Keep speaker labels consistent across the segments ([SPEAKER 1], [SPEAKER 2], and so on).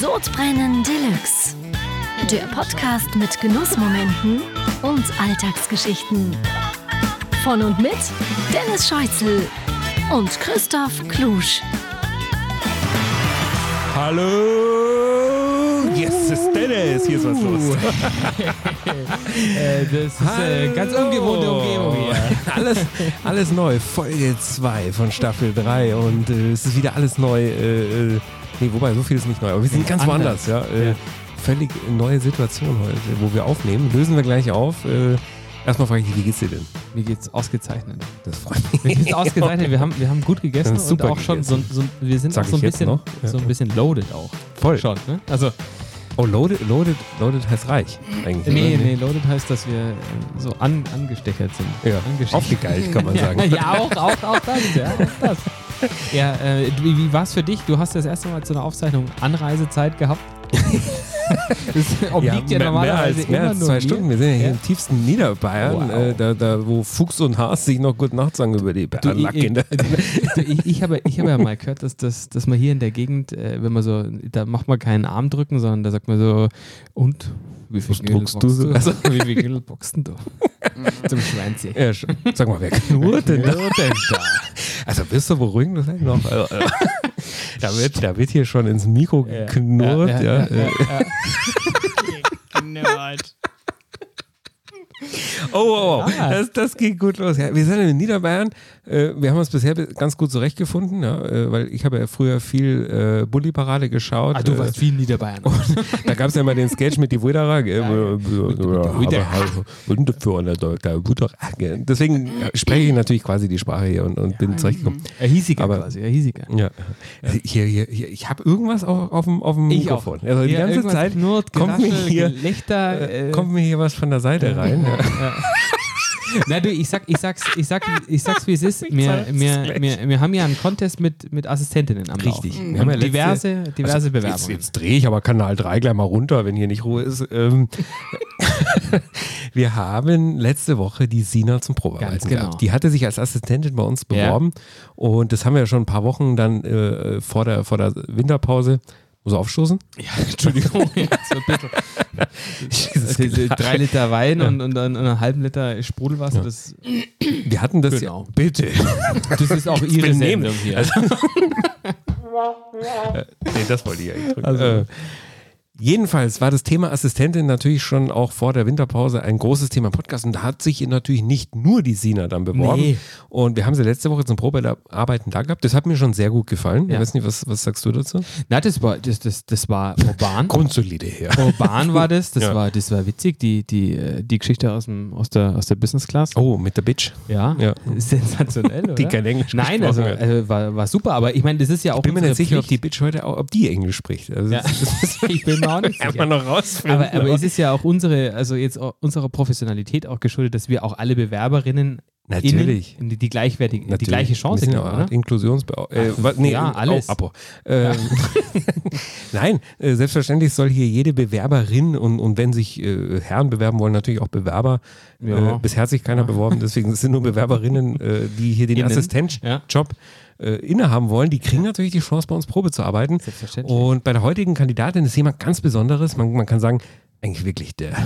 [SPEAKER 1] Sodbrennen Deluxe. Der Podcast mit Genussmomenten und Alltagsgeschichten. Von und mit Dennis Scheuzel und Christoph Klusch.
[SPEAKER 2] Hallo! Yes, es ist Dennis, hier ist was los.
[SPEAKER 3] Uh. Äh, das ist äh, ganz
[SPEAKER 2] Hallo.
[SPEAKER 3] ungewohnte Umgebung hier.
[SPEAKER 2] Alles, alles neu, Folge 2 von Staffel 3 und äh, es ist wieder alles neu. Äh, äh, nee, wobei, so viel ist nicht neu, aber wir sind ganz
[SPEAKER 3] Hm, Anders.
[SPEAKER 2] woanders. Ja, äh,
[SPEAKER 3] Ja.
[SPEAKER 2] Völlig neue Situation heute, wo wir aufnehmen. Lösen wir gleich auf. Äh, erstmal frage ich dich, wie geht's dir denn?
[SPEAKER 3] Mir geht's ausgezeichnet.
[SPEAKER 2] Das freut mich.
[SPEAKER 3] Mir geht's ausgezeichnet. Wir haben, wir haben gut gegessen
[SPEAKER 2] Das ist super
[SPEAKER 3] und auch schon so, ein- so ein- wir sind
[SPEAKER 2] Sag
[SPEAKER 3] auch so ein
[SPEAKER 2] ich jetzt
[SPEAKER 3] bisschen
[SPEAKER 2] noch? Ja.
[SPEAKER 3] so ein bisschen loaded auch.
[SPEAKER 2] Voll.
[SPEAKER 3] Schon, ne? Also
[SPEAKER 2] Oh, loaded, loaded, loaded heißt reich eigentlich.
[SPEAKER 3] nee,
[SPEAKER 2] oder?
[SPEAKER 3] nee, loaded heißt, dass wir äh, so an, angestechert sind.
[SPEAKER 2] Ja,
[SPEAKER 3] Angestechert.
[SPEAKER 2] aufgegeilt kann man sagen.
[SPEAKER 3] ja, auch, auch, auch das, ja, auch das. Ja, äh, wie, wie war's für dich? Du hast das erste Mal zu einer Aufzeichnung Anreisezeit gehabt. Das obliegt ja,
[SPEAKER 2] mehr- mehr als,
[SPEAKER 3] normalerweise
[SPEAKER 2] mehr
[SPEAKER 3] immer
[SPEAKER 2] als
[SPEAKER 3] nur
[SPEAKER 2] zwei
[SPEAKER 3] mir.
[SPEAKER 2] Stunden. Wir sind ja hier
[SPEAKER 3] Ja.
[SPEAKER 2] im tiefsten Niederbayern,
[SPEAKER 3] Wow.
[SPEAKER 2] äh, da, da, wo Fuchs und Haas sich noch gut nachts sagen über die
[SPEAKER 3] Du, ich-
[SPEAKER 2] Berlack in der
[SPEAKER 3] Du, ich, ich, habe, ich habe ja mal gehört, dass, dass, dass man hier in der Gegend, äh, wenn man so, da macht man keinen Arm drücken, sondern da sagt man so, und wie viel
[SPEAKER 2] Was druckst du so?
[SPEAKER 3] Also, wie viel Geld bockst denn du? Zum Schweinzeh.
[SPEAKER 2] Ja, sch- sag mal, wer knurrt denn da? Also bist du beruhigend das eigentlich noch? Also, äh, da, wird, da wird hier schon ins Mikro geknurrt. Ja, äh. Oh, wow, wow.
[SPEAKER 3] Ah.
[SPEAKER 2] Das, das geht gut los. Ja, wir sind in Niederbayern. Äh, wir haben uns bisher be- ganz gut zurechtgefunden, ja, äh, weil ich habe ja früher viel äh, Bulli-Parade geschaut.
[SPEAKER 3] Ah, du
[SPEAKER 2] äh,
[SPEAKER 3] warst viel in Niederbayern.
[SPEAKER 2] Da gab es ja mal den Sketch mit die Witterer. gell?
[SPEAKER 3] Witterer.
[SPEAKER 2] Aber Hunde für eine deutsche Witterer, gell? Deswegen spreche ich natürlich quasi die Sprache hier und, und bin zurechtgekommen.
[SPEAKER 3] Er hiesiger
[SPEAKER 2] Aber-
[SPEAKER 3] quasi, er hiesiger.
[SPEAKER 2] Ja. Äh, Hier, hier, hier. Ich habe irgendwas auf, auf dem, auf dem
[SPEAKER 3] Ich auch.
[SPEAKER 2] Mikrofon. Also die
[SPEAKER 3] Ja,
[SPEAKER 2] ganze
[SPEAKER 3] irgendwas
[SPEAKER 2] Zeit
[SPEAKER 3] knurrt,
[SPEAKER 2] kommt mir,
[SPEAKER 3] Geraschel,
[SPEAKER 2] hier,
[SPEAKER 3] Gelächter, äh,
[SPEAKER 2] kommt mir hier was von der Seite rein. Ja.
[SPEAKER 3] Na du, ich sag, ich sag's, ich sag, ich sag's, wie es ist. Wir,
[SPEAKER 2] sag's
[SPEAKER 3] wir,
[SPEAKER 2] gleich.
[SPEAKER 3] wir, wir haben ja einen Contest mit, mit Assistentinnen am Laufen.
[SPEAKER 2] Richtig. Wir
[SPEAKER 3] Und
[SPEAKER 2] haben ja letzte-
[SPEAKER 3] Genau. Mhm.
[SPEAKER 2] Also
[SPEAKER 3] diverse, diverse
[SPEAKER 2] Jetzt,
[SPEAKER 3] Bewerbungen.
[SPEAKER 2] jetzt drehe ich aber Kanal 3 gleich mal runter, wenn hier nicht Ruhe ist. Ähm, wir haben letzte Woche die Sina zum Probearbeiten
[SPEAKER 3] Ganz genau.
[SPEAKER 2] gehabt. Die hatte sich als Assistentin bei uns beworben und das haben wir ja schon ein paar Wochen dann äh, vor, der, vor der Winterpause. Muss er aufstoßen?
[SPEAKER 3] Entschuldigung, jetzt so bitte. Diese drei Liter Wein und, und, dann einen halben Liter Sprudelwasser, das,
[SPEAKER 2] Wir hatten das
[SPEAKER 3] Genau.
[SPEAKER 2] ja. Bitte.
[SPEAKER 3] das ist auch ihre
[SPEAKER 2] benehmen.
[SPEAKER 3] Sendung hier. Äh,
[SPEAKER 2] Also- Nee, das wollte ich eigentlich drücken. äh, jedenfalls war das Thema Assistentin natürlich schon auch vor der Winterpause ein großes Thema im Podcast und da hat sich natürlich nicht nur die Sina dann beworben.
[SPEAKER 3] Nee.
[SPEAKER 2] Und wir haben sie letzte Woche zum Probearbeiten da gehabt. Das hat mir schon sehr gut gefallen. Ich
[SPEAKER 3] Ja. Mhm.
[SPEAKER 2] weiß nicht, was, was sagst du dazu?
[SPEAKER 3] Na, das war, das, das, das war urban.
[SPEAKER 2] Grundsolide her.
[SPEAKER 3] Urban war das, das,
[SPEAKER 2] Ja.
[SPEAKER 3] war, das war witzig, die, die, äh, die Geschichte aus, dem, aus, der, aus der Business Class.
[SPEAKER 2] Oh, mit der Bitch.
[SPEAKER 3] Ja,
[SPEAKER 2] Ja.
[SPEAKER 3] sensationell, oder?
[SPEAKER 2] Die kein Englisch
[SPEAKER 3] Nein, also
[SPEAKER 2] gesprochen hat.
[SPEAKER 3] äh, war, war super, aber ich meine, das ist ja auch
[SPEAKER 2] Bin mir nicht
[SPEAKER 3] unsere
[SPEAKER 2] sicher, ob die
[SPEAKER 3] Pflicht.
[SPEAKER 2] Bitch heute auch, ob die Englisch spricht. Also
[SPEAKER 3] Ja.
[SPEAKER 2] das- das
[SPEAKER 3] Ich bin mir auch nicht
[SPEAKER 2] kann
[SPEAKER 3] sicher.
[SPEAKER 2] man noch rausfinden.
[SPEAKER 3] Aber, aber es ist ja auch unsere, also jetzt auch unserer Professionalität auch geschuldet, dass wir auch alle Bewerberinnen
[SPEAKER 2] Natürlich.
[SPEAKER 3] innen die, die gleichwertige, die
[SPEAKER 2] Natürlich.
[SPEAKER 3] gleiche Chance
[SPEAKER 2] Wir sind ja
[SPEAKER 3] geben,
[SPEAKER 2] auch eine
[SPEAKER 3] oder?
[SPEAKER 2] Art Inklusionsbeau äh, wa- nee,
[SPEAKER 3] ja,
[SPEAKER 2] äh,
[SPEAKER 3] alles.
[SPEAKER 2] Oh, Abo. Ähm, Nein, äh, selbstverständlich soll hier jede Bewerberin und, und wenn sich äh, Herren bewerben wollen, natürlich auch Bewerber.
[SPEAKER 3] Ja.
[SPEAKER 2] Äh, bisher hat sich keiner beworben, deswegen es sind nur Bewerberinnen, äh, die hier den
[SPEAKER 3] Innen.
[SPEAKER 2] Assistenzjob
[SPEAKER 3] Ja.
[SPEAKER 2] äh, innehaben wollen. Die kriegen natürlich die Chance, bei uns Probe zu arbeiten.
[SPEAKER 3] Selbstverständlich.
[SPEAKER 2] Und bei der heutigen Kandidatin ist jemand ganz Besonderes. Man, man kann sagen, eigentlich wirklich der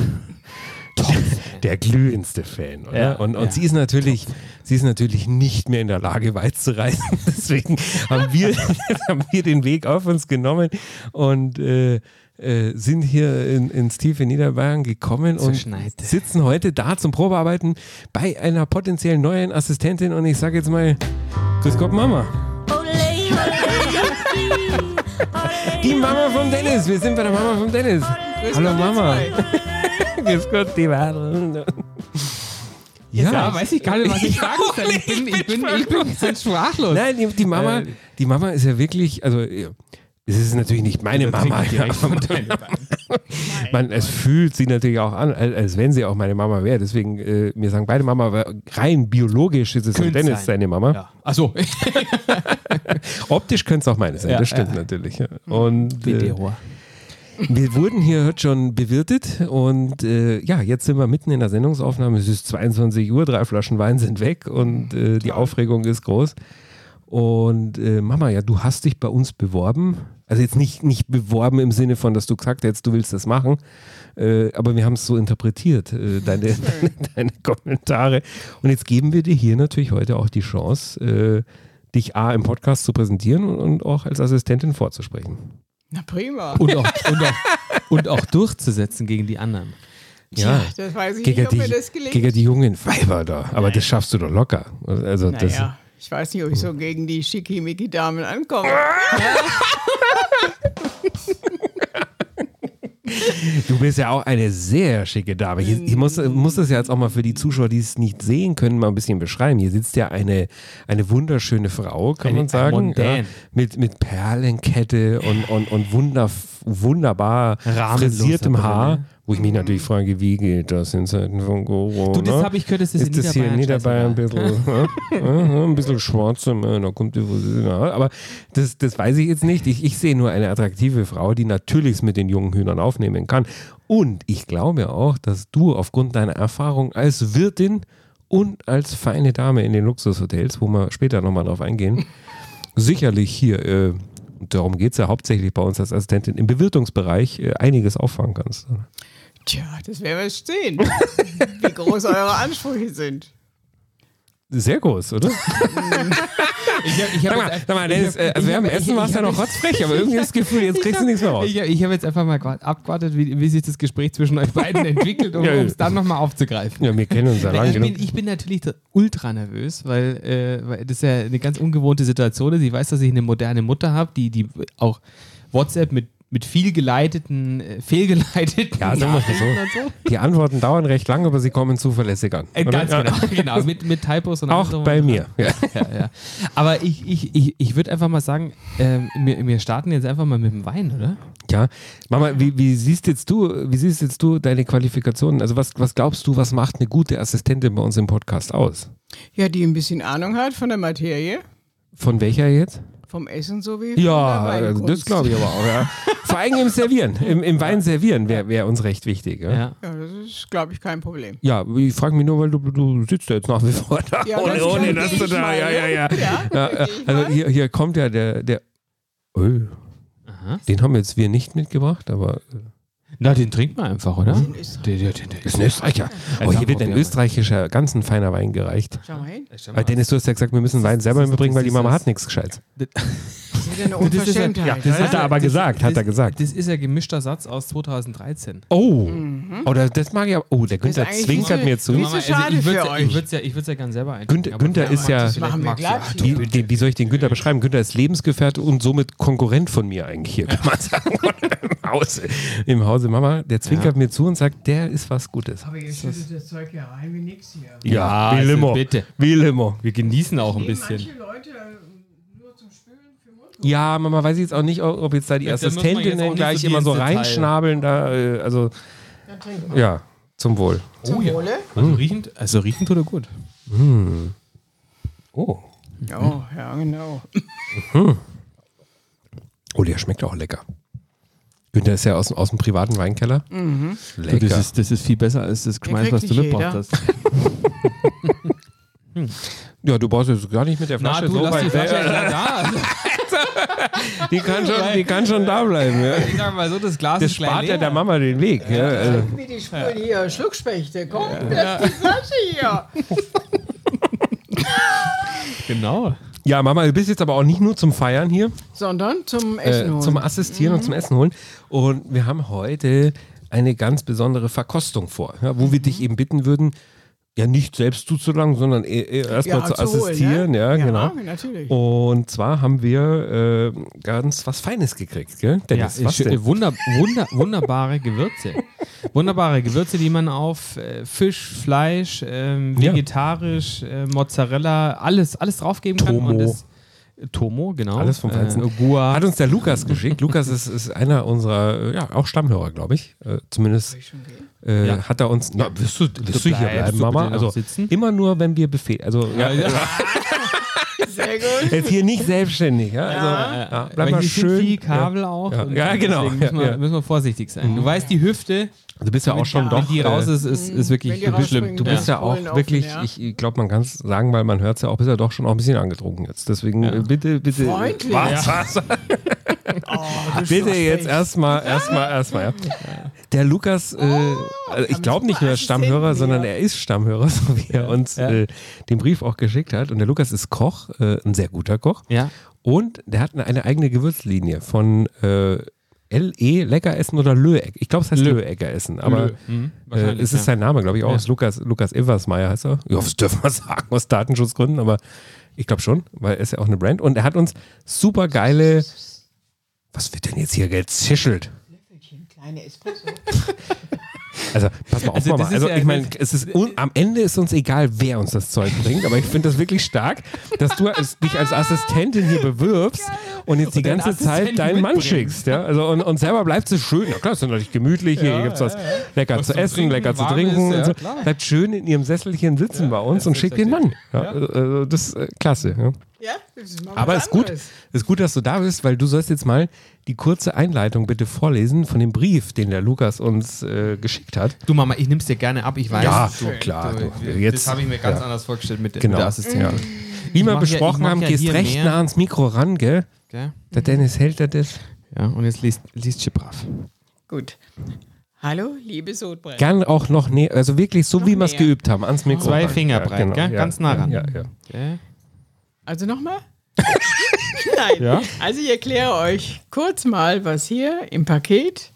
[SPEAKER 2] der glühendste Fan. Oder?
[SPEAKER 3] Ja,
[SPEAKER 2] und und
[SPEAKER 3] ja.
[SPEAKER 2] sie ist natürlich, sie ist natürlich nicht mehr in der Lage, Weiß zu reißen. Deswegen haben wir, haben wir den Weg auf uns genommen und äh, äh, sind hier in, ins tiefe Niederbayern gekommen und
[SPEAKER 3] Zerschneite.
[SPEAKER 2] sitzen heute da zum Probearbeiten bei einer potenziell neuen Assistentin. Und ich sage jetzt mal, Grüß Gott, Mama. Die Mama von Dennis. Wir sind bei der Mama von Dennis. Hallo Mama. Grüß Gott, die Mama. Ja,
[SPEAKER 3] ich gar nicht, was
[SPEAKER 2] ich sagen soll.
[SPEAKER 3] Ich bin, ich bin, ich bin ganz sprachlos.
[SPEAKER 2] Nein, die, die Mama,
[SPEAKER 3] Äh,
[SPEAKER 2] die Mama ist ja wirklich, also äh, es ist natürlich nicht meine Mama. Ja, man, es fühlt sie natürlich auch an, als, als wenn sie auch meine Mama wäre. Deswegen, äh, mir sagen beide Mama, aber rein biologisch ist es
[SPEAKER 3] Könnte
[SPEAKER 2] Dennis
[SPEAKER 3] sein.
[SPEAKER 2] seine Mama.
[SPEAKER 3] Ja. Achso,
[SPEAKER 2] Optisch könnte es auch meine sein,
[SPEAKER 3] Ja,
[SPEAKER 2] das
[SPEAKER 3] ja, Mhm.
[SPEAKER 2] stimmt natürlich. Ja. Und äh,
[SPEAKER 3] Video.
[SPEAKER 2] wir wurden hier heute schon bewirtet und äh, ja, jetzt sind wir mitten in der Sendungsaufnahme. Es ist 22 Uhr, drei Flaschen Wein sind weg und äh, die Aufregung ist groß. Und äh, Mama, ja, du hast dich bei uns beworben. Also jetzt nicht, nicht beworben im Sinne von, dass du gesagt hättest, du willst das machen. Äh, aber wir haben es so interpretiert, äh, deine, deine, deine Kommentare. Und jetzt geben wir dir hier natürlich heute auch die Chance, äh, dich A im Podcast zu präsentieren und, und auch als Assistentin vorzusprechen.
[SPEAKER 4] Na prima.
[SPEAKER 3] Und auch, und, auch, und auch durchzusetzen gegen die anderen.
[SPEAKER 2] Ja,
[SPEAKER 4] das weiß ich
[SPEAKER 2] gegen
[SPEAKER 4] nicht, ob mir
[SPEAKER 2] die,
[SPEAKER 4] das gelingt.
[SPEAKER 2] gegen die jungen Weiber da. Aber das schaffst du doch locker. Also das,
[SPEAKER 4] naja, ich weiß nicht, ob ich so gegen die Schickimicki-Damen ankomme.
[SPEAKER 2] Du bist ja auch eine sehr schicke Dame. Hier, ich muss, muss das ja jetzt auch mal für die Zuschauer, die es nicht sehen können, mal ein bisschen beschreiben. Hier sitzt ja eine, eine wunderschöne Frau, kann
[SPEAKER 3] Eine-
[SPEAKER 2] man sagen.
[SPEAKER 3] mondän.
[SPEAKER 2] Ja, mit, mit Perlenkette und, und, und wunder, wunderbar
[SPEAKER 3] Rahmenloser
[SPEAKER 2] frisiertem
[SPEAKER 3] Brille.
[SPEAKER 2] Haar. Wo ich mich natürlich frage, wie geht das in Zeiten von Corona?
[SPEAKER 3] Du, das habe ich gehört, das ist,
[SPEAKER 2] ist das hier in Niederbayern ein bisschen, äh, äh, ein bisschen schwarz, äh, da kommt die Friseur. aber das, das weiß ich jetzt nicht. Ich, ich sehe nur eine attraktive Frau, die natürlich es mit den jungen Hühnern aufnehmen kann. Und ich glaube auch, dass du aufgrund deiner Erfahrung als Wirtin und als feine Dame in den Luxushotels, wo wir später nochmal drauf eingehen, sicherlich hier, äh, und darum geht es ja hauptsächlich bei uns als Assistentin, im Bewirtungsbereich äh, einiges auffangen kannst.
[SPEAKER 4] Tja, das werden wir jetzt sehen, wie groß eure Ansprüche sind.
[SPEAKER 2] Sehr groß, oder?
[SPEAKER 3] Ich hab, ich hab
[SPEAKER 2] Sag
[SPEAKER 3] jetzt
[SPEAKER 2] mal, sag mal
[SPEAKER 3] ein- ich
[SPEAKER 2] das,
[SPEAKER 3] hab-
[SPEAKER 2] äh, also während
[SPEAKER 3] ich hab-
[SPEAKER 2] dem Essen
[SPEAKER 3] ich-
[SPEAKER 2] war es
[SPEAKER 3] ich
[SPEAKER 2] ja noch
[SPEAKER 3] hab-
[SPEAKER 2] rotzfrech, aber irgendwie das Gefühl, jetzt kriegst du nichts mehr raus.
[SPEAKER 3] Ich, hab- ich habe jetzt einfach mal gra- abgewartet, wie, wie sich das Gespräch zwischen euch beiden entwickelt, um
[SPEAKER 2] Ja, ja.
[SPEAKER 3] es dann nochmal aufzugreifen.
[SPEAKER 2] Ja, wir kennen uns ja
[SPEAKER 3] Nein,
[SPEAKER 2] lange
[SPEAKER 3] also ich,
[SPEAKER 2] genug.
[SPEAKER 3] bin, ich bin natürlich da ultra nervös, weil, äh, weil das ja eine ganz ungewohnte Situation ist. Ich weiß, dass ich eine moderne Mutter habe, die, die auch WhatsApp mit, mit viel geleiteten, äh, fehlgeleiteten
[SPEAKER 2] Ja, sagen wir's mal so.
[SPEAKER 3] Nachrichten und so.
[SPEAKER 2] Die Antworten dauern recht lang, aber sie kommen zuverlässig an.
[SPEAKER 3] Äh,
[SPEAKER 2] oder?
[SPEAKER 3] ganz
[SPEAKER 2] Ja.
[SPEAKER 3] genau, genau mit, mit Typos und allem drum
[SPEAKER 2] Auch
[SPEAKER 3] und
[SPEAKER 2] bei
[SPEAKER 3] dran.
[SPEAKER 2] mir. Ja.
[SPEAKER 3] ja, ja. Aber ich, ich, ich, ich würde einfach mal sagen, ähm, wir, wir starten jetzt einfach mal mit dem Wein, oder?
[SPEAKER 2] ja. Mama, wie, wie siehst jetzt du, wie siehst jetzt du deine Qualifikationen? Also was, was glaubst du, was macht eine gute Assistentin bei uns im Podcast aus?
[SPEAKER 4] Ja, die ein bisschen Ahnung hat von der Materie,
[SPEAKER 2] Von welcher jetzt?
[SPEAKER 4] vom Essen sowie von
[SPEAKER 2] Ja,
[SPEAKER 4] der
[SPEAKER 2] äh,
[SPEAKER 4] Weinkunst.
[SPEAKER 2] das glaube ich aber auch. Ja. Vor allem im Servieren, im, im Wein servieren wäre wär uns recht wichtig. Ja, ja.
[SPEAKER 3] Ja.
[SPEAKER 4] Ja, das ist, glaube ich, kein Problem.
[SPEAKER 2] ich frage mich nur, weil du, du sitzt ja jetzt nach wie vor da.
[SPEAKER 4] Ja,
[SPEAKER 2] ohne,
[SPEAKER 4] das
[SPEAKER 2] ohne
[SPEAKER 4] verstehe
[SPEAKER 2] dass
[SPEAKER 4] ich
[SPEAKER 2] du da.
[SPEAKER 4] mal,
[SPEAKER 2] Ja,
[SPEAKER 4] ne?
[SPEAKER 2] ja, ja.
[SPEAKER 4] Ja,
[SPEAKER 2] Ja, ja.
[SPEAKER 4] verstehe ich
[SPEAKER 2] Also
[SPEAKER 4] mal.
[SPEAKER 2] hier, hier kommt ja der, der oh,
[SPEAKER 3] Aha.
[SPEAKER 2] den haben jetzt wir nicht mitgebracht, aber
[SPEAKER 3] Na, den trinkt man einfach, oder?
[SPEAKER 4] Den ist-
[SPEAKER 3] Der- der- der- der-
[SPEAKER 2] ist ein Österreicher. Oh, hier wird ein österreichischer, ganz ein feiner Wein gereicht.
[SPEAKER 4] Schau mal hin.
[SPEAKER 2] Weil Dennis, du hast ja gesagt, wir müssen Wein selber mitbringen, weil die Mama hat nichts Gescheites.
[SPEAKER 4] Das ist ja eine
[SPEAKER 3] Das ist ja-
[SPEAKER 4] Unverschämtheit.
[SPEAKER 3] ja, das
[SPEAKER 4] oder?
[SPEAKER 2] Hat er aber gesagt, hat er gesagt.
[SPEAKER 3] Das ist ja gemischter Satz aus 2013.
[SPEAKER 2] Oh, oh das, das mag ich aber. Oh, der
[SPEAKER 4] Mhm. Das ist
[SPEAKER 2] Günther
[SPEAKER 4] eigentlich
[SPEAKER 2] zwinkert
[SPEAKER 4] diese-
[SPEAKER 2] mir zu.
[SPEAKER 4] Nicht so schade
[SPEAKER 3] also ich
[SPEAKER 4] für
[SPEAKER 3] würd's ja, Ich
[SPEAKER 4] euch.
[SPEAKER 3] würde es ja, ich würd's ja gern selber einschenken.
[SPEAKER 2] Günther, Günther ist ja,
[SPEAKER 4] das machen wir gleich hier.
[SPEAKER 2] wie, den, wie soll ich den Günther beschreiben? Günther ist Lebensgefährte und somit Konkurrent von mir eigentlich hier, kann man sagen. Im Hause, im Hause Mama, der zwinkert mir zu und sagt, der ist was Gutes.
[SPEAKER 4] Aber jetzt schüttet das Zeug hier rein wie nix hier.
[SPEAKER 3] Ja,
[SPEAKER 2] wie
[SPEAKER 3] also
[SPEAKER 2] immer.
[SPEAKER 3] bitte.
[SPEAKER 2] Wie immer.
[SPEAKER 3] Wir genießen auch ein
[SPEAKER 4] Gehen
[SPEAKER 3] bisschen.
[SPEAKER 4] Leute nur zum Spülen für Mund.
[SPEAKER 2] Ja, Mama weiß ich jetzt auch nicht, ob jetzt da die
[SPEAKER 3] Ja, da muss man jetzt auch
[SPEAKER 2] Assistentinnen
[SPEAKER 3] nicht
[SPEAKER 2] gleich
[SPEAKER 3] so
[SPEAKER 2] immer so
[SPEAKER 3] ins Detail.
[SPEAKER 2] reinschnabeln. Da, äh, also,
[SPEAKER 4] Dann trinken wir.
[SPEAKER 2] ja, zum Wohl.
[SPEAKER 4] Zum Wohle.
[SPEAKER 3] Also riechend, also riechend oder gut?
[SPEAKER 2] Oh.
[SPEAKER 4] Oh, ja, genau.
[SPEAKER 2] Oh, der schmeckt auch lecker. Günther ist ja aus, aus dem privaten Weinkeller. Lecker.
[SPEAKER 3] ist, das ist viel besser als das
[SPEAKER 4] Geschmeiß, kriegt was du nicht mitgebracht jeder.
[SPEAKER 3] hast.
[SPEAKER 2] ja, du brauchst jetzt gar nicht mit der
[SPEAKER 3] Na,
[SPEAKER 2] Flasche
[SPEAKER 3] du
[SPEAKER 2] so
[SPEAKER 3] lass die
[SPEAKER 2] weit
[SPEAKER 3] Flasche
[SPEAKER 2] weg.
[SPEAKER 3] ja da. Also,
[SPEAKER 2] Die kann schon, die kann schon da bleiben. Ja.
[SPEAKER 3] Ich sag mal so, das Glas
[SPEAKER 2] Das
[SPEAKER 3] ist klein
[SPEAKER 2] spart ja
[SPEAKER 3] leer.
[SPEAKER 2] der Mama den Weg. Ja, also.
[SPEAKER 4] Wie die Spuren hier, Schluckspechte, komm, das ist die Flasche hier.
[SPEAKER 3] Genau.
[SPEAKER 2] ja, Mama, du bist jetzt aber auch nicht nur zum Feiern hier.
[SPEAKER 4] Sondern zum
[SPEAKER 2] äh,
[SPEAKER 4] Essen holen. Mhm.
[SPEAKER 2] zum Assistieren und zum Essen holen. Und wir haben heute eine ganz besondere Verkostung vor, ja, wo wir
[SPEAKER 4] Mhm.
[SPEAKER 2] dich eben bitten würden, ja nicht selbst zuzulangen, sondern eh- eh erstmal
[SPEAKER 4] Ja,
[SPEAKER 2] zu
[SPEAKER 4] zu holen,
[SPEAKER 2] assistieren.
[SPEAKER 4] ne?
[SPEAKER 2] Ja,
[SPEAKER 4] Ja,
[SPEAKER 2] genau.
[SPEAKER 4] natürlich.
[SPEAKER 2] Und zwar haben wir äh, ganz was Feines gekriegt, gell?
[SPEAKER 3] Ja, äh,
[SPEAKER 2] Dennis, was
[SPEAKER 3] schön-
[SPEAKER 2] denn?
[SPEAKER 3] Wunder, wunder, wunderbare Gewürze. Wunderbare Gewürze, die man auf äh, Fisch, Fleisch, ähm,
[SPEAKER 2] Ja.
[SPEAKER 3] vegetarisch, äh, Mozzarella, alles, alles draufgeben
[SPEAKER 2] Tomo.
[SPEAKER 3] kann. Und das, Tomo, genau.
[SPEAKER 2] Alles vom Feinsten.
[SPEAKER 3] Äh, Gua.
[SPEAKER 2] Hat uns der Lukas geschickt. Lukas ist, ist einer unserer, äh, ja, auch Stammhörer, glaube ich. Äh, zumindest äh,
[SPEAKER 3] Ja.
[SPEAKER 2] hat er uns. Na, wirst du, wirst du hier
[SPEAKER 3] bleibst
[SPEAKER 2] bleiben,
[SPEAKER 3] du
[SPEAKER 2] Mama?
[SPEAKER 3] bitte noch
[SPEAKER 2] Also
[SPEAKER 3] sitzen?
[SPEAKER 2] immer nur, wenn wir Befehl. Also, ja,
[SPEAKER 3] Ja, ja.
[SPEAKER 4] Sehr gut.
[SPEAKER 2] Jetzt hier nicht selbstständig. Ja? Also,
[SPEAKER 4] Ja.
[SPEAKER 2] ja,
[SPEAKER 3] Weil
[SPEAKER 2] bleib mal
[SPEAKER 3] hier sind
[SPEAKER 2] schön.
[SPEAKER 3] viel Kabel auch.
[SPEAKER 2] Ja.
[SPEAKER 3] und
[SPEAKER 2] Ja, genau.
[SPEAKER 3] Deswegen müssen wir,
[SPEAKER 2] Ja, ja.
[SPEAKER 3] müssen wir vorsichtig sein. Du weißt, die Hüfte,
[SPEAKER 2] Du bist ja auch schon
[SPEAKER 3] wenn
[SPEAKER 2] doch. äh,
[SPEAKER 3] die raus ist, ist, ist
[SPEAKER 4] Mhm. Wenn
[SPEAKER 3] wirklich
[SPEAKER 4] die rausspringen,
[SPEAKER 3] schlimm.
[SPEAKER 2] Du
[SPEAKER 4] Ja.
[SPEAKER 2] bist ja,
[SPEAKER 4] Polen
[SPEAKER 2] auch
[SPEAKER 4] offen,
[SPEAKER 2] wirklich,
[SPEAKER 4] ja.
[SPEAKER 2] ich glaube, man kann es sagen, weil man hört es ja auch, bist ja doch schon auch ein bisschen angetrunken jetzt. Deswegen äh, bitte, bitte.
[SPEAKER 4] Freundlich.
[SPEAKER 2] Was, was?
[SPEAKER 3] Oh,
[SPEAKER 2] bitte jetzt erstmal, erstmal, erstmal. Ja. Der Lukas, äh,
[SPEAKER 4] Oh,
[SPEAKER 2] also ich glaube nicht nur Stammhörer,
[SPEAKER 4] Assistenten
[SPEAKER 2] sondern
[SPEAKER 4] hier.
[SPEAKER 2] er ist Stammhörer, so wie er uns
[SPEAKER 3] Ja.
[SPEAKER 2] äh, den Brief auch geschickt hat. Und der Lukas ist Koch, äh, ein sehr guter Koch.
[SPEAKER 3] Ja.
[SPEAKER 2] Und der hat eine, eine eigene Gewürzlinie von äh, LE Lecker Essen oder Löeck. Ich glaube, es heißt
[SPEAKER 3] Lö.
[SPEAKER 2] Löecker Essen. Aber
[SPEAKER 3] Lö. Mhm,
[SPEAKER 2] äh,
[SPEAKER 3] wahrscheinlich,
[SPEAKER 2] es ist
[SPEAKER 3] ja.
[SPEAKER 2] sein Name, glaube ich, auch.
[SPEAKER 3] Ja.
[SPEAKER 2] Ist Lukas, Lukas Eversmeier heißt er. Ja, das dürfen wir sagen, aus Datenschutzgründen, aber ich glaube schon, weil er ist ja auch eine Brand. Und er hat uns super geile. Was wird denn jetzt hier gezischelt?
[SPEAKER 4] Kleine Espresso.
[SPEAKER 2] Also, pass mal auf,
[SPEAKER 3] Also,
[SPEAKER 2] Mama.
[SPEAKER 3] das ist
[SPEAKER 2] Also,
[SPEAKER 3] ja-
[SPEAKER 2] ich meine, es ist un am Ende ist uns egal, wer uns das Zeug bringt, aber ich finde das wirklich stark, dass du als, dich als Assistentin hier bewirbst und jetzt die
[SPEAKER 3] deinen
[SPEAKER 2] ganze Zeit
[SPEAKER 3] Assistenten
[SPEAKER 2] deinen Mann
[SPEAKER 3] mitbringst.
[SPEAKER 2] schickst. Ja? Also, und, und selber bleibt es schön. Na klar, es ist natürlich gemütlich. Hier, hier gibt es was lecker zu
[SPEAKER 3] zum
[SPEAKER 2] essen,
[SPEAKER 3] Trinken,
[SPEAKER 2] lecker zu
[SPEAKER 3] warmes,
[SPEAKER 2] trinken.
[SPEAKER 3] ja,
[SPEAKER 2] und so.
[SPEAKER 3] klar.
[SPEAKER 2] Bleibt schön in ihrem Sesselchen sitzen bei uns und schickt den Mann. Ja, also, das ist äh, klasse. Ja?
[SPEAKER 4] Ja, das ist mal
[SPEAKER 2] Aber
[SPEAKER 4] was
[SPEAKER 2] ist gut,
[SPEAKER 4] anderes.
[SPEAKER 2] ist gut, dass du da bist, weil du sollst jetzt mal die kurze Einleitung bitte vorlesen von dem Brief, den der Lukas uns äh, geschickt hat.
[SPEAKER 3] Du Mama, ich nimm's dir gerne ab, ich weiß.
[SPEAKER 2] Ja,
[SPEAKER 3] du,
[SPEAKER 2] klar,
[SPEAKER 3] Du,
[SPEAKER 2] du, jetzt-
[SPEAKER 3] jetzt habe ich mir ganz
[SPEAKER 2] ja.
[SPEAKER 3] anders vorgestellt mit, der-
[SPEAKER 2] Genau.
[SPEAKER 3] mit der Assistentin.
[SPEAKER 4] Mhm.
[SPEAKER 2] Ja. Wie wir
[SPEAKER 3] mach ja- ich
[SPEAKER 2] besprochen
[SPEAKER 3] mach
[SPEAKER 2] haben,
[SPEAKER 3] ja
[SPEAKER 2] gehst
[SPEAKER 3] hier
[SPEAKER 2] recht
[SPEAKER 3] mehr.
[SPEAKER 2] nah ans Mikro ran, gell?
[SPEAKER 3] Gell?
[SPEAKER 2] Der Dennis hält er das.
[SPEAKER 3] Ja, und jetzt liest, liest sie brav.
[SPEAKER 4] Gut. Hallo, liebe Sodbrenn.
[SPEAKER 2] Gern auch noch näher, also wirklich so, wie wir es
[SPEAKER 4] näher.
[SPEAKER 2] geübt haben, ans Mikro.
[SPEAKER 3] Zwei
[SPEAKER 2] ran. genau.
[SPEAKER 3] Finger breit, gell? Ganz nah ran.
[SPEAKER 2] Ja, ja.
[SPEAKER 3] Gell?
[SPEAKER 4] Also nochmal? Nein.
[SPEAKER 3] Ja?
[SPEAKER 4] Also ich erkläre euch kurz mal, was hier im Paket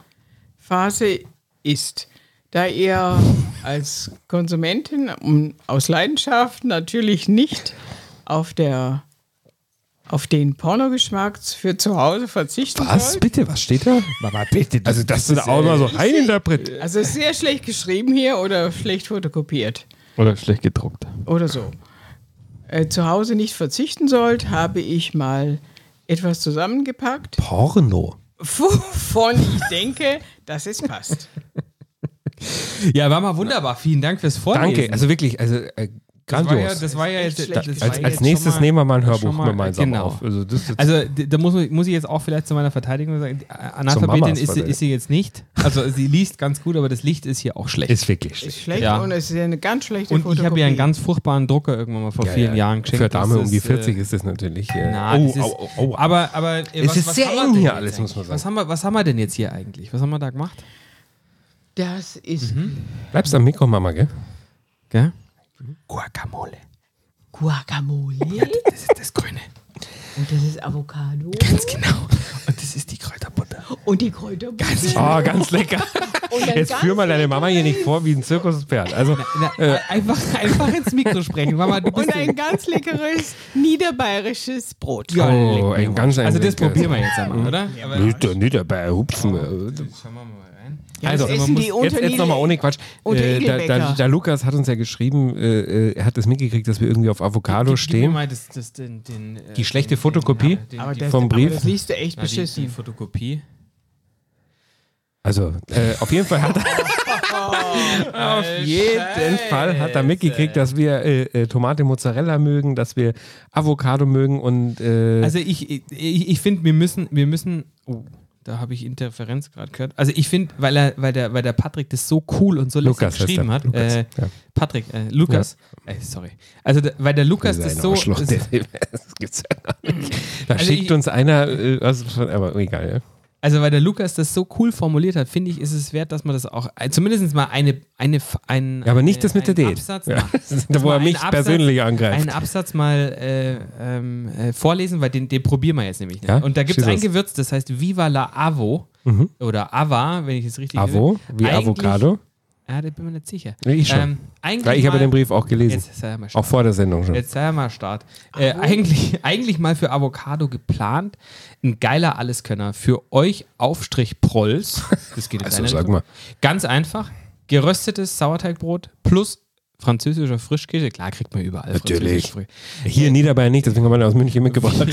[SPEAKER 4] Phase ist. Da ihr als Konsumentin um, aus Leidenschaft natürlich nicht auf der auf den Pornogeschmack für zu Hause verzichten
[SPEAKER 2] Was?
[SPEAKER 4] sollt.
[SPEAKER 2] Bitte, was steht da? Mama, bitte. Also, dass du
[SPEAKER 3] äh,
[SPEAKER 2] da auch mal so reininterpretierst.
[SPEAKER 4] Also ist sehr schlecht geschrieben hier oder schlecht fotokopiert.
[SPEAKER 3] Oder schlecht gedruckt.
[SPEAKER 4] oder so äh, zu Hause nicht verzichten sollt, habe ich mal etwas zusammengepackt,
[SPEAKER 2] Porno.
[SPEAKER 4] wovon ich denke, dass es passt.
[SPEAKER 3] Ja, war mal wunderbar. Vielen Dank fürs Vorlesen.
[SPEAKER 2] Danke, also wirklich, also äh,
[SPEAKER 3] das
[SPEAKER 2] grandios.
[SPEAKER 3] war ja, das war ja
[SPEAKER 4] Echt
[SPEAKER 3] jetzt.
[SPEAKER 4] schlecht.
[SPEAKER 3] Das war
[SPEAKER 2] als,
[SPEAKER 3] ja
[SPEAKER 2] als
[SPEAKER 3] jetzt
[SPEAKER 2] nächstes
[SPEAKER 3] schon
[SPEAKER 2] nehmen wir mal ein Hörbuch
[SPEAKER 3] schon mal-
[SPEAKER 2] gemeinsam
[SPEAKER 3] genau.
[SPEAKER 2] auf. Also, das ist
[SPEAKER 3] Also d- da muss, man- muss ich jetzt auch vielleicht zu meiner Verteidigung sagen, die Analphabetin
[SPEAKER 2] Mamas
[SPEAKER 3] ist, sie-
[SPEAKER 2] Verteidigung.
[SPEAKER 3] ist sie jetzt nicht. Also sie liest ganz gut, aber das Licht ist hier auch schlecht.
[SPEAKER 2] ist wirklich
[SPEAKER 4] Ist
[SPEAKER 2] schlecht.
[SPEAKER 4] schlecht
[SPEAKER 3] Ja.
[SPEAKER 4] und es ist eine ganz schlechte
[SPEAKER 3] und ich habe ihr einen
[SPEAKER 4] Fotokopie.
[SPEAKER 3] ganz furchtbaren Drucker irgendwann mal vor
[SPEAKER 2] Ja,
[SPEAKER 3] vielen
[SPEAKER 2] ja.
[SPEAKER 3] Jahren geschenkt.
[SPEAKER 2] Für Dame
[SPEAKER 3] Das
[SPEAKER 2] um die
[SPEAKER 3] ist, äh,
[SPEAKER 2] 40 ist das natürlich. Äh,
[SPEAKER 3] Na, das ist, Aber, aber äh,
[SPEAKER 2] Es ist sehr
[SPEAKER 3] haben wir
[SPEAKER 2] eng
[SPEAKER 3] denn
[SPEAKER 2] hier
[SPEAKER 3] jetzt
[SPEAKER 2] alles, muss man
[SPEAKER 3] eigentlich?
[SPEAKER 2] sagen.
[SPEAKER 3] Was haben, wir, was haben wir denn jetzt hier eigentlich? Was haben wir da gemacht?
[SPEAKER 4] Das ist
[SPEAKER 2] Mhm. Bleibst am Mikro, Mama, gell?
[SPEAKER 3] Gell? Guacamole.
[SPEAKER 4] Guacamole
[SPEAKER 3] Das ist das Grüne.
[SPEAKER 4] und das ist Avocado
[SPEAKER 3] Ganz genau. Und das ist die Kräuterbutter.
[SPEAKER 4] und die Kräuterbutter.
[SPEAKER 2] Oh, ganz lecker.
[SPEAKER 4] Und dann
[SPEAKER 2] Jetzt
[SPEAKER 4] ganz
[SPEAKER 2] führ mal deine Mama hier nicht vor wie ein Zirkuspferd. Also,
[SPEAKER 3] Na, einfach, einfach ins Mikro sprechen. Mama, du bist
[SPEAKER 4] Und ein ganz leckeres niederbayerisches Brot.
[SPEAKER 3] ja,
[SPEAKER 2] Oh,
[SPEAKER 3] leck mir
[SPEAKER 2] ein Mhm.
[SPEAKER 3] am
[SPEAKER 2] ganz
[SPEAKER 3] Arsch. Also das
[SPEAKER 2] ein leckeres-
[SPEAKER 3] probieren wir jetzt einmal, oder? Aber,
[SPEAKER 2] Nieder, nieder bei Hupfen.
[SPEAKER 3] schauen wir mal rein.
[SPEAKER 4] Ja,
[SPEAKER 2] Also,
[SPEAKER 4] das essen Also, die
[SPEAKER 2] jetzt,
[SPEAKER 4] unter
[SPEAKER 2] jetzt nochmal
[SPEAKER 4] Nidle-
[SPEAKER 2] ohne Quatsch.
[SPEAKER 4] unter
[SPEAKER 2] Äh, da, da,
[SPEAKER 4] Igelbäcker.
[SPEAKER 2] da Lukas hat uns ja geschrieben, äh, äh, er hat es mitgekriegt, dass wir irgendwie auf Avocado
[SPEAKER 3] Gib- Gib mir
[SPEAKER 2] stehen.
[SPEAKER 3] mal das, das, den, den, äh,
[SPEAKER 2] Die schlechte
[SPEAKER 3] den,
[SPEAKER 2] Fotokopie?
[SPEAKER 3] Den,
[SPEAKER 4] Aber
[SPEAKER 3] aber
[SPEAKER 4] das,
[SPEAKER 3] den,
[SPEAKER 2] vom Brief.
[SPEAKER 4] Aber das liest du echt
[SPEAKER 3] na, die, die
[SPEAKER 4] beschissen.
[SPEAKER 3] Fotokopie.
[SPEAKER 2] Also, äh, auf jeden Fall hat er, auf jeden Fall hat er mitgekriegt, dass wir äh, äh, Tomate Mozzarella mögen, dass wir Avocado mögen und äh,
[SPEAKER 3] Also ich, ich, ich finde, wir müssen, wir müssen. Oh, da habe ich Interferenz gerade gehört. Also ich finde, weil er, weil der, weil der Patrick das so cool und so lässig
[SPEAKER 2] Lukas heißt
[SPEAKER 3] geschrieben
[SPEAKER 2] er.
[SPEAKER 3] hat.
[SPEAKER 2] Lukas,
[SPEAKER 3] äh,
[SPEAKER 2] ja.
[SPEAKER 3] Patrick, äh, Lukas. Ey, sorry. Also da, weil der Lukas das
[SPEAKER 2] Sein
[SPEAKER 3] so.
[SPEAKER 2] Arschloch,
[SPEAKER 3] Das,
[SPEAKER 2] der- das gibt's ja gar nicht. Da
[SPEAKER 3] Also
[SPEAKER 2] schickt
[SPEAKER 3] ich-
[SPEAKER 2] uns einer, äh, was- aber egal. Ja.
[SPEAKER 3] Also weil der Lukas das so cool formuliert hat, finde ich, ist es wert, dass man das auch äh, zumindest mal eine eine ein,
[SPEAKER 2] Ja, aber nicht
[SPEAKER 3] eine-
[SPEAKER 2] das mit der
[SPEAKER 3] Äh, einen
[SPEAKER 2] Date.
[SPEAKER 3] Absatz
[SPEAKER 2] Ja.
[SPEAKER 3] macht.
[SPEAKER 2] Da, wo
[SPEAKER 3] mal
[SPEAKER 2] er
[SPEAKER 3] einen
[SPEAKER 2] mich
[SPEAKER 3] Absatz-
[SPEAKER 2] persönlich angreift.
[SPEAKER 3] einen Absatz mal äh, ähm, äh, vorlesen, weil den, den probieren wir jetzt nämlich. nicht.
[SPEAKER 2] Ja?
[SPEAKER 3] Und da gibt es
[SPEAKER 2] Schieß
[SPEAKER 3] ein
[SPEAKER 2] los. Mhm.
[SPEAKER 3] Gewürz, das heißt Viva la Avo oder Ava, wenn ich es richtig
[SPEAKER 2] Avo, wie
[SPEAKER 3] Eigentlich-
[SPEAKER 2] Avocado.
[SPEAKER 3] Ja, da bin mir nicht sicher. Ähm,
[SPEAKER 2] Nee, ich schon.
[SPEAKER 3] eigentlich
[SPEAKER 2] Weil ich habe
[SPEAKER 3] mal-
[SPEAKER 2] den Brief auch gelesen.
[SPEAKER 3] Jetzt sei mal
[SPEAKER 2] Auch
[SPEAKER 3] Start.
[SPEAKER 2] vor der Sendung schon.
[SPEAKER 3] Jetzt sei mal Start. Äh, eigentlich, eigentlich mal für Avocado geplant. Ein geiler Alleskönner für euch Aufstrich Prolls. Das geht in
[SPEAKER 2] Also,
[SPEAKER 3] deine
[SPEAKER 2] sag
[SPEAKER 3] Richtung.
[SPEAKER 2] mal.
[SPEAKER 3] Ganz einfach. Geröstetes Sauerteigbrot plus französischer Frischkäse. Klar, kriegt man überall.
[SPEAKER 2] Natürlich.
[SPEAKER 3] französische Frisch-
[SPEAKER 2] Hier in Niederbayern nicht, deswegen haben wir den aus München mitgebracht.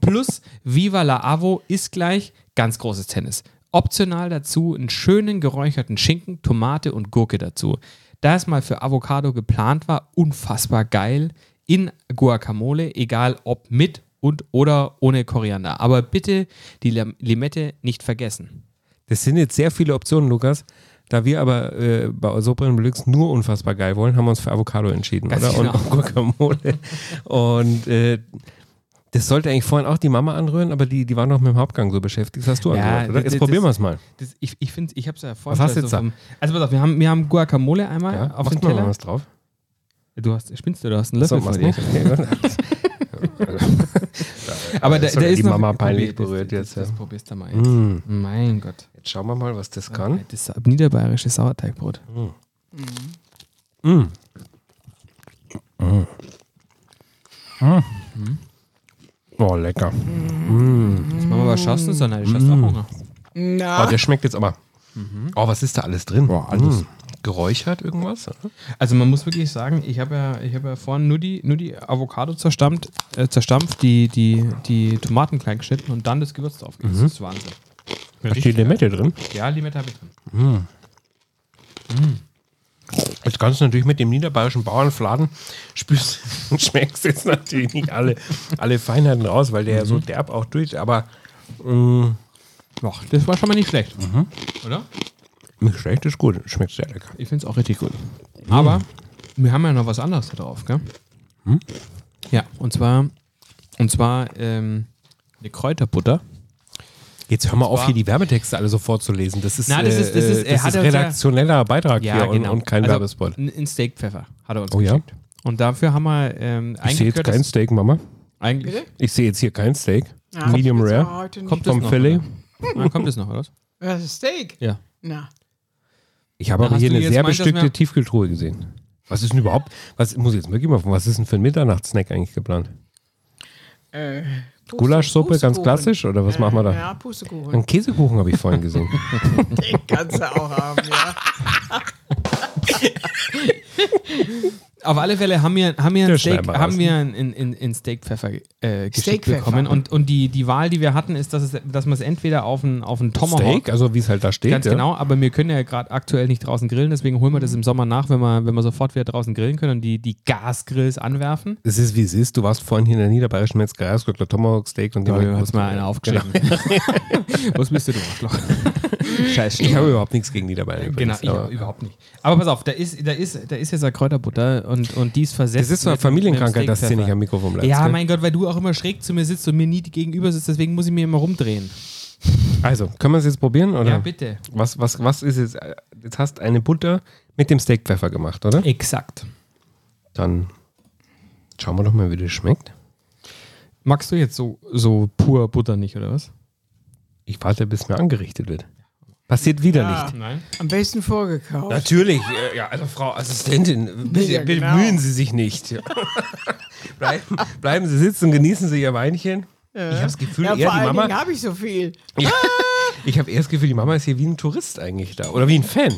[SPEAKER 3] Plus Viva la Avo ist gleich ganz großes Tennis. Optional dazu einen schönen geräucherten Schinken, Tomate und Gurke dazu. Da es mal für Avocado geplant war, unfassbar geil. in Guacamole, egal ob mit und oder ohne Koriander. Aber bitte die Lim- Limette nicht vergessen.
[SPEAKER 2] Das sind jetzt sehr viele Optionen, Lukas. Da wir aber äh, bei Sopran Deluxe nur unfassbar geil wollen, haben wir uns für Avocado entschieden,
[SPEAKER 3] Ganz
[SPEAKER 2] oder?
[SPEAKER 3] genau.
[SPEAKER 2] Und auch Guacamole. Und äh, das sollte eigentlich vorhin auch die Mama anrühren, aber die, die waren noch mit dem Hauptgang so beschäftigt. Das hast du
[SPEAKER 3] Ja,
[SPEAKER 2] angerührt, oder?
[SPEAKER 3] das-
[SPEAKER 2] Jetzt probieren wir es mal.
[SPEAKER 3] Das, ich ich finde, ich habe es ja
[SPEAKER 2] Was
[SPEAKER 3] vorhin
[SPEAKER 2] hast du
[SPEAKER 3] schon
[SPEAKER 2] jetzt
[SPEAKER 3] so
[SPEAKER 2] da?
[SPEAKER 3] vom- Also pass auf, wir haben, wir haben Guacamole einmal
[SPEAKER 2] Ja,
[SPEAKER 3] auf
[SPEAKER 2] machst
[SPEAKER 3] dem
[SPEAKER 2] du mal
[SPEAKER 3] Teller.
[SPEAKER 2] was drauf?
[SPEAKER 3] Du hast, spinnst du, du hast einen Löffel vor
[SPEAKER 2] machst
[SPEAKER 3] dir.
[SPEAKER 2] nicht. Okay,
[SPEAKER 3] Aber da,
[SPEAKER 2] Jetzt hat
[SPEAKER 3] da
[SPEAKER 2] er
[SPEAKER 3] ist
[SPEAKER 2] die
[SPEAKER 3] noch,
[SPEAKER 2] Mama peinlich
[SPEAKER 3] Probier-
[SPEAKER 2] berührt
[SPEAKER 3] das,
[SPEAKER 2] jetzt,
[SPEAKER 3] Das,
[SPEAKER 2] ja.
[SPEAKER 3] das probierst du mal jetzt.
[SPEAKER 2] Mm.
[SPEAKER 3] Mein Gott.
[SPEAKER 2] Jetzt schauen wir mal, was das kann.
[SPEAKER 3] Das niederbayerische Sauerteigbrot.
[SPEAKER 2] Hm. Oh, lecker.
[SPEAKER 3] Jetzt machen wir was Schossen, sondern ich hast auch Hunger.
[SPEAKER 2] Oh,
[SPEAKER 4] Na,
[SPEAKER 2] der schmeckt jetzt aber. Oh, was ist da alles drin? Mm. Geräuchert irgendwas? oder?
[SPEAKER 3] Also man muss wirklich sagen, ich habe ja, ich habe ja vorhin nur die, nur die Avocado zerstampft, äh, zerstampft die, die, die Tomaten klein geschnitten und dann das Gewürz
[SPEAKER 2] Mhm.
[SPEAKER 3] draufgegeben. Das ist Wahnsinn.
[SPEAKER 2] Da steht Limette drin.
[SPEAKER 3] Ja, Limette habe ich drin.
[SPEAKER 2] Jetzt kannst du natürlich mit dem niederbayerischen Bauernfladen spürst und schmeckst jetzt natürlich nicht alle, alle Feinheiten raus, weil der ja
[SPEAKER 3] Mhm.
[SPEAKER 2] so derb auch durch, aber
[SPEAKER 3] Ach, das war schon mal nicht schlecht.
[SPEAKER 2] Mhm.
[SPEAKER 3] Oder?
[SPEAKER 2] nicht schlecht ist gut, schmeckt sehr lecker.
[SPEAKER 3] Ich finde es auch richtig gut. Aber wir haben ja noch was anderes da drauf, gell?
[SPEAKER 2] Hm?
[SPEAKER 3] Ja, und zwar, und zwar ähm, eine Kräuterbutter.
[SPEAKER 2] Jetzt hör mal auf,
[SPEAKER 3] zwar-
[SPEAKER 2] hier die Werbetexte alle so vorzulesen. Das ist,
[SPEAKER 3] Na, das ist- das
[SPEAKER 2] äh,
[SPEAKER 3] ist- er hat uns ja-
[SPEAKER 2] redaktioneller Beitrag hier und, und kein
[SPEAKER 3] also,
[SPEAKER 2] Werbespot.
[SPEAKER 3] Ein ein Steakpfeffer hat er uns
[SPEAKER 2] genau. Oh ja?
[SPEAKER 3] geschickt. Und dafür haben wir ähm,
[SPEAKER 2] Ich sehe jetzt
[SPEAKER 3] eingekürzt-
[SPEAKER 2] kein Steak, Mama.
[SPEAKER 3] eigentlich
[SPEAKER 4] Bitte?
[SPEAKER 2] Ich sehe jetzt hier kein Steak.
[SPEAKER 4] na,
[SPEAKER 2] Medium
[SPEAKER 4] das war
[SPEAKER 2] Rare.
[SPEAKER 4] Heute nicht.
[SPEAKER 3] kommt
[SPEAKER 2] Vom
[SPEAKER 3] das noch,
[SPEAKER 2] Filet?
[SPEAKER 3] oder? Na, kommt das noch, oder? was?
[SPEAKER 4] Was ist Steak?
[SPEAKER 3] Ja.
[SPEAKER 4] Na,
[SPEAKER 2] Ich habe
[SPEAKER 3] Na,
[SPEAKER 2] aber
[SPEAKER 3] hast
[SPEAKER 2] hier
[SPEAKER 3] du
[SPEAKER 2] eine
[SPEAKER 3] jetzt ne?
[SPEAKER 2] sehr
[SPEAKER 3] gemeint, dass
[SPEAKER 2] bestückte
[SPEAKER 3] wir-
[SPEAKER 2] Tiefkühltruhe gesehen. Was ist denn überhaupt, was muss ich jetzt wirklich mal, was ist denn für ein Mitternachtssnack eigentlich geplant?
[SPEAKER 4] äh, Puste-
[SPEAKER 2] Gulaschsuppe, ganz
[SPEAKER 4] Pustekuchen.
[SPEAKER 2] klassisch, oder was machen wir da?
[SPEAKER 4] Ja, Pustekuchen.
[SPEAKER 2] Einen Käsekuchen habe ich vorhin gesehen.
[SPEAKER 4] Den kannst du auch haben, ja.
[SPEAKER 3] Auf alle Fälle haben wir, haben wir,
[SPEAKER 2] Der
[SPEAKER 3] ein, Steak,
[SPEAKER 2] Schleimer
[SPEAKER 3] haben
[SPEAKER 2] ist-
[SPEAKER 3] wir ein, ein, ein, ein Steakpfeffer äh, geschickt
[SPEAKER 4] Steakpfeffer.
[SPEAKER 3] bekommen. Und, und die, die Wahl, die wir hatten, ist, dass, es, dass man es entweder auf einen, auf einen Tomahawk
[SPEAKER 2] Steak, also wie es halt da steht.
[SPEAKER 3] Ganz
[SPEAKER 2] ja.
[SPEAKER 3] genau, aber wir können ja gerade aktuell nicht draußen grillen, deswegen holen wir
[SPEAKER 2] Mhm.
[SPEAKER 3] das im Sommer nach, wenn wir, wenn wir sofort wieder draußen grillen können und die, die Gasgrills anwerfen.
[SPEAKER 2] Es ist wie es ist. Du warst vorhin hier in der niederbayerischen Metzgerei, hast gesagt, Tomahawk Steak und
[SPEAKER 3] Da
[SPEAKER 2] den- Genau.
[SPEAKER 3] habe ich mal einer aufgeschrieben. Was bist du, du Arschloch? Scheiß
[SPEAKER 2] Ich habe überhaupt nichts gegen Niederbayern.
[SPEAKER 3] Genau,
[SPEAKER 2] übrigens,
[SPEAKER 3] ich
[SPEAKER 2] aber-
[SPEAKER 3] überhaupt nicht. Aber pass auf, da ist, da ist, da ist jetzt eine Kräuterbutter und, und die ist versetzt.
[SPEAKER 2] Es ist so eine
[SPEAKER 3] mit- mit einem
[SPEAKER 2] Familienkrankheit, dass dir nicht
[SPEAKER 3] Steakpfeffer.
[SPEAKER 2] am Mikrofon bleibt.
[SPEAKER 3] Ja,
[SPEAKER 2] gell?
[SPEAKER 3] mein Gott, weil du auch immer schräg zu mir sitzt und mir nie gegenüber sitzt, deswegen muss ich mir immer rumdrehen.
[SPEAKER 2] also, können wir es jetzt probieren? Oder?
[SPEAKER 3] Ja, bitte.
[SPEAKER 2] Was, was, was ist jetzt? äh, Jetzt hast du eine Butter mit dem Steakpfeffer gemacht, oder?
[SPEAKER 3] Exakt.
[SPEAKER 2] Dann schauen wir doch mal, wie das schmeckt.
[SPEAKER 3] Magst du jetzt so, so pur Butter nicht, oder was?
[SPEAKER 2] Ich warte, bis mir angerichtet wird. Passiert wieder
[SPEAKER 4] Ja.
[SPEAKER 2] nicht.
[SPEAKER 3] Nein.
[SPEAKER 4] Am besten vorgekauft.
[SPEAKER 2] Natürlich, äh, ja, also Frau Assistentin, bitte
[SPEAKER 4] Ja, genau.
[SPEAKER 2] bemühen Sie sich nicht. bleiben, bleiben Sie sitzen, genießen Sie Ihr Weinchen. Ich habe das Gefühl,
[SPEAKER 4] ja,
[SPEAKER 2] eher
[SPEAKER 4] vor
[SPEAKER 2] die
[SPEAKER 4] allen Dingen
[SPEAKER 2] Mama.
[SPEAKER 4] habe ich so viel.
[SPEAKER 2] Ich habe eher das Gefühl, die Mama ist hier wie ein Tourist eigentlich da oder wie ein Fan.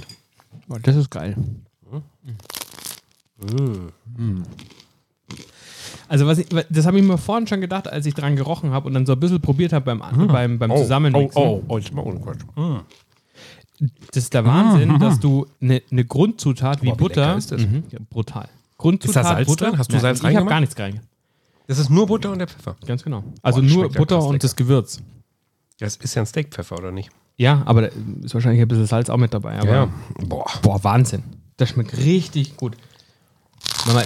[SPEAKER 3] Oh, das ist geil. Hm. Also was ich, das habe ich mir vorhin schon gedacht, als ich dran gerochen habe und dann so ein bisschen probiert habe beim, beim, beim
[SPEAKER 4] ne?
[SPEAKER 3] Zusammenmixen.
[SPEAKER 2] Hm. Oh, oh, oh, jetzt mal ohne Quatsch.
[SPEAKER 3] Das ist der Wahnsinn, dass du eine ne Grundzutat wie
[SPEAKER 2] Hm, Boah, wie
[SPEAKER 3] Butter,
[SPEAKER 2] lecker ist das?
[SPEAKER 3] Mhm, ja, brutal. Grundzutat
[SPEAKER 2] Ist da Salz
[SPEAKER 3] Butter.
[SPEAKER 2] drin? Hast du
[SPEAKER 3] Nein,
[SPEAKER 2] Salz
[SPEAKER 3] Ich habe
[SPEAKER 2] reingemacht?
[SPEAKER 3] gar nichts reingemacht.
[SPEAKER 2] Das ist nur Butter und der Pfeffer.
[SPEAKER 3] Ganz genau. Also
[SPEAKER 2] das
[SPEAKER 3] nur
[SPEAKER 2] schmeckt ja
[SPEAKER 3] Butter
[SPEAKER 2] krass
[SPEAKER 3] und
[SPEAKER 2] lecker.
[SPEAKER 3] das Gewürz.
[SPEAKER 2] Das ist ja ein Steakpfeffer, oder nicht?
[SPEAKER 3] Ja, aber da ist wahrscheinlich ein bisschen Salz auch mit dabei. Aber
[SPEAKER 2] Boah.
[SPEAKER 3] Boah, Wahnsinn. Das schmeckt richtig gut. Mama,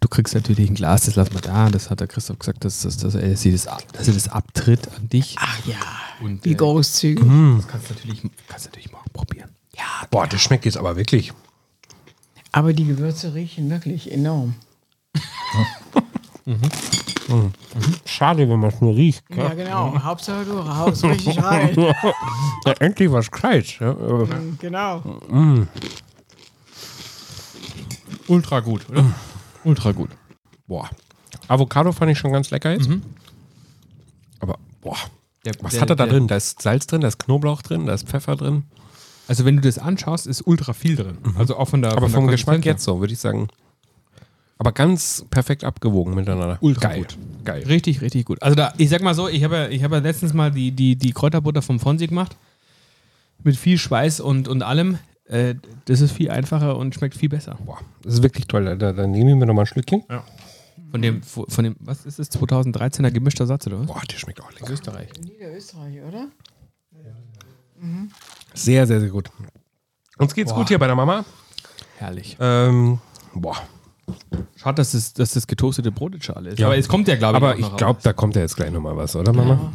[SPEAKER 3] du kriegst natürlich ein Glas, das lassen wir da. Das hat der Christoph gesagt, dass, dass, dass, er, sie das, ab- dass er das abtritt an dich.
[SPEAKER 4] Ach ja,
[SPEAKER 3] Und
[SPEAKER 4] wie
[SPEAKER 3] äh,
[SPEAKER 4] großzügig.
[SPEAKER 3] Ah, das kannst du natürlich, kannst du natürlich morgen probieren.
[SPEAKER 4] Ja,
[SPEAKER 2] Boah, das schmeckt jetzt aber wirklich.
[SPEAKER 4] aber die Gewürze riechen wirklich enorm.
[SPEAKER 2] Schade, wenn man es nur riecht.
[SPEAKER 4] Ja, genau. Hauptsache du haust richtig rein.
[SPEAKER 2] endlich was kreist.
[SPEAKER 4] genau.
[SPEAKER 3] Ultra gut, oder? Mhm. Ultra gut.
[SPEAKER 2] Boah. Avocado fand ich schon ganz lecker jetzt. Aber boah.
[SPEAKER 3] Der-
[SPEAKER 2] Was
[SPEAKER 3] der-
[SPEAKER 2] hat er da
[SPEAKER 3] der-
[SPEAKER 2] drin? Da ist Salz drin, da ist Knoblauch drin, da ist Pfeffer drin.
[SPEAKER 3] Also, wenn du das anschaust, ist ultra viel drin. Also auch von der
[SPEAKER 2] Aber
[SPEAKER 3] von der
[SPEAKER 2] vom Geschmack
[SPEAKER 3] Konsistenz her.
[SPEAKER 2] jetzt so, würde ich sagen. Aber ganz perfekt abgewogen miteinander.
[SPEAKER 3] Ultra
[SPEAKER 2] Geil.
[SPEAKER 3] gut.
[SPEAKER 2] Geil.
[SPEAKER 3] Richtig, richtig gut. Also da, ich sag mal so, ich habe ja, ich habe ja letztens mal die, die, die Kräuterbutter vom Fonsi gemacht. Mit viel Schweiß und, und allem. Äh, das ist viel einfacher und schmeckt viel besser.
[SPEAKER 2] Boah, das ist wirklich toll. Da, da nehmen wir nochmal ein Schlückchen.
[SPEAKER 3] Ja. Von dem, von dem, was ist es, 2013er gemischter Satz oder was?
[SPEAKER 2] Boah, der schmeckt auch lecker.
[SPEAKER 3] Österreich.
[SPEAKER 4] Niederösterreich, oder?
[SPEAKER 2] Sehr, sehr, sehr gut. Uns geht's gut hier bei der Mama.
[SPEAKER 3] Herrlich.
[SPEAKER 2] Ähm, boah.
[SPEAKER 3] Schade, dass das, dass das getoastete Brot jetzt schon alle ist.
[SPEAKER 2] Ja.
[SPEAKER 3] Aber es kommt ja, glaube ich,
[SPEAKER 2] Aber
[SPEAKER 3] auch
[SPEAKER 2] ich
[SPEAKER 3] noch
[SPEAKER 2] glaube, da kommt ja jetzt gleich nochmal was, oder Mama?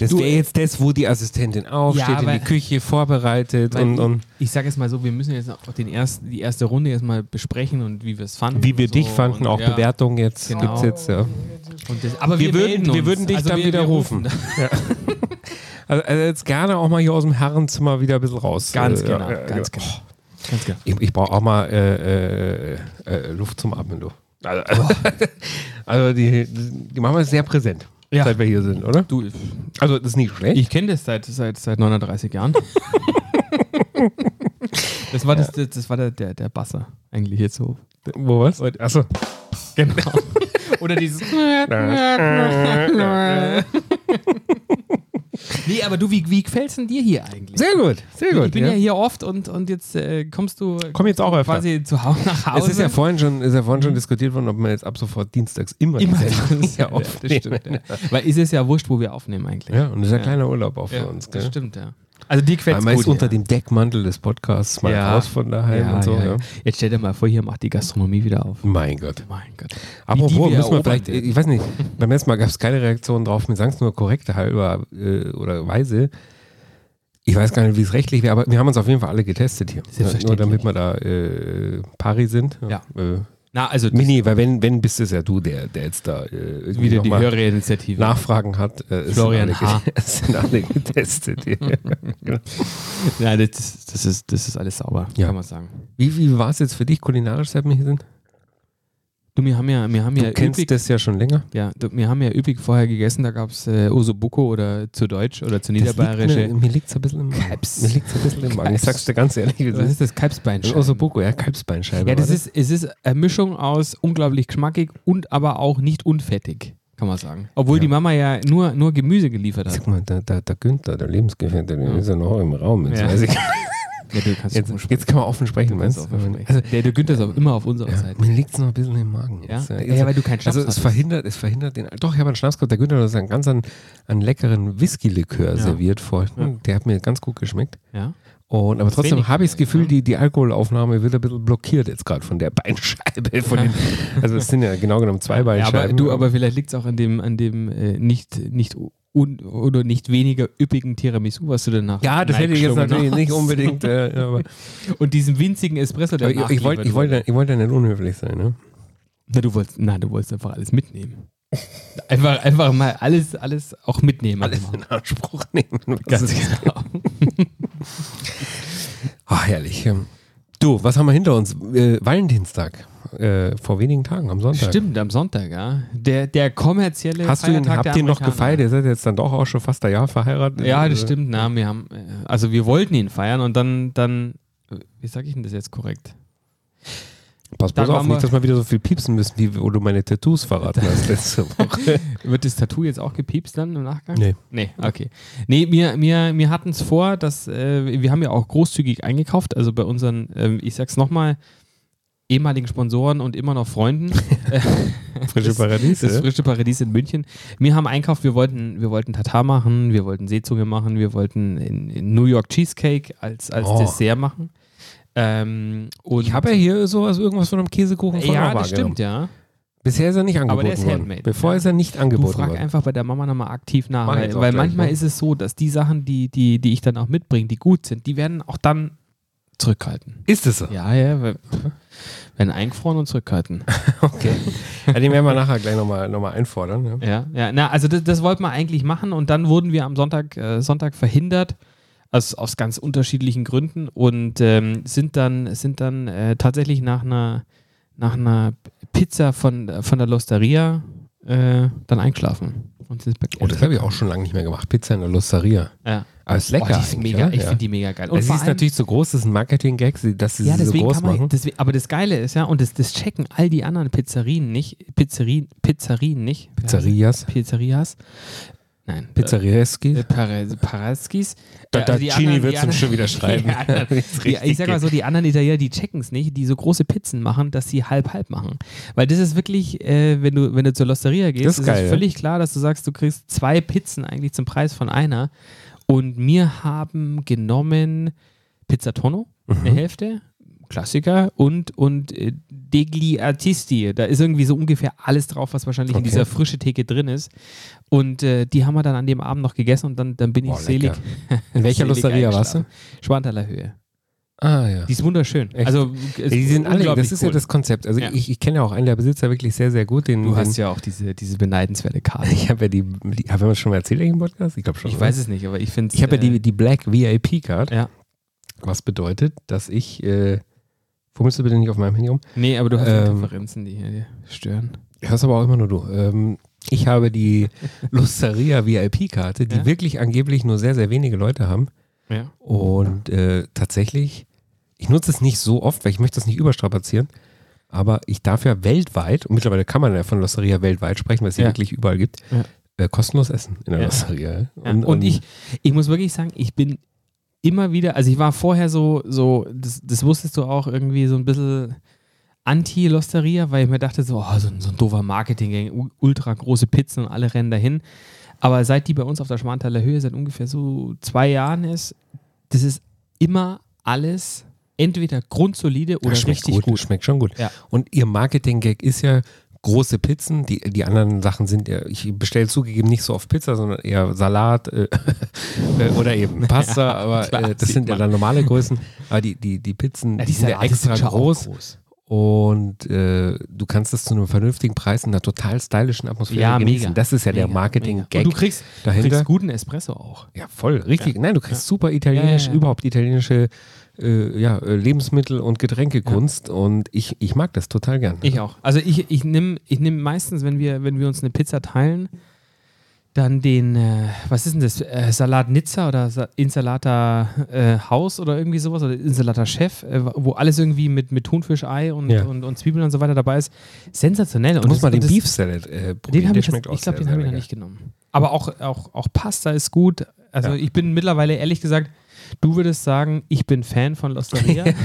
[SPEAKER 2] Das wäre jetzt das, wo die Assistentin aufsteht,
[SPEAKER 3] äh, Ja,
[SPEAKER 2] in
[SPEAKER 3] aber-
[SPEAKER 2] die Küche vorbereitet
[SPEAKER 3] Weil
[SPEAKER 2] und, und
[SPEAKER 3] ich sage jetzt mal so, wir müssen jetzt auch den ersten, die erste Runde erstmal besprechen und wie wir es fanden.
[SPEAKER 2] wie wir
[SPEAKER 3] und so
[SPEAKER 2] dich fanden,
[SPEAKER 3] und
[SPEAKER 2] auch
[SPEAKER 3] ja,
[SPEAKER 2] Bewertungen jetzt
[SPEAKER 3] Genau.
[SPEAKER 2] gibt's jetzt. Ja.
[SPEAKER 3] Und das, aber
[SPEAKER 2] Wir
[SPEAKER 3] wir,
[SPEAKER 2] würden-
[SPEAKER 3] melden
[SPEAKER 2] wir
[SPEAKER 3] uns.
[SPEAKER 2] würden dich dann
[SPEAKER 3] wir-
[SPEAKER 2] wieder
[SPEAKER 3] wir
[SPEAKER 2] rufen. Also, also jetzt gerne auch mal hier aus dem Herrenzimmer wieder ein bisschen raus.
[SPEAKER 3] Ganz
[SPEAKER 2] Äh,
[SPEAKER 3] genau,
[SPEAKER 2] ja, ja,
[SPEAKER 3] ganz
[SPEAKER 2] ja.
[SPEAKER 3] genau. Ganz genau.
[SPEAKER 2] Ich, ich brauche auch mal äh, äh, äh, Luft zum Atmen, du. Also,
[SPEAKER 3] Oh.
[SPEAKER 2] also die, die Mama ist sehr präsent,
[SPEAKER 3] Ja.
[SPEAKER 2] seit wir hier sind, oder?
[SPEAKER 3] Du,
[SPEAKER 2] Also das ist nicht schlecht.
[SPEAKER 3] ich kenne das seit, seit, seit 39 Jahren. das war, das, das, das war der, der, der Basser eigentlich jetzt so.
[SPEAKER 2] Wo was? Achso.
[SPEAKER 3] Genau. Oder dieses. nee, aber du, wie, wie gefällt's denn dir hier eigentlich?
[SPEAKER 2] Sehr gut, sehr gut.
[SPEAKER 3] ich bin ja, hier oft und, und jetzt äh, kommst du
[SPEAKER 2] Komm jetzt auch öfter.
[SPEAKER 3] quasi zu Hause nach Hause. Mhm.
[SPEAKER 2] Es ist ja vorhin schon, ist ja vorhin schon diskutiert worden, ob man jetzt ab sofort dienstags immer,
[SPEAKER 3] immer
[SPEAKER 2] die Sendung
[SPEAKER 3] das,
[SPEAKER 2] hier
[SPEAKER 3] ja, das
[SPEAKER 2] aufnehmen.
[SPEAKER 3] stimmt, ja. Weil ist es ja wurscht, wo wir aufnehmen eigentlich.
[SPEAKER 2] Ja, und das ist ja ein kleiner Urlaub auch für uns,
[SPEAKER 3] das
[SPEAKER 2] gell?
[SPEAKER 3] stimmt, ja. Also dir gefällt
[SPEAKER 2] Weil
[SPEAKER 3] es
[SPEAKER 2] man
[SPEAKER 3] gut.
[SPEAKER 2] ist unter
[SPEAKER 3] ja.
[SPEAKER 2] dem Deckmantel des Podcasts mal
[SPEAKER 3] Ja.
[SPEAKER 2] raus von daheim
[SPEAKER 3] ja,
[SPEAKER 2] und so. ne?
[SPEAKER 3] ja,
[SPEAKER 2] Ja.
[SPEAKER 3] ja. Jetzt stell dir mal vor, hier macht die Gastronomie wieder auf.
[SPEAKER 2] Mein Gott.
[SPEAKER 3] Mein Gott.
[SPEAKER 2] Apropos,
[SPEAKER 3] wir
[SPEAKER 2] müssen wir
[SPEAKER 3] erobern
[SPEAKER 2] vielleicht, äh,
[SPEAKER 3] werden.
[SPEAKER 2] ich weiß nicht, beim letzten Mal gab es keine Reaktion drauf, wir sagen es nur korrekte halber äh, oder weise. Ich weiß gar nicht, wie es rechtlich wäre, aber wir haben uns auf jeden Fall alle getestet hier.
[SPEAKER 3] Selbstverständlich.
[SPEAKER 2] Nur damit wir da äh, pari sind.
[SPEAKER 3] Ja.
[SPEAKER 2] Äh,
[SPEAKER 3] Na, also das-
[SPEAKER 2] Mini, weil wenn, wenn bist es ja du, der, der jetzt da äh, irgendwie
[SPEAKER 3] wieder
[SPEAKER 2] noch
[SPEAKER 3] die
[SPEAKER 2] mal
[SPEAKER 3] Hörerinitiative.
[SPEAKER 2] Nachfragen hat. Äh, es
[SPEAKER 3] Florian
[SPEAKER 2] sind alle,
[SPEAKER 3] H.
[SPEAKER 2] get- es sind alle getestet. hier.
[SPEAKER 3] Nein, das, ist- das, ist, das ist alles sauber,
[SPEAKER 2] Ja.
[SPEAKER 3] kann man sagen.
[SPEAKER 2] wie wie war es jetzt für dich kulinarisch, seit wir hier sind?
[SPEAKER 3] Du, wir haben ja, wir haben
[SPEAKER 2] Du
[SPEAKER 3] ja
[SPEAKER 2] kennst
[SPEAKER 3] üppig,
[SPEAKER 2] das ja schon länger.
[SPEAKER 3] ja, du, wir haben ja üppig vorher gegessen, da gab es äh, Osobuco oder zu Deutsch oder zu
[SPEAKER 2] Das Liegt
[SPEAKER 3] Niederbayerische.
[SPEAKER 2] mir, mir liegt es ein bisschen im Magen.
[SPEAKER 3] Kalbs.
[SPEAKER 2] Mir liegt's ein bisschen im Magen. Ich
[SPEAKER 3] Kalbs.
[SPEAKER 2] sag's dir ganz ehrlich. wie es
[SPEAKER 3] Was
[SPEAKER 2] ist.
[SPEAKER 3] ist das? Kalbsbein.
[SPEAKER 2] Ein Ossobuco, ja, Kalbsbeinscheibe.
[SPEAKER 3] Ja, das
[SPEAKER 2] war
[SPEAKER 3] ist, es ist eine Mischung aus unglaublich geschmackig und aber auch nicht unfettig, kann man sagen. Obwohl die Mama ja nur, nur Gemüse geliefert hat.
[SPEAKER 2] Sag mal, der, der, der Günther, der Lebensgefährte, der ist ja noch im Raum. Jetzt,
[SPEAKER 3] Ja.
[SPEAKER 2] weiß ich,
[SPEAKER 3] Ja, du kannst
[SPEAKER 2] jetzt,
[SPEAKER 3] offen sprechen.
[SPEAKER 2] jetzt kann man offen sprechen,
[SPEAKER 3] Du
[SPEAKER 2] meinst
[SPEAKER 3] kannst
[SPEAKER 2] du?
[SPEAKER 3] offen sprechen. Also, der, der Günther ist auch immer auf unserer
[SPEAKER 2] Ja,
[SPEAKER 3] Seite.
[SPEAKER 2] mir liegt es noch ein bisschen im Magen.
[SPEAKER 3] Ja?
[SPEAKER 2] jetzt,
[SPEAKER 3] Ja, weil du keinen Schnaps
[SPEAKER 2] Also es
[SPEAKER 3] hattest.
[SPEAKER 2] verhindert, es verhindert den. Doch, ich habe einen Schnaps gehabt. Der Günther hat uns einen ganz an, einen leckeren Whisky-Likör serviert vorhin. Der hat mir ganz gut geschmeckt.
[SPEAKER 3] Ja?
[SPEAKER 2] Und, aber trotzdem
[SPEAKER 3] wenig
[SPEAKER 2] habe ich das
[SPEAKER 3] Geld,
[SPEAKER 2] Gefühl, die, die Alkoholaufnahme wird ein bisschen blockiert jetzt gerade von der Beinscheibe. Von den, also es sind ja genau genommen zwei
[SPEAKER 3] ja,
[SPEAKER 2] Beinscheiben.
[SPEAKER 3] aber du, aber vielleicht liegt es auch an dem, an dem äh, nicht, nicht un, oder nicht weniger üppigen Tiramisu, was du danach
[SPEAKER 2] ja, das hätte ich jetzt
[SPEAKER 3] reingeschlungen
[SPEAKER 2] natürlich nicht unbedingt. Äh, aber,
[SPEAKER 3] hast. Und diesem winzigen Espresso, der
[SPEAKER 2] aber ich, ich wollte ich
[SPEAKER 3] nachgeliefert wurde.
[SPEAKER 2] wollte ich wollte ja nicht unhöflich sein. Ne?
[SPEAKER 3] Na, du wolltest, na, du wolltest einfach alles mitnehmen. Einfach, einfach mal alles, alles auch mitnehmen.
[SPEAKER 2] Alles in Anspruch nehmen. Das
[SPEAKER 3] Ganz
[SPEAKER 2] ist-
[SPEAKER 3] genau.
[SPEAKER 2] Ach, herrlich. ähm. Du, was haben wir hinter uns? Äh, Valentinstag. Äh, vor wenigen Tagen, am Sonntag.
[SPEAKER 3] Stimmt, am Sonntag, ja. Der, der kommerzielle
[SPEAKER 2] Hast du ihn,
[SPEAKER 3] Feiertag
[SPEAKER 2] habt
[SPEAKER 3] der
[SPEAKER 2] ihr ihn noch
[SPEAKER 3] Amerikaner.
[SPEAKER 2] gefeiert? Ihr seid jetzt dann doch auch schon fast ein Jahr verheiratet.
[SPEAKER 3] Ja, das
[SPEAKER 2] Äh,
[SPEAKER 3] stimmt. Na, wir haben, äh, also wir wollten ihn feiern und dann, dann äh, wie sage ich denn das jetzt korrekt?
[SPEAKER 2] Pass bloß
[SPEAKER 3] Dann
[SPEAKER 2] auf,
[SPEAKER 3] waren
[SPEAKER 2] nicht,
[SPEAKER 3] wir-
[SPEAKER 2] dass wir wieder so viel piepsen müssen, wie wo du meine Tattoos verraten hast letzte Woche.
[SPEAKER 3] Wird das Tattoo jetzt auch gepiepst dann im Nachgang?
[SPEAKER 2] Nee.
[SPEAKER 3] Nee, okay. Nee, wir, wir, wir hatten es vor, dass äh, wir haben ja auch großzügig eingekauft, also bei unseren, ähm, ich sag's nochmal, ehemaligen Sponsoren und immer noch Freunden.
[SPEAKER 2] Frische
[SPEAKER 3] Das- Das
[SPEAKER 2] Paradiese.
[SPEAKER 3] frische Paradies in München. Wir haben einkauft, wir wollten, wir wollten Tatar machen, wir wollten Seezunge machen, wir wollten in, in New York Cheesecake als, als
[SPEAKER 2] Oh.
[SPEAKER 3] Dessert machen. Ähm, und
[SPEAKER 2] Ich habe ja hier sowas, irgendwas von einem Käsekuchen von
[SPEAKER 3] ja,
[SPEAKER 2] Mauer
[SPEAKER 3] das
[SPEAKER 2] genommen.
[SPEAKER 3] stimmt, ja.
[SPEAKER 2] Bisher ist er nicht angeboten
[SPEAKER 3] Aber der ist
[SPEAKER 2] worden.
[SPEAKER 3] handmade.
[SPEAKER 2] Bevor ist er nicht
[SPEAKER 3] Du
[SPEAKER 2] angeboten
[SPEAKER 3] frag
[SPEAKER 2] worden.
[SPEAKER 3] einfach bei der Mama nochmal aktiv nach,
[SPEAKER 2] Mach ich
[SPEAKER 3] weil,
[SPEAKER 2] jetzt auch
[SPEAKER 3] weil
[SPEAKER 2] gleich,
[SPEAKER 3] manchmal
[SPEAKER 2] ne?
[SPEAKER 3] ist es so, dass die Sachen, die, die, die ich dann auch mitbringe, die gut sind, die werden auch dann zurückhalten.
[SPEAKER 2] Ist es so?
[SPEAKER 3] Ja, ja, wir- werden eingefroren und zurückhalten.
[SPEAKER 2] Okay. ja, den werden wir nachher gleich nochmal noch mal einfordern. Ja.
[SPEAKER 3] Ja, ja, na, also das, das wollten wir eigentlich machen und dann wurden wir am Sonntag, äh, Sonntag verhindert, aus, aus ganz unterschiedlichen Gründen und ähm, sind dann, sind dann äh, tatsächlich nach einer, nach einer Pizza von, von der Losteria äh, dann eingeschlafen. Und sind ins Bett
[SPEAKER 2] Oh, das habe ich auch schon lange nicht mehr gemacht. Pizza in der Losteria.
[SPEAKER 3] ja.
[SPEAKER 2] Aber ist lecker.
[SPEAKER 3] Boah, die ist
[SPEAKER 2] eigentlich,
[SPEAKER 3] mega,
[SPEAKER 2] oder?
[SPEAKER 3] ich
[SPEAKER 2] ja.
[SPEAKER 3] finde die mega geil. Und
[SPEAKER 2] Es
[SPEAKER 3] vor
[SPEAKER 2] ist
[SPEAKER 3] allem-
[SPEAKER 2] natürlich so groß, das ist ein Marketing-Gag, sie- dass sie
[SPEAKER 3] ja,
[SPEAKER 2] sie so
[SPEAKER 3] deswegen
[SPEAKER 2] groß
[SPEAKER 3] kann man,
[SPEAKER 2] machen.
[SPEAKER 3] deswegen, aber das Geile ist ja, und das, das checken all die anderen Pizzerien nicht, Pizzerien, Pizzerien nicht,
[SPEAKER 2] Pizzerias.
[SPEAKER 3] Pizzerias, Nein.
[SPEAKER 2] Pizzarieski.
[SPEAKER 3] Äh, Pare- Paraskis.
[SPEAKER 2] Da-
[SPEAKER 3] Ja, also die
[SPEAKER 2] da
[SPEAKER 3] anderen-
[SPEAKER 2] Gini
[SPEAKER 3] die
[SPEAKER 2] wird es ihm
[SPEAKER 3] anderen-
[SPEAKER 2] schon wieder schreiben.
[SPEAKER 3] Die anderen-
[SPEAKER 2] Wenn's
[SPEAKER 3] die, ich
[SPEAKER 2] richtig
[SPEAKER 3] sag mal so, die anderen Italiener, die checken es nicht, die so große Pizzen machen, dass sie halb-halb machen. Weil das ist wirklich, äh, wenn, du, wenn du zur Losteria gehst,
[SPEAKER 2] Das ist
[SPEAKER 3] ist,
[SPEAKER 2] geil,
[SPEAKER 3] es
[SPEAKER 2] ja.
[SPEAKER 3] völlig klar, dass du sagst, du kriegst zwei Pizzen eigentlich zum Preis von einer. Und wir haben genommen Pizzatonno,
[SPEAKER 2] Mhm.
[SPEAKER 3] eine Hälfte, Klassiker und, und äh, Degli Artisti. Da ist irgendwie so ungefähr alles drauf, was wahrscheinlich in
[SPEAKER 2] Okay.
[SPEAKER 3] dieser frische Theke drin ist. Und äh, die haben wir dann an dem Abend noch gegessen und dann, dann bin
[SPEAKER 2] Boah,
[SPEAKER 3] ich selig.
[SPEAKER 2] lecker. In welcher
[SPEAKER 3] selig
[SPEAKER 2] Losteria warst du?
[SPEAKER 3] eingeschlafen. Schwanthaler Höhe.
[SPEAKER 2] Ah, ja.
[SPEAKER 3] Die ist wunderschön.
[SPEAKER 2] Echt?
[SPEAKER 3] Also,
[SPEAKER 2] Ja,
[SPEAKER 3] es
[SPEAKER 2] Die
[SPEAKER 3] ist
[SPEAKER 2] sind alle,
[SPEAKER 3] unglaublich
[SPEAKER 2] das ist
[SPEAKER 3] cool.
[SPEAKER 2] ja das Konzept. Also
[SPEAKER 3] Ja.
[SPEAKER 2] ich, ich kenne ja auch einen der Besitzer wirklich sehr, sehr gut. Den,
[SPEAKER 3] Du hast
[SPEAKER 2] den,
[SPEAKER 3] ja auch diese, diese beneidenswerte Karte.
[SPEAKER 2] ich habe ja die, die haben wir das schon mal erzählt im Podcast? Ich glaube schon.
[SPEAKER 3] Ich
[SPEAKER 2] oder?
[SPEAKER 3] weiß es nicht, aber ich äh, finde
[SPEAKER 2] Ich habe ja die, die Black VIP Card.
[SPEAKER 3] Ja.
[SPEAKER 2] Was bedeutet, dass ich, äh, fummelst du bitte nicht auf meinem Handy rum?
[SPEAKER 3] Nee, aber du hast
[SPEAKER 2] Ähm,
[SPEAKER 3] Referenzen, die hier dir stören.
[SPEAKER 2] Hörst aber auch immer nur du. Ähm, ich habe die Lusteria VIP Karte, die
[SPEAKER 3] Ja.
[SPEAKER 2] wirklich angeblich nur sehr, sehr wenige Leute haben.
[SPEAKER 3] Ja.
[SPEAKER 2] Und äh, tatsächlich, ich nutze es nicht so oft, weil ich möchte das nicht überstrapazieren. Aber ich darf ja weltweit, und mittlerweile kann man ja von Losteria weltweit sprechen, weil es sie
[SPEAKER 3] Ja.
[SPEAKER 2] wirklich überall gibt,
[SPEAKER 3] Ja.
[SPEAKER 2] äh, kostenlos essen in der
[SPEAKER 3] Ja.
[SPEAKER 2] Losteria.
[SPEAKER 3] Ja. Und, ich,
[SPEAKER 2] ähm,
[SPEAKER 3] ich muss wirklich sagen, ich bin immer wieder, also ich war vorher so, so das, das wusstest du auch irgendwie so ein bisschen anti-Losteria, weil ich mir dachte so, oh, so, ein- so ein doofer Marketing, u- ultra große Pizzen und alle rennen dahin. Aber seit die bei uns auf der Schwanthaler Höhe seit ungefähr so zwei Jahren ist, das ist immer alles entweder grundsolide oder
[SPEAKER 2] Ja, schmeckt
[SPEAKER 3] richtig
[SPEAKER 2] gut,
[SPEAKER 3] gut.
[SPEAKER 2] Schmeckt schon gut.
[SPEAKER 3] Ja.
[SPEAKER 2] Und ihr Marketing-Gag ist ja große Pizzen. Die, die anderen Sachen sind ja, ich bestelle zugegeben nicht so oft Pizza, sondern eher Salat äh, äh, oder eben Pasta, aber
[SPEAKER 3] klar,
[SPEAKER 2] äh, das
[SPEAKER 3] sieht
[SPEAKER 2] sind ja
[SPEAKER 3] man.
[SPEAKER 2] dann normale Größen. Aber die, die, die Pizzen
[SPEAKER 3] Ja,
[SPEAKER 2] die sind ja
[SPEAKER 3] Salate
[SPEAKER 2] extra
[SPEAKER 3] schon auch
[SPEAKER 2] groß, und äh, du kannst das zu einem vernünftigen Preis in einer total stylischen Atmosphäre
[SPEAKER 3] Ja,
[SPEAKER 2] genießen.
[SPEAKER 3] mega.
[SPEAKER 2] Das ist ja der
[SPEAKER 3] Mega, mega.
[SPEAKER 2] Marketing-Gag.
[SPEAKER 3] Und du kriegst,
[SPEAKER 2] dahinter.
[SPEAKER 3] kriegst guten Espresso auch.
[SPEAKER 2] Ja, voll, richtig. Nein, du kriegst super italienisch,
[SPEAKER 3] Ja, ja, ja.
[SPEAKER 2] überhaupt italienische äh, ja, äh, Lebensmittel- und Getränkekunst und ich, ich mag das total gern.
[SPEAKER 3] Ich auch. Also ich, ich nehme ich nehm meistens, wenn wir, wenn wir uns eine Pizza teilen, dann den, äh, was ist denn das, äh, Salat Nizza oder Sa Insalata äh, Haus oder irgendwie sowas oder Insalata Chef, äh, wo alles irgendwie mit, mit Thunfischei und,
[SPEAKER 2] Ja.
[SPEAKER 3] und, und Zwiebeln und so weiter dabei ist. Sensationell.
[SPEAKER 2] Du
[SPEAKER 3] Und
[SPEAKER 2] musst
[SPEAKER 3] das-
[SPEAKER 2] mal
[SPEAKER 3] und
[SPEAKER 2] den
[SPEAKER 3] das-
[SPEAKER 2] Beef Salad äh, probieren,
[SPEAKER 3] Den habe
[SPEAKER 2] der
[SPEAKER 3] ich,
[SPEAKER 2] schmeckt
[SPEAKER 3] das-
[SPEAKER 2] auch
[SPEAKER 3] ich glaube,
[SPEAKER 2] sehr,
[SPEAKER 3] den habe ich
[SPEAKER 2] sehr
[SPEAKER 3] noch nicht genommen. Aber auch, auch, auch Pasta ist gut. Also
[SPEAKER 2] Ja.
[SPEAKER 3] ich bin mittlerweile ehrlich gesagt, du würdest sagen, ich bin Fan von Losteria.
[SPEAKER 2] lecker.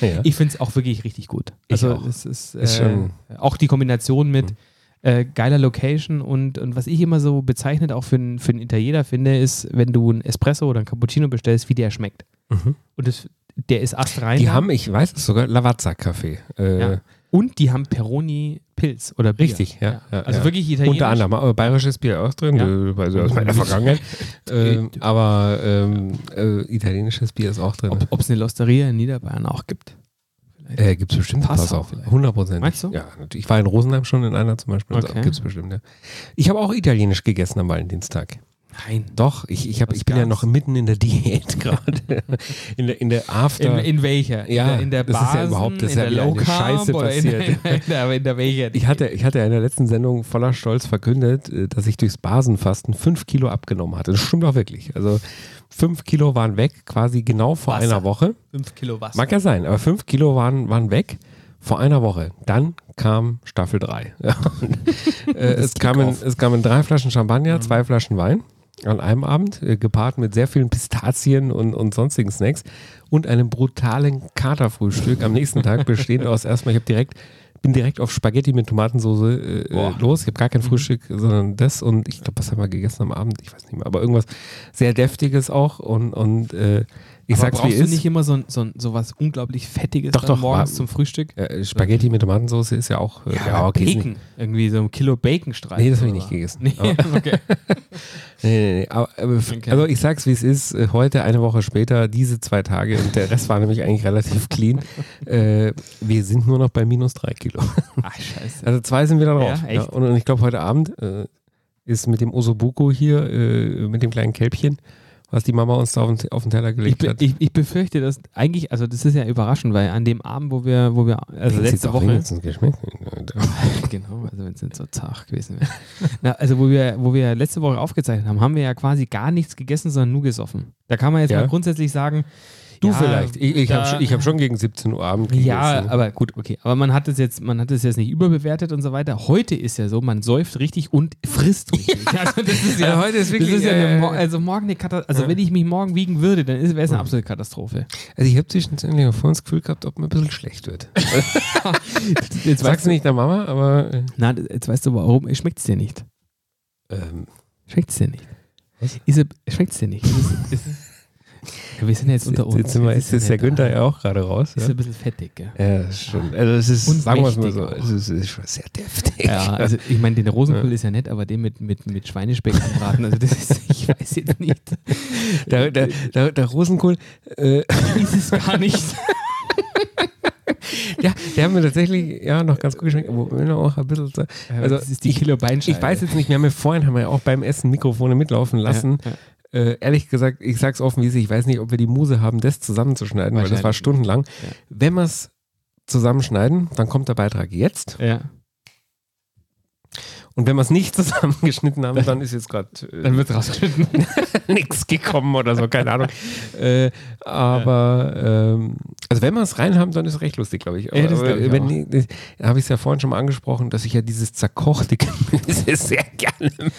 [SPEAKER 2] Ja.
[SPEAKER 3] Ich finde es auch wirklich richtig gut.
[SPEAKER 2] Ich
[SPEAKER 3] Also
[SPEAKER 2] auch.
[SPEAKER 3] es ist, äh,
[SPEAKER 2] Ist schon- Mhm.
[SPEAKER 3] auch die Kombination mit äh, geiler Location und, und was ich immer so bezeichnet auch für einen für einen Italiener finde, ist, wenn du einen Espresso oder einen Cappuccino bestellst, wie der schmeckt. Und das, der ist astrein.
[SPEAKER 2] Mhm. Die haben, ich weiß es sogar, Lavazza-Kaffee. Äh,
[SPEAKER 3] ja. Und die haben Peroni Pilz oder Bier.
[SPEAKER 2] Richtig, ja, ja,
[SPEAKER 3] also
[SPEAKER 2] ja.
[SPEAKER 3] wirklich italienisch.
[SPEAKER 2] Unter anderem, aber bayerisches Bier auch drin,
[SPEAKER 3] Ja.
[SPEAKER 2] äh, also aus meiner Vergangenheit. ähm, aber ähm, äh, italienisches Bier ist auch drin.
[SPEAKER 3] Ob es eine Losteria in Niederbayern auch gibt.
[SPEAKER 2] Äh, gibt es bestimmt
[SPEAKER 3] Passau
[SPEAKER 2] Pass auf,
[SPEAKER 3] vielleicht.
[SPEAKER 2] 100 Prozent.
[SPEAKER 3] Meinst du?
[SPEAKER 2] Ja, natürlich. ich war in Rosenheim schon in einer zum Beispiel.
[SPEAKER 3] Okay.
[SPEAKER 2] Gibt es bestimmt, ja. Ich habe auch italienisch gegessen am Valentinstag.
[SPEAKER 3] Nein.
[SPEAKER 2] Doch, ich, ich, hab,
[SPEAKER 3] Was
[SPEAKER 2] ich bin ja
[SPEAKER 3] gab's?
[SPEAKER 2] noch mitten in der Diät gerade. in, der, in der
[SPEAKER 3] In,
[SPEAKER 2] After.
[SPEAKER 3] in welcher?
[SPEAKER 2] Ja,
[SPEAKER 3] in der, in der
[SPEAKER 2] das ist ja
[SPEAKER 3] Basen,
[SPEAKER 2] überhaupt- das
[SPEAKER 3] in
[SPEAKER 2] ist ja
[SPEAKER 3] der Low
[SPEAKER 2] wieder eine
[SPEAKER 3] Carb
[SPEAKER 2] Scheiße
[SPEAKER 3] oder in, der-
[SPEAKER 2] passiert.
[SPEAKER 3] in, der, in der welcher?
[SPEAKER 2] ich hatte, ich hatte ja in der letzten Sendung voller Stolz verkündet, äh, dass ich durchs Basenfasten fünf Kilo abgenommen hatte. Das stimmt auch wirklich. Also fünf Kilo waren weg, quasi genau vor
[SPEAKER 3] Wasser.
[SPEAKER 2] einer Woche.
[SPEAKER 3] 5 Kilo Wasser.
[SPEAKER 2] Mag ja sein, aber 5 Kilo waren, waren weg vor einer Woche. Dann kam Staffel 3. äh, es, kamen, es kamen drei Flaschen
[SPEAKER 3] Mhm.
[SPEAKER 2] Champagner, zwei Flaschen Wein an einem Abend, äh, gepaart mit sehr vielen Pistazien und, und sonstigen Snacks und einem brutalen Katerfrühstück am nächsten Tag, bestehend aus erstmal, ich habe direkt bin direkt auf Spaghetti mit Tomatensauce äh, äh,
[SPEAKER 3] Boah. Mhm.
[SPEAKER 2] los. Ich habe gar kein Frühstück, sondern das und ich glaube, was haben wir gegessen am Abend? Ich weiß nicht mehr, aber irgendwas sehr deftiges auch und, und äh, ich
[SPEAKER 3] Aber
[SPEAKER 2] sag's wie
[SPEAKER 3] brauchst
[SPEAKER 2] ist.
[SPEAKER 3] du nicht immer so, ein- so, ein- so was unglaublich Fettiges
[SPEAKER 2] Doch,
[SPEAKER 3] dann
[SPEAKER 2] doch,
[SPEAKER 3] morgens
[SPEAKER 2] war-
[SPEAKER 3] zum Frühstück?
[SPEAKER 2] Äh, Spaghetti mit Tomatensauce ist ja auch. äh, ja, okay. ist
[SPEAKER 3] Bacon. Irgendwie so ein Kilo Baconstreifen.
[SPEAKER 2] Nee, das hab ich
[SPEAKER 3] oder?
[SPEAKER 2] nicht gegessen.
[SPEAKER 3] Nee, okay.
[SPEAKER 2] nicht- Nee, nee, nee. Aber, aber f-
[SPEAKER 3] Okay.
[SPEAKER 2] Also ich sag's, wie es ist. äh, Heute, eine Woche später, diese zwei Tage und der Rest war nämlich eigentlich relativ clean. Äh, wir sind nur noch bei minus drei Kilo.
[SPEAKER 3] Ach, scheiße.
[SPEAKER 2] Also zwei sind wieder drauf.
[SPEAKER 3] Ja, echt?
[SPEAKER 2] und, und ich glaube, heute Abend äh, ist mit dem Osobuko hier, äh, mit dem kleinen Kälbchen, was die Mama uns da auf den, auf den Teller
[SPEAKER 3] Ich, eh
[SPEAKER 2] gelegt
[SPEAKER 3] be
[SPEAKER 2] hat.
[SPEAKER 3] ich, ich befürchte, dass eigentlich, also das ist ja überraschend, weil an dem Abend, wo wir, wo wir
[SPEAKER 2] Hat's
[SPEAKER 3] also
[SPEAKER 2] jetzt
[SPEAKER 3] letzte
[SPEAKER 2] auch
[SPEAKER 3] Woche,
[SPEAKER 2] wenigstens geschmeckt.
[SPEAKER 3] genau, also wenn es nicht so zart gewesen wäre, Na, also wo wir, wo wir letzte Woche aufgezeichnet haben, haben wir ja quasi gar nichts gegessen, sondern nur gesoffen. Da kann man jetzt
[SPEAKER 2] Ja.
[SPEAKER 3] mal grundsätzlich sagen,
[SPEAKER 2] Du
[SPEAKER 3] Ja,
[SPEAKER 2] vielleicht. Ich, ich
[SPEAKER 3] da-
[SPEAKER 2] habe ich hab schon gegen 17 Uhr Abend gegessen.
[SPEAKER 3] Ja, aber gut, okay. Aber man hat es jetzt, man hat es jetzt nicht überbewertet und so weiter. Heute ist ja so, man säuft richtig und frisst richtig. Also das ist ja,
[SPEAKER 2] Also heute ist wirklich,
[SPEAKER 3] das ist ja
[SPEAKER 2] äh,
[SPEAKER 3] eine, Mo- also morgen eine Katastrophe. Also wenn ich mich morgen wiegen würde, dann wäre es eine absolute Katastrophe.
[SPEAKER 2] Also ich habe zwischenzeitlich auch vorhin das Gefühl gehabt, ob mir ein bisschen schlecht wird. Sag's
[SPEAKER 3] Jetzt weißt, du,
[SPEAKER 2] nicht der Mama, aber äh,
[SPEAKER 3] na, jetzt weißt du warum. Schmeckt es dir nicht.
[SPEAKER 2] ähm,
[SPEAKER 3] Schmeckt es dir nicht. Ist, schmeckt es dir nicht. Ist, ist, ja, wir sind ja jetzt unter uns.
[SPEAKER 2] jetzt, sind wir,
[SPEAKER 3] Jetzt
[SPEAKER 2] jetzt ist der
[SPEAKER 3] ja
[SPEAKER 2] Günther ja auch gerade raus.
[SPEAKER 3] Ist
[SPEAKER 2] Ja,
[SPEAKER 3] ein bisschen fettig, gell?
[SPEAKER 2] ja das stimmt. Also es ist,
[SPEAKER 3] Und
[SPEAKER 2] sagen wir es mal
[SPEAKER 3] mächtig
[SPEAKER 2] so,
[SPEAKER 3] auch.
[SPEAKER 2] es ist, es ist schon sehr deftig.
[SPEAKER 3] Ja, also ich meine, den Rosenkohl ist ja nett, aber den mit, mit, mit Schweinespeck anbraten, also das ist, ich weiß jetzt nicht.
[SPEAKER 2] der, der, der, der Rosenkohl, äh,
[SPEAKER 3] Ist es gar nicht.
[SPEAKER 2] ja, der hat mir tatsächlich ja, noch ganz gut geschmeckt, aber wenn er auch ein bisschen... so- Also,
[SPEAKER 3] das ist die Kilo Beinscheibe.
[SPEAKER 2] Ich weiß jetzt nicht, wir haben ja vorhin haben wir ja auch beim Essen Mikrofone mitlaufen lassen. Äh, ehrlich gesagt, ich sag's offen, wie es ist, ich weiß nicht, ob wir die Muse haben, das zusammenzuschneiden, weil das war
[SPEAKER 3] Wahrscheinlich
[SPEAKER 2] stundenlang.
[SPEAKER 3] Ja.
[SPEAKER 2] Wenn wir es zusammenschneiden, dann kommt der Beitrag jetzt.
[SPEAKER 3] Ja.
[SPEAKER 2] Und wenn wir es nicht zusammengeschnitten haben, dann ist jetzt
[SPEAKER 3] Dann
[SPEAKER 2] gerade
[SPEAKER 3] wird rausgeschnitten.
[SPEAKER 2] äh, nichts gekommen oder so, keine Ahnung. Äh, aber ähm, also wenn wir es rein haben, dann ist es recht lustig, glaube ich. Aber,
[SPEAKER 3] Ja, das glaub ich
[SPEAKER 2] aber
[SPEAKER 3] auch.
[SPEAKER 2] wenn ich- habe ich es ja vorhin schon mal angesprochen, dass ich ja dieses zerkochte Gemüse sehr gerne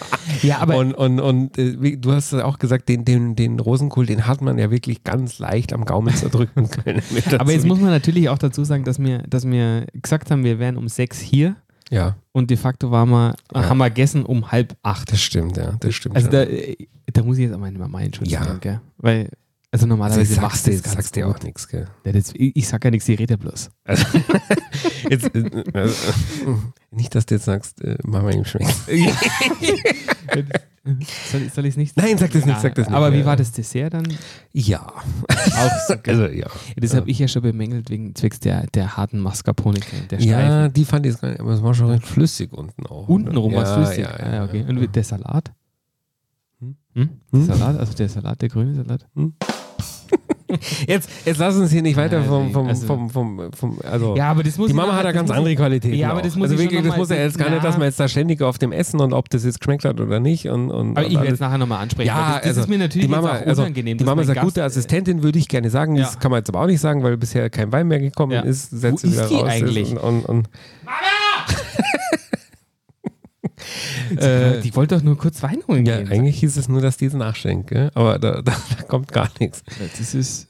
[SPEAKER 3] Ja, aber
[SPEAKER 2] und und, und äh, wie- du hast ja auch gesagt, den, den, den Rosenkohl, den hat man ja wirklich ganz leicht am Gaumen zerdrücken können. mit der
[SPEAKER 3] aber jetzt
[SPEAKER 2] Zunge.
[SPEAKER 3] muss man natürlich auch dazu sagen, dass wir, dass wir gesagt haben, wir wären um sechs hier
[SPEAKER 2] Ja,
[SPEAKER 3] und de facto waren wir,
[SPEAKER 2] Ja.
[SPEAKER 3] haben wir gegessen um halb acht.
[SPEAKER 2] das stimmt, ja, das stimmt.
[SPEAKER 3] Also da,
[SPEAKER 2] schon.
[SPEAKER 3] äh, da muss ich jetzt auch meine Mama entschuldigen,
[SPEAKER 2] Ja.
[SPEAKER 3] gell? Weil, also
[SPEAKER 2] also
[SPEAKER 3] normalerweise machst du das ganz
[SPEAKER 2] sagst dir
[SPEAKER 3] gut.
[SPEAKER 2] auch nichts, gell?
[SPEAKER 3] Ja, das, ich, ich sag ja nichts, ich rede bloß.
[SPEAKER 2] Jetzt, äh, äh, nicht, dass du jetzt sagst, äh, Mama ihm schmeckt.
[SPEAKER 3] Soll, soll ich es nicht
[SPEAKER 2] Nein, sag das nicht, sag das nicht.
[SPEAKER 3] Aber wie
[SPEAKER 2] Ja.
[SPEAKER 3] war das Dessert dann?
[SPEAKER 2] Ja.
[SPEAKER 3] Auch so,
[SPEAKER 2] Also ja.
[SPEAKER 3] Das habe ich ja schon bemängelt wegen zwecks der, der harten Mascarpone, der Streifen.
[SPEAKER 2] Ja, die fand ich jetzt gar nicht, aber es war schon recht flüssig unten auch. ne?
[SPEAKER 3] Untenrum war es
[SPEAKER 2] Ja,
[SPEAKER 3] flüssig.
[SPEAKER 2] Ja,
[SPEAKER 3] ah,
[SPEAKER 2] ja,
[SPEAKER 3] okay.
[SPEAKER 2] ja.
[SPEAKER 3] Und der Salat? Hm?
[SPEAKER 2] Hm?
[SPEAKER 3] Der
[SPEAKER 2] Hm?
[SPEAKER 3] Salat, also der Salat, der grüne Salat.
[SPEAKER 2] Jetzt, jetzt lass uns hier nicht weiter
[SPEAKER 3] Ja,
[SPEAKER 2] vom, vom,
[SPEAKER 3] also-
[SPEAKER 2] vom, vom, vom, also.
[SPEAKER 3] aber das muss
[SPEAKER 2] Die Mama hat da ganz andere Qualitäten.
[SPEAKER 3] Ja, aber das
[SPEAKER 2] auch.
[SPEAKER 3] muss
[SPEAKER 2] also
[SPEAKER 3] ich schon
[SPEAKER 2] wirklich,
[SPEAKER 3] noch
[SPEAKER 2] das
[SPEAKER 3] mal-
[SPEAKER 2] muss ja jetzt gar
[SPEAKER 3] Ja.
[SPEAKER 2] nicht, dass man jetzt da ständig auf dem Essen und ob das jetzt geschmeckt hat oder nicht. Und, und,
[SPEAKER 3] Aber
[SPEAKER 2] und
[SPEAKER 3] ich werde es
[SPEAKER 2] alles.
[SPEAKER 3] nachher nochmal ansprechen. weil
[SPEAKER 2] ja,
[SPEAKER 3] das, das
[SPEAKER 2] also
[SPEAKER 3] ist mir natürlich
[SPEAKER 2] die Mama,
[SPEAKER 3] jetzt auch
[SPEAKER 2] Also, die
[SPEAKER 3] unangenehm. dass
[SPEAKER 2] Mama
[SPEAKER 3] mein
[SPEAKER 2] ist eine
[SPEAKER 3] Gast- äh,
[SPEAKER 2] gute Assistentin, würde ich gerne sagen. Das
[SPEAKER 3] Ja.
[SPEAKER 2] kann man jetzt aber auch nicht sagen, weil bisher kein Wein mehr gekommen
[SPEAKER 3] Ja.
[SPEAKER 2] ist. Setzt
[SPEAKER 3] Wo
[SPEAKER 2] sie wieder
[SPEAKER 3] ist die
[SPEAKER 2] raus,
[SPEAKER 3] eigentlich?
[SPEAKER 2] Und, und, und,
[SPEAKER 3] Äh, die wollte doch nur kurz Wein holen.
[SPEAKER 2] ja,
[SPEAKER 3] gehen.
[SPEAKER 2] eigentlich hieß es nur, dass die es nachschenkt, gell? aber da, da, da kommt gar nichts.
[SPEAKER 3] Das ist,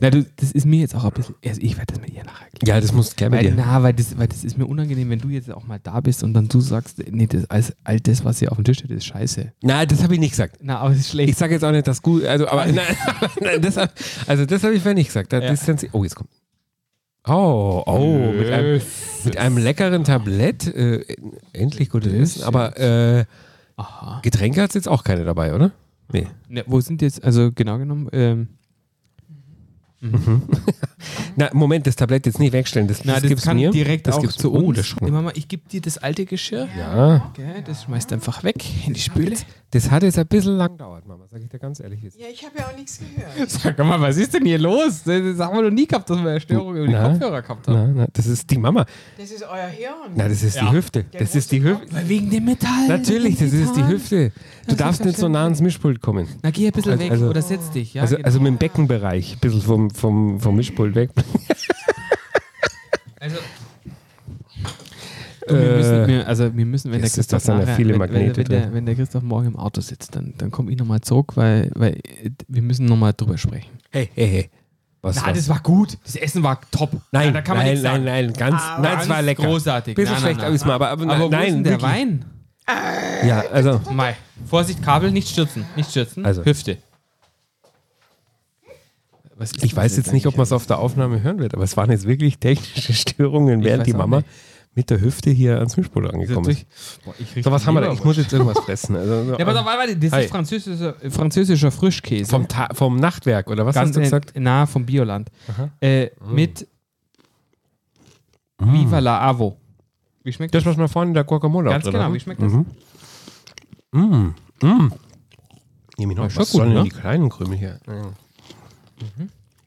[SPEAKER 3] na, du, das ist mir jetzt auch ein bisschen. Also ich werde das mit ihr nachher
[SPEAKER 2] Ja, das muss klar
[SPEAKER 3] Weil, na, weil das, weil das ist mir unangenehm, wenn du jetzt auch mal da bist und dann du sagst, nee, das, alles, all das, was hier auf dem Tisch steht, ist scheiße.
[SPEAKER 2] Nein, das habe ich nicht gesagt.
[SPEAKER 3] Na, aber es ist
[SPEAKER 2] Ich
[SPEAKER 3] schlecht.
[SPEAKER 2] sage jetzt auch nicht, dass gut, also, aber nein, nein, das, hab- also das habe ich vorher nicht gesagt. Da
[SPEAKER 3] Ja.
[SPEAKER 2] distanzi- oh, jetzt kommt. Oh, oh, mit einem, mit einem leckeren Tablett. Äh, endlich gutes
[SPEAKER 3] Das
[SPEAKER 2] Essen. Aber äh,
[SPEAKER 3] Aha.
[SPEAKER 2] Getränke hat es jetzt auch keine dabei, oder? Nee.
[SPEAKER 3] Ne, wo sind jetzt, also genau genommen, ähm,
[SPEAKER 2] Na, Moment, das Tablett jetzt nicht wegstellen. Das,
[SPEAKER 3] na,
[SPEAKER 2] das,
[SPEAKER 3] das,
[SPEAKER 2] gibt's
[SPEAKER 3] kann
[SPEAKER 2] mir.
[SPEAKER 3] direkt
[SPEAKER 2] das
[SPEAKER 3] auch
[SPEAKER 2] gibt's-
[SPEAKER 3] zu
[SPEAKER 2] oh,
[SPEAKER 3] uns.
[SPEAKER 2] das schmeckt.
[SPEAKER 3] Nee, Mama, ich gebe dir das alte Geschirr,
[SPEAKER 2] Ja,
[SPEAKER 3] gell, das schmeißt einfach weg in die Spüle.
[SPEAKER 2] das hat jetzt ein bisschen lang gedauert, Mama, sag ich dir ganz ehrlich. Jetzt.
[SPEAKER 4] Ja, ich habe ja auch nichts gehört.
[SPEAKER 3] Sag mal, was ist denn hier los? Das haben wir noch nie gehabt, dass wir eine Störung über die
[SPEAKER 2] Na?
[SPEAKER 3] Kopfhörer gehabt haben.
[SPEAKER 2] Na, na, das ist die Mama.
[SPEAKER 4] Das ist euer Hirn.
[SPEAKER 2] Na, das ist die Hüfte. Das ist die Hüfte.
[SPEAKER 3] Weil wegen dem Metall.
[SPEAKER 2] Natürlich, das ist die Hüfte. Du
[SPEAKER 3] Das
[SPEAKER 2] darfst
[SPEAKER 3] ist
[SPEAKER 2] nicht so nah ans Mischpult kommen.
[SPEAKER 3] Na, geh ein bisschen
[SPEAKER 2] Also-
[SPEAKER 3] weg
[SPEAKER 2] also-
[SPEAKER 3] oder setz dich. Ja,
[SPEAKER 2] also,
[SPEAKER 3] genau.
[SPEAKER 2] also mit dem Beckenbereich, ein bisschen vom, vom, vom Mischpult weg.
[SPEAKER 3] also
[SPEAKER 2] Äh,
[SPEAKER 3] Wir müssen, wir, also wir müssen, wenn der
[SPEAKER 2] das ist-
[SPEAKER 3] Christoph
[SPEAKER 2] das sind ja
[SPEAKER 3] nachher-
[SPEAKER 2] viele
[SPEAKER 3] wenn,
[SPEAKER 2] Magnete
[SPEAKER 3] wenn, wenn, der,
[SPEAKER 2] drin.
[SPEAKER 3] wenn der Christoph morgen im Auto sitzt, dann, dann komme ich nochmal zurück, weil, weil äh, wir müssen nochmal drüber sprechen.
[SPEAKER 2] hey, hey, hey. Was
[SPEAKER 3] Na,
[SPEAKER 2] war-
[SPEAKER 3] das war gut. Das Essen war top.
[SPEAKER 2] nein,
[SPEAKER 3] Ja, da kann man
[SPEAKER 2] nein,
[SPEAKER 3] nichts
[SPEAKER 2] nein,
[SPEAKER 3] sagen. Ah,
[SPEAKER 2] nein, ganz, nein, es war
[SPEAKER 3] Ganz
[SPEAKER 2] lecker.
[SPEAKER 3] Großartig.
[SPEAKER 2] Bisschen
[SPEAKER 3] Na, na,
[SPEAKER 2] schlecht
[SPEAKER 3] na.
[SPEAKER 2] alles mal, aber, aber,
[SPEAKER 3] Aber wo
[SPEAKER 2] nein,
[SPEAKER 3] ist denn der
[SPEAKER 2] wirklich.
[SPEAKER 3] Wein?
[SPEAKER 2] Ja, also,
[SPEAKER 3] Mai. Vorsicht, Kabel, nicht stürzen. Nicht stürzen.
[SPEAKER 2] Also.
[SPEAKER 3] Hüfte. Was ist
[SPEAKER 2] ich
[SPEAKER 3] denn
[SPEAKER 2] weiß
[SPEAKER 3] das
[SPEAKER 2] jetzt nicht, ob man es
[SPEAKER 3] eigentlich?
[SPEAKER 2] auf der Aufnahme hören wird, aber es waren jetzt wirklich technische Störungen,
[SPEAKER 3] Ich
[SPEAKER 2] während
[SPEAKER 3] weiß
[SPEAKER 2] die
[SPEAKER 3] auch
[SPEAKER 2] Mama
[SPEAKER 3] nicht.
[SPEAKER 2] mit der Hüfte hier ans Mischpult angekommen ist.
[SPEAKER 3] Boah, ich riech
[SPEAKER 2] So, was haben wir da? Ich
[SPEAKER 3] Leberwurst.
[SPEAKER 2] muss jetzt irgendwas fressen. Also, so,
[SPEAKER 3] Ja, pass auf, warte, warte, das
[SPEAKER 2] Hi.
[SPEAKER 3] ist französischer, äh, französischer Frischkäse.
[SPEAKER 2] vom, Ta vom Nachtwerk, oder was hast du
[SPEAKER 3] in-
[SPEAKER 2] gesagt? Oh.
[SPEAKER 3] nah vom Bioland. Äh, Mit Viva la Avo. Wie schmeckt
[SPEAKER 2] Das, was wir vorhin in Mm. der Mhm. Guacamole auch
[SPEAKER 3] Ganz
[SPEAKER 2] drin
[SPEAKER 3] genau,
[SPEAKER 2] hatten.
[SPEAKER 3] wie schmeckt das?
[SPEAKER 2] Nehme ich noch.
[SPEAKER 3] War
[SPEAKER 2] Was
[SPEAKER 3] schon gut,
[SPEAKER 2] sollen denn
[SPEAKER 3] ne?
[SPEAKER 2] die kleinen Krümel hier?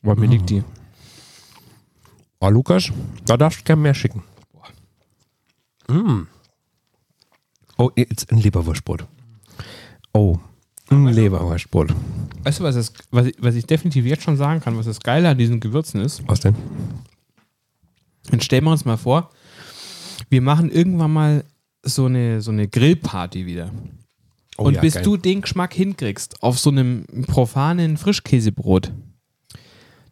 [SPEAKER 3] Boah, mir liegt die.
[SPEAKER 2] Oh, Lukas, da darfst du gern mehr schicken. Hm. Mm. Oh, jetzt ein Leberwurstbrot. Oh, ein Leberwurstbrot.
[SPEAKER 3] Weißt du, was, das, was, ich- was ich definitiv jetzt schon sagen kann, was das Geile an diesen Gewürzen ist?
[SPEAKER 2] Was denn?
[SPEAKER 3] Dann stellen wir uns mal vor, wir machen irgendwann mal so eine, so eine Grillparty wieder.
[SPEAKER 2] Oh
[SPEAKER 3] und
[SPEAKER 2] ja,
[SPEAKER 3] bis
[SPEAKER 2] geil.
[SPEAKER 3] du den Geschmack hinkriegst auf so einem profanen Frischkäsebrot,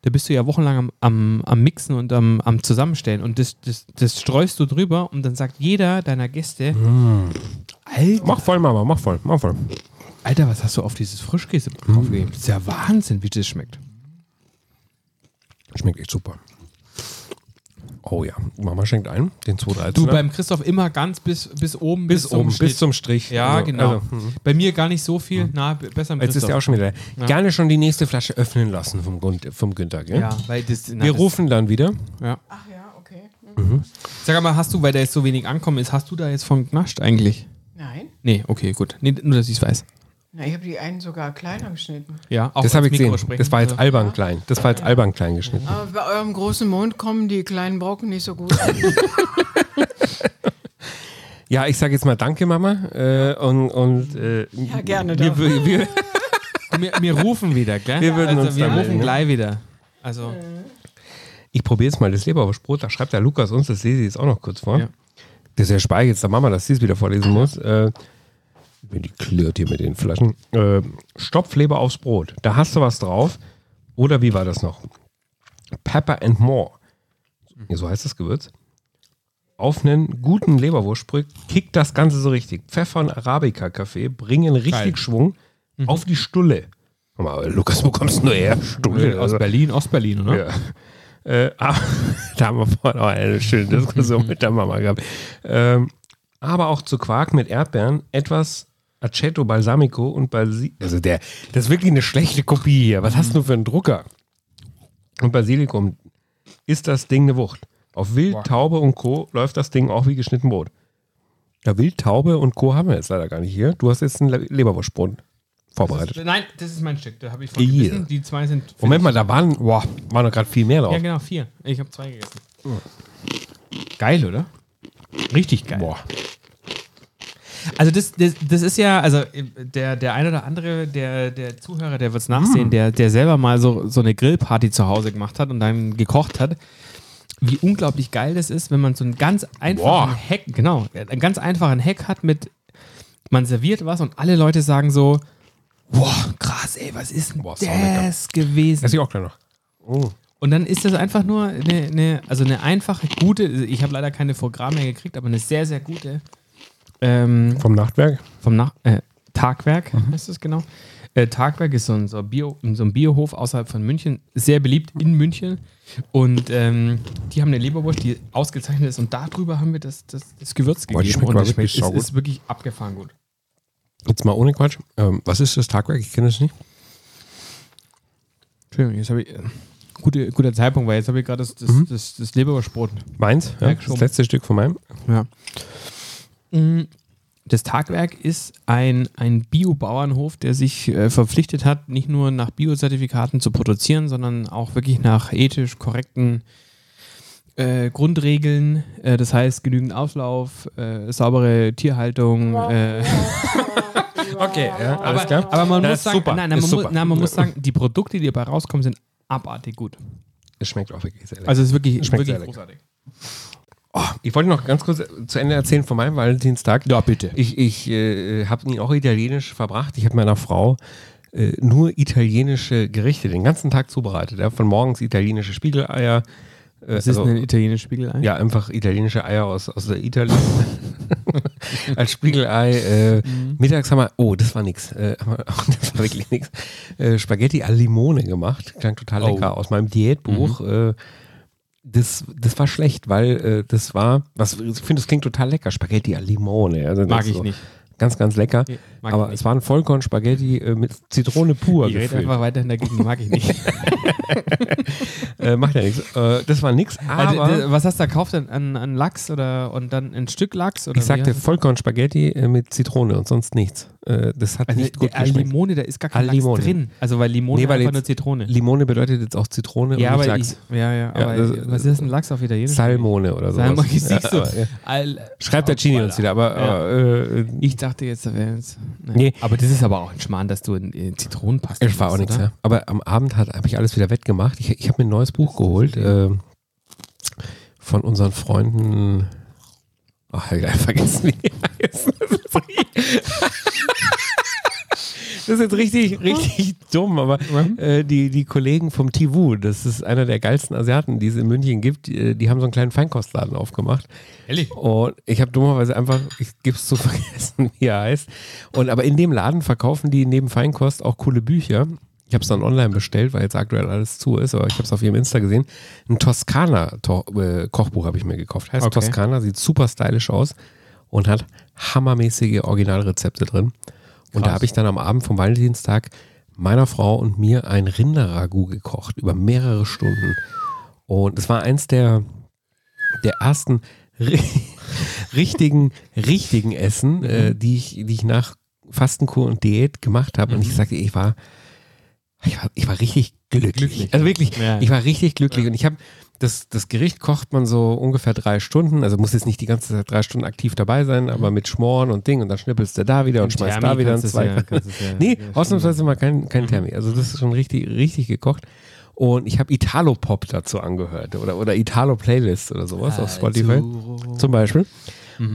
[SPEAKER 3] da bist du ja wochenlang am, am, am Mixen und am, am Zusammenstellen. Und das, das, das streust du drüber und dann sagt jeder deiner Gäste, Alter,
[SPEAKER 2] Mach voll, Mama, mach voll, mach voll.
[SPEAKER 3] Alter, was hast du auf dieses Frischkäsebrot
[SPEAKER 2] Mhm.
[SPEAKER 3] draufgegeben? Das ist ja Wahnsinn, wie das schmeckt.
[SPEAKER 2] Schmeckt echt super. Oh ja, Mama schenkt ein, den 213.
[SPEAKER 3] Du beim Christoph immer ganz bis, bis oben,
[SPEAKER 2] ne? bis,
[SPEAKER 3] zum
[SPEAKER 2] oben,
[SPEAKER 3] Schnitt.
[SPEAKER 2] bis zum Strich.
[SPEAKER 3] Ja,
[SPEAKER 2] Also,
[SPEAKER 3] genau.
[SPEAKER 2] also, hm.
[SPEAKER 3] Bei mir gar nicht so viel. Na, b- besser mit
[SPEAKER 2] Jetzt ist ja auch schon wieder. Gerne schon die nächste Flasche öffnen lassen vom, Grund, vom Günther, gell?
[SPEAKER 3] Ja, weil das, na,
[SPEAKER 2] Wir
[SPEAKER 3] das,
[SPEAKER 2] rufen dann wieder.
[SPEAKER 3] Ja.
[SPEAKER 4] Ach ja, okay.
[SPEAKER 3] Sag mal, hast du, weil da jetzt so wenig ankommen ist, hast du da jetzt von Knascht eigentlich?
[SPEAKER 4] Nein.
[SPEAKER 3] Nee, okay, gut. Nee, nur, dass ich es weiß.
[SPEAKER 4] Na, ich habe die einen sogar kleiner geschnitten.
[SPEAKER 3] Ja, auch
[SPEAKER 2] das
[SPEAKER 3] als
[SPEAKER 2] habe ich gesehen.
[SPEAKER 3] Mikro sprechen.
[SPEAKER 2] Das war jetzt
[SPEAKER 3] Ja.
[SPEAKER 2] albern klein. Das war jetzt albern klein geschnitten.
[SPEAKER 4] Aber bei eurem großen Mond kommen die kleinen Brocken nicht so gut. an.
[SPEAKER 2] Ja, ich sage jetzt mal Danke, Mama. Äh, und und äh,
[SPEAKER 4] Ja, gerne
[SPEAKER 2] wir,
[SPEAKER 4] doch.
[SPEAKER 2] wir, wir,
[SPEAKER 3] Wir, wir rufen wieder, gell?
[SPEAKER 2] Wir würden
[SPEAKER 3] also,
[SPEAKER 2] uns
[SPEAKER 3] Wir
[SPEAKER 2] dann
[SPEAKER 3] rufen
[SPEAKER 2] melden, ne?
[SPEAKER 3] gleich wieder. Also,
[SPEAKER 2] Ich probiere jetzt mal das Leberwurstbrot. Da schreibt der Lukas uns, das lese ich jetzt auch noch kurz vor.
[SPEAKER 3] Ja.
[SPEAKER 2] Das ist ja Speig jetzt der Mama, dass sie es wieder vorlesen muss. Äh, die klirrt hier mit den Flaschen. Äh, Stopfleber aufs Brot. Da hast du was drauf. Oder wie war das noch? Pepper and more. Ja, so heißt das Gewürz. Auf einen guten Leberwurstbrück kickt das Ganze so richtig. Pfeffer und Arabica-Kaffee bringen richtig
[SPEAKER 3] Geil. Mhm.
[SPEAKER 2] Schwung auf die Stulle. Sag Mal, Lukas, wo kommst du nur her? Stulle.
[SPEAKER 3] Äh, aus
[SPEAKER 2] also-
[SPEAKER 3] Berlin, Ostberlin, oder?
[SPEAKER 2] ja. Äh, aber, da haben wir vorhin auch eine schöne Diskussion mit der Mama gehabt. Ähm, aber auch zu Quark mit Erdbeeren, etwas Aceto Balsamico und Basilikum. Also der, das ist wirklich eine schlechte Kopie hier. Was hast du für einen Drucker? Und Basilikum ist das Ding eine Wucht. Auf Wild, Taube und Co. läuft das Ding auch wie geschnitten Brot. Ja, Wild, Taube und Co. haben wir jetzt leider gar nicht hier. Du hast jetzt ein Le- Leberwurstbrot vorbereitet.
[SPEAKER 3] Nein, das ist mein Stück. Da habe ich von
[SPEAKER 2] Ehe.
[SPEAKER 3] gegessen. Die zwei sind.
[SPEAKER 2] Moment mal, da waren, boah, waren noch gerade viel mehr drauf.
[SPEAKER 3] Ja, genau, vier. Ich habe zwei gegessen. Geil, oder?
[SPEAKER 2] Richtig
[SPEAKER 3] geil.
[SPEAKER 2] Boah.
[SPEAKER 3] Also das, das, das ist ja, also äh, der, der ein oder andere, der, der Zuhörer, der wird's
[SPEAKER 2] Ah.
[SPEAKER 3] nachsehen, der, der selber mal so, so eine Grillparty zu Hause gemacht hat und dann gekocht hat, wie unglaublich geil das ist, wenn man so einen ganz einfachen
[SPEAKER 2] Boah.
[SPEAKER 3] Hack, genau, einen ganz einfachen Hack hat mit, man serviert was und alle Leute sagen so, boah, krass, ey, was ist denn
[SPEAKER 2] Boah, ist auch lecker. Also
[SPEAKER 3] das gewesen?
[SPEAKER 2] Esse ich auch gleich noch. Oh.
[SPEAKER 3] Und dann ist das einfach nur eine, eine also eine einfache, gute, ich habe leider keine Programme mehr gekriegt, aber eine sehr, sehr gute ähm,
[SPEAKER 2] Vom Nachtwerk?
[SPEAKER 3] vom Nach äh, Tagwerk, heißt es genau. Äh, Tagwerk ist so ein, so, ein Bio, so ein Biohof außerhalb von München, sehr beliebt in München. Und ähm, die haben eine Leberwurst, die ausgezeichnet ist. Und darüber haben wir das, das, das Gewürz
[SPEAKER 2] Boah, die
[SPEAKER 3] gegeben.
[SPEAKER 2] schmeckt
[SPEAKER 3] und
[SPEAKER 2] aber
[SPEAKER 3] das
[SPEAKER 2] wirklich
[SPEAKER 3] ist,
[SPEAKER 2] saugut.
[SPEAKER 3] ist wirklich abgefahren gut.
[SPEAKER 2] Jetzt mal ohne Quatsch. Ähm, was ist das Tagwerk? Ich kenne es nicht.
[SPEAKER 3] Entschuldigung, jetzt habe ich. Äh, gute, guter Zeitpunkt, weil jetzt habe ich gerade das, das, das, das Leberwurstbrot.
[SPEAKER 2] Meins? Ja,
[SPEAKER 3] Ja,
[SPEAKER 2] das
[SPEAKER 3] schon.
[SPEAKER 2] letzte Stück von meinem.
[SPEAKER 3] Ja. Mm, Das Tagwerk ist ein, ein Bio-Bauernhof, der sich äh, verpflichtet hat, nicht nur nach Bio-Zertifikaten zu produzieren, sondern auch wirklich nach ethisch korrekten äh, Grundregeln. Äh, das heißt, genügend Auslauf, äh, saubere Tierhaltung. Äh,
[SPEAKER 2] Okay, ja, alles
[SPEAKER 3] aber,
[SPEAKER 2] klar.
[SPEAKER 3] aber man
[SPEAKER 2] Na,
[SPEAKER 3] muss
[SPEAKER 2] ist
[SPEAKER 3] sagen,
[SPEAKER 2] super,
[SPEAKER 3] nein, nein, man,
[SPEAKER 2] ist
[SPEAKER 3] muss,
[SPEAKER 2] super.
[SPEAKER 3] nein, man muss
[SPEAKER 2] Ja.
[SPEAKER 3] sagen, die Produkte, die dabei rauskommen, sind abartig gut.
[SPEAKER 2] Es schmeckt auch wirklich sehr lecker.
[SPEAKER 3] Also es ist wirklich,
[SPEAKER 2] Schmeckt
[SPEAKER 3] wirklich
[SPEAKER 2] sehr lecker.
[SPEAKER 3] großartig.
[SPEAKER 2] ich wollte noch ganz kurz zu Ende erzählen von meinem Valentinstag.
[SPEAKER 3] Ja, bitte.
[SPEAKER 2] Ich, ich äh, habe ihn auch italienisch verbracht. Ich habe meiner Frau äh, nur italienische Gerichte den ganzen Tag zubereitet. Ja? Von morgens italienische Spiegeleier. Äh,
[SPEAKER 3] Das ist ein italienisches Spiegelei.
[SPEAKER 2] Ja, einfach italienische Eier aus, aus der Italien. Als Spiegelei. Äh,
[SPEAKER 3] Mhm.
[SPEAKER 2] Mittags haben wir, oh, das war nix. Äh, haben wir- das war wirklich nix. Äh, Spaghetti al Limone gemacht. Klang total
[SPEAKER 3] Oh. Mhm.
[SPEAKER 2] lecker aus meinem Diätbuch. Äh, das, das war schlecht, weil äh, das war, was, ich finde, das klingt total lecker. Spaghetti al Limone. Also das
[SPEAKER 3] Mag
[SPEAKER 2] ist
[SPEAKER 3] ich
[SPEAKER 2] so
[SPEAKER 3] nicht.
[SPEAKER 2] Ganz, ganz lecker.
[SPEAKER 3] Nee, mag ich
[SPEAKER 2] Aber
[SPEAKER 3] nicht.
[SPEAKER 2] es waren Vollkornspaghetti äh, mit Zitrone pur.
[SPEAKER 3] Ich Äh, rede
[SPEAKER 2] gefüllt.
[SPEAKER 3] einfach weiterhin dagegen, die mag ich nicht.
[SPEAKER 2] Äh, macht ja nichts. Äh, das war nix,
[SPEAKER 3] Also,
[SPEAKER 2] aber
[SPEAKER 3] d- was hast du da gekauft? An, an, an Lachs oder und dann ein Stück Lachs? Oder
[SPEAKER 2] ich sagte Vollkornspaghetti äh, mit Zitrone und sonst nichts. Äh, das
[SPEAKER 3] Also,
[SPEAKER 2] hat nicht gut
[SPEAKER 3] Al
[SPEAKER 2] geschmeckt.
[SPEAKER 3] Limone, da ist gar kein
[SPEAKER 2] Al
[SPEAKER 3] Lachs
[SPEAKER 2] Limone.
[SPEAKER 3] drin. Also weil Limone
[SPEAKER 2] Nee, weil
[SPEAKER 3] einfach
[SPEAKER 2] jetzt-
[SPEAKER 3] nur Zitrone.
[SPEAKER 2] Limone bedeutet jetzt auch Zitrone
[SPEAKER 3] ja,
[SPEAKER 2] und nicht
[SPEAKER 3] aber
[SPEAKER 2] Lachs.
[SPEAKER 3] Ich, ja, ja, aber
[SPEAKER 2] das-
[SPEAKER 3] was ist denn Lachs auf Italienisch?
[SPEAKER 2] Salmone oder so.
[SPEAKER 3] Salmon, ich siehst du.
[SPEAKER 2] aber, ja.
[SPEAKER 3] Al-
[SPEAKER 2] Schreibt der Chini uns wieder, aber
[SPEAKER 3] Ja.
[SPEAKER 2] äh, äh,
[SPEAKER 3] Ich dachte jetzt, da wäre jetzt. Naja.
[SPEAKER 2] Nee.
[SPEAKER 3] Aber das ist aber auch ein Schmarrn, dass du in, in Zitronenpasta.
[SPEAKER 2] Es war auch
[SPEAKER 3] machst,
[SPEAKER 2] nichts,
[SPEAKER 3] oder?
[SPEAKER 2] ja. Aber am Abend habe ich alles wieder wettgemacht. Ich, ich habe mir ein neues Buch geholt ähm, von unseren Freunden. Ach, hab ich leider vergessen, wie die heißen. Das ist richtig- Das ist jetzt
[SPEAKER 3] Hm?
[SPEAKER 2] richtig, richtig dumm, aber äh, die, die Kollegen vom Tivu, das ist einer der geilsten Asiaten, die es in München gibt, äh, die, die haben so einen kleinen Feinkostladen aufgemacht.
[SPEAKER 3] Ehrlich?
[SPEAKER 2] Und ich habe dummerweise einfach, ich gebe es zu vergessen, wie er heißt. Und aber in dem Laden verkaufen die neben Feinkost auch coole Bücher. Ich habe es dann online bestellt, weil jetzt aktuell alles zu ist, aber ich habe es auf ihrem Insta gesehen. Ein Toskana-Kochbuch habe ich mir gekauft. Heißt
[SPEAKER 3] Okay.
[SPEAKER 2] Toskana, sieht super stylisch aus und hat hammermäßige Originalrezepte drin. Und da
[SPEAKER 3] Krass.
[SPEAKER 2] habe ich dann am Abend vom Valentinstag meiner Frau und mir ein Rinderragout gekocht über mehrere Stunden. Und es war eins der, der ersten ri- richtigen, richtigen Essen,
[SPEAKER 3] Mhm.
[SPEAKER 2] äh, die, ich, die ich nach Fastenkur und Diät gemacht habe. Und
[SPEAKER 3] Mhm.
[SPEAKER 2] ich sagte, ich war, ich war, ich war richtig glücklich.
[SPEAKER 3] Glücklich,
[SPEAKER 2] Also wirklich,
[SPEAKER 3] ja.
[SPEAKER 2] ich war richtig glücklich. Und ich habe das, das Gericht kocht man so ungefähr drei Stunden. Also muss jetzt nicht die ganze Zeit drei Stunden aktiv dabei sein, aber
[SPEAKER 3] Mhm.
[SPEAKER 2] mit Schmoren und Ding. Und dann schnippelst du da wieder und schmeißt da wieder und zwei. Nee, ausnahmsweise mal kein, kein Termi. Also das ist schon richtig, richtig gekocht. Und ich habe Italo-Pop dazu angehört oder, oder Italo-Playlist oder sowas auf Spotify zum Beispiel.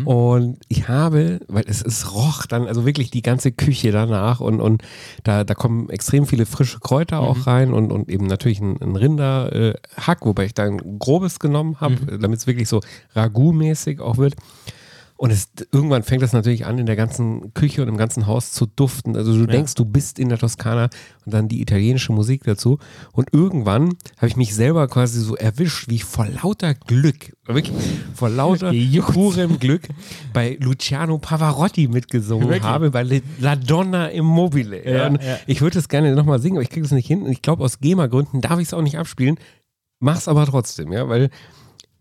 [SPEAKER 2] Und ich habe, weil es, es roch dann, also wirklich die ganze Küche danach und, und da, da kommen extrem viele frische Kräuter auch rein und, und eben natürlich ein, ein Rinderhack, äh, Hack, wobei ich da ein grobes genommen habe, damit es wirklich so Ragout-mäßig auch wird. Und es, irgendwann fängt das natürlich an, in der ganzen Küche und im ganzen Haus zu duften. Also du denkst, du bist in der Toskana und dann die italienische Musik dazu. Und irgendwann habe ich mich selber quasi so erwischt, wie ich vor lauter Glück, wirklich vor lauter
[SPEAKER 3] Gejuckt.
[SPEAKER 2] purem Glück bei Luciano Pavarotti mitgesungen
[SPEAKER 3] Wirklich?
[SPEAKER 2] habe, bei Le- La Donna Immobile.
[SPEAKER 3] Ja,
[SPEAKER 2] und
[SPEAKER 3] ja.
[SPEAKER 2] Ich würde es gerne nochmal singen, aber ich kriege es nicht hin. Und ich glaube, aus GEMA-Gründen darf ich es auch nicht abspielen. Mach's aber trotzdem, ja, weil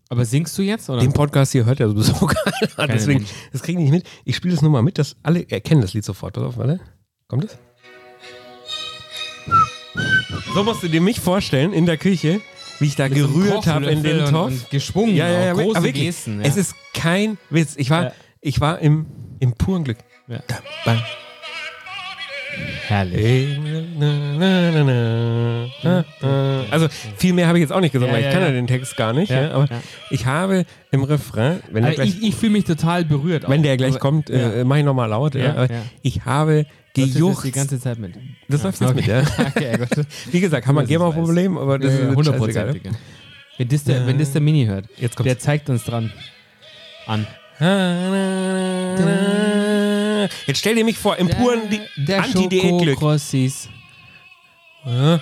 [SPEAKER 3] Aber singst du jetzt? Oder?
[SPEAKER 2] den Podcast hier hört ja sowieso keiner.
[SPEAKER 3] Keine
[SPEAKER 2] Deswegen,
[SPEAKER 3] Menschen.
[SPEAKER 2] das kriege ich nicht mit. Ich spiele das nur mal mit, dass alle erkennen das Lied sofort. Pass auf, warte. Kommt es? So musst du dir mich vorstellen in der Küche, wie ich da
[SPEAKER 3] Mit so einem
[SPEAKER 2] gerührt habe in
[SPEAKER 3] Kochlöffel
[SPEAKER 2] den
[SPEAKER 3] und-
[SPEAKER 2] Topf.
[SPEAKER 3] Und geschwungen.
[SPEAKER 2] ja, ja, ja,
[SPEAKER 3] auch große
[SPEAKER 2] aber wirklich,
[SPEAKER 3] Gesten. Ja.
[SPEAKER 2] Es ist kein Witz. Ich war,
[SPEAKER 3] Ja.
[SPEAKER 2] ich war im, im puren Glück.
[SPEAKER 3] Ja.
[SPEAKER 2] Bam.
[SPEAKER 3] herrlich.
[SPEAKER 2] Also viel mehr habe ich jetzt auch nicht gesagt,
[SPEAKER 3] Ja,
[SPEAKER 2] weil ich
[SPEAKER 3] ja,
[SPEAKER 2] kann ja
[SPEAKER 3] ja.
[SPEAKER 2] den Text gar nicht.
[SPEAKER 3] Ja,
[SPEAKER 2] Ja, aber
[SPEAKER 3] ja.
[SPEAKER 2] ich habe im Refrain, wenn er
[SPEAKER 3] Also
[SPEAKER 2] gleich
[SPEAKER 3] ich ich fühle mich total berührt.
[SPEAKER 2] Wenn
[SPEAKER 3] auch.
[SPEAKER 2] der gleich
[SPEAKER 3] Aber-
[SPEAKER 2] kommt,
[SPEAKER 3] Ja.
[SPEAKER 2] äh, mach ich nochmal laut. Ja,
[SPEAKER 3] Ja,
[SPEAKER 2] aber
[SPEAKER 3] ja.
[SPEAKER 2] Ich habe
[SPEAKER 3] Das ist jetzt
[SPEAKER 2] gejucht.
[SPEAKER 3] die ganze Zeit mit.
[SPEAKER 2] das läuft jetzt mit, ja.
[SPEAKER 3] Okay, gut.
[SPEAKER 2] Wie gesagt, haben wir ein
[SPEAKER 3] Das ist
[SPEAKER 2] GEMA-Problem, aber das ist scheißegal.
[SPEAKER 3] hundertprozentig. Wenn das der, wenn das der Mini hört,
[SPEAKER 2] Jetzt kommt's.
[SPEAKER 3] der zeigt uns dran an.
[SPEAKER 2] Jetzt stell dir mich vor, im puren Di-
[SPEAKER 3] der
[SPEAKER 2] Anti-Diät-Glück.
[SPEAKER 3] Schokokrossis. Achso,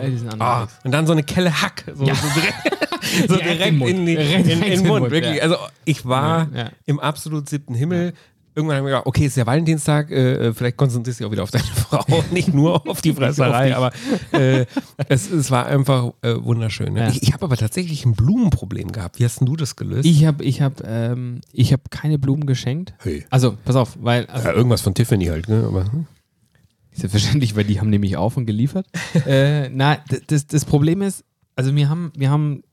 [SPEAKER 3] ey, die sind
[SPEAKER 2] Ah,
[SPEAKER 3] anders.
[SPEAKER 2] und dann so eine Kelle Hack. So,
[SPEAKER 3] Ja.
[SPEAKER 2] so direkt, so
[SPEAKER 3] Direkt
[SPEAKER 2] direkt
[SPEAKER 3] im Mund.
[SPEAKER 2] in, die,
[SPEAKER 3] Direkt
[SPEAKER 2] in, in
[SPEAKER 3] in
[SPEAKER 2] den
[SPEAKER 3] den
[SPEAKER 2] Mund.
[SPEAKER 3] Mund,
[SPEAKER 2] wirklich.
[SPEAKER 3] ja.
[SPEAKER 2] Also ich war
[SPEAKER 3] Ja, ja.
[SPEAKER 2] im absolut siebten Himmel. Irgendwann haben wir gedacht, okay, ist ja Valentinstag, äh, vielleicht konzentrierst du dich auch wieder auf deine Frau, nicht nur auf die Fresserei, aber äh, es, es war einfach äh, wunderschön. Ne?
[SPEAKER 3] Ja.
[SPEAKER 2] Ich, ich habe aber tatsächlich ein Blumenproblem gehabt. Wie hast denn du das gelöst?
[SPEAKER 3] Ich habe ich hab, ähm, ich hab keine Blumen geschenkt.
[SPEAKER 2] Hey.
[SPEAKER 3] Also, pass auf, weil. Also,
[SPEAKER 2] ja, irgendwas von Tiffany halt, ne? aber hm.
[SPEAKER 3] Selbstverständlich, weil die haben nämlich auf und geliefert. äh, na, d- das, das Problem ist, also wir haben, wir haben,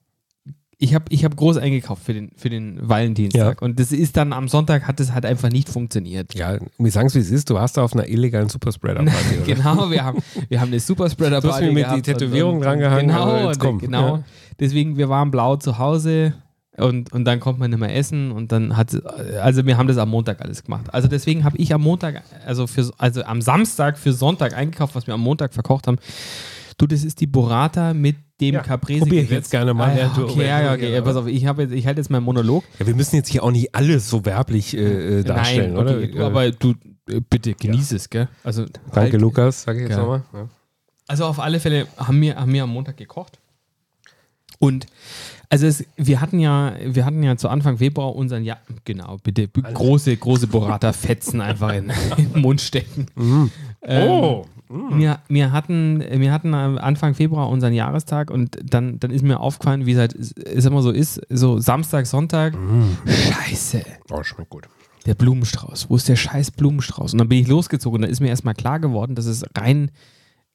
[SPEAKER 3] ich habe ich hab groß eingekauft für den, für den Valentinstag. Und das ist dann am Sonntag hat es halt einfach nicht funktioniert.
[SPEAKER 2] ja, wir sagen es wie es ist, du warst da auf einer illegalen Superspreader-Party. oder?
[SPEAKER 3] Genau, wir haben, wir haben eine Superspreader
[SPEAKER 2] Du hast
[SPEAKER 3] Party
[SPEAKER 2] mir mit
[SPEAKER 3] gehabt
[SPEAKER 2] die Tätowierung drangehangen, aber
[SPEAKER 3] Genau,
[SPEAKER 2] jetzt komm.
[SPEAKER 3] genau.
[SPEAKER 2] Ja.
[SPEAKER 3] Deswegen, wir waren blau zu Hause und, und dann konnte man nicht mehr essen und dann hat, also wir haben das am Montag alles gemacht. Also deswegen habe ich am Montag, also für, also am Samstag für Sonntag eingekauft, was wir am Montag verkocht haben. Du, das ist die Burrata mit dem
[SPEAKER 2] Ja,
[SPEAKER 3] Caprese.
[SPEAKER 2] probier ich jetzt gerne mal,
[SPEAKER 3] Ah, ja,
[SPEAKER 2] während du-
[SPEAKER 3] okay, ja, ja, okay, ja, pass auf, ich, hab jetzt, ich halte jetzt meinen Monolog.
[SPEAKER 2] Ja, wir müssen jetzt hier auch nicht alles so werblich äh, äh, darstellen,
[SPEAKER 3] Nein,
[SPEAKER 2] oder?
[SPEAKER 3] okay, du,
[SPEAKER 2] Äh,
[SPEAKER 3] aber du, äh, bitte genieß es, gell? Also,
[SPEAKER 2] Danke, Lukas, sag ich jetzt
[SPEAKER 3] Ja.
[SPEAKER 2] nochmal. Ja.
[SPEAKER 3] Also auf alle Fälle haben wir, haben wir am Montag gekocht. Und also es, wir hatten ja, wir hatten ja zu Anfang Februar unseren ja genau bitte b- große große Burrata Fetzen einfach in, in den Mund stecken. Ähm,
[SPEAKER 2] Oh,
[SPEAKER 3] mm. Wir, wir, hatten, wir hatten am Anfang Februar unseren Jahrestag und dann, dann ist mir aufgefallen, wie es, halt, es immer so ist, so Samstag, Sonntag, scheiße,
[SPEAKER 2] Oh, schmeckt gut.
[SPEAKER 3] der Blumenstrauß, wo ist der scheiß Blumenstrauß? Und dann bin ich losgezogen und dann ist mir erstmal klar geworden, dass es rein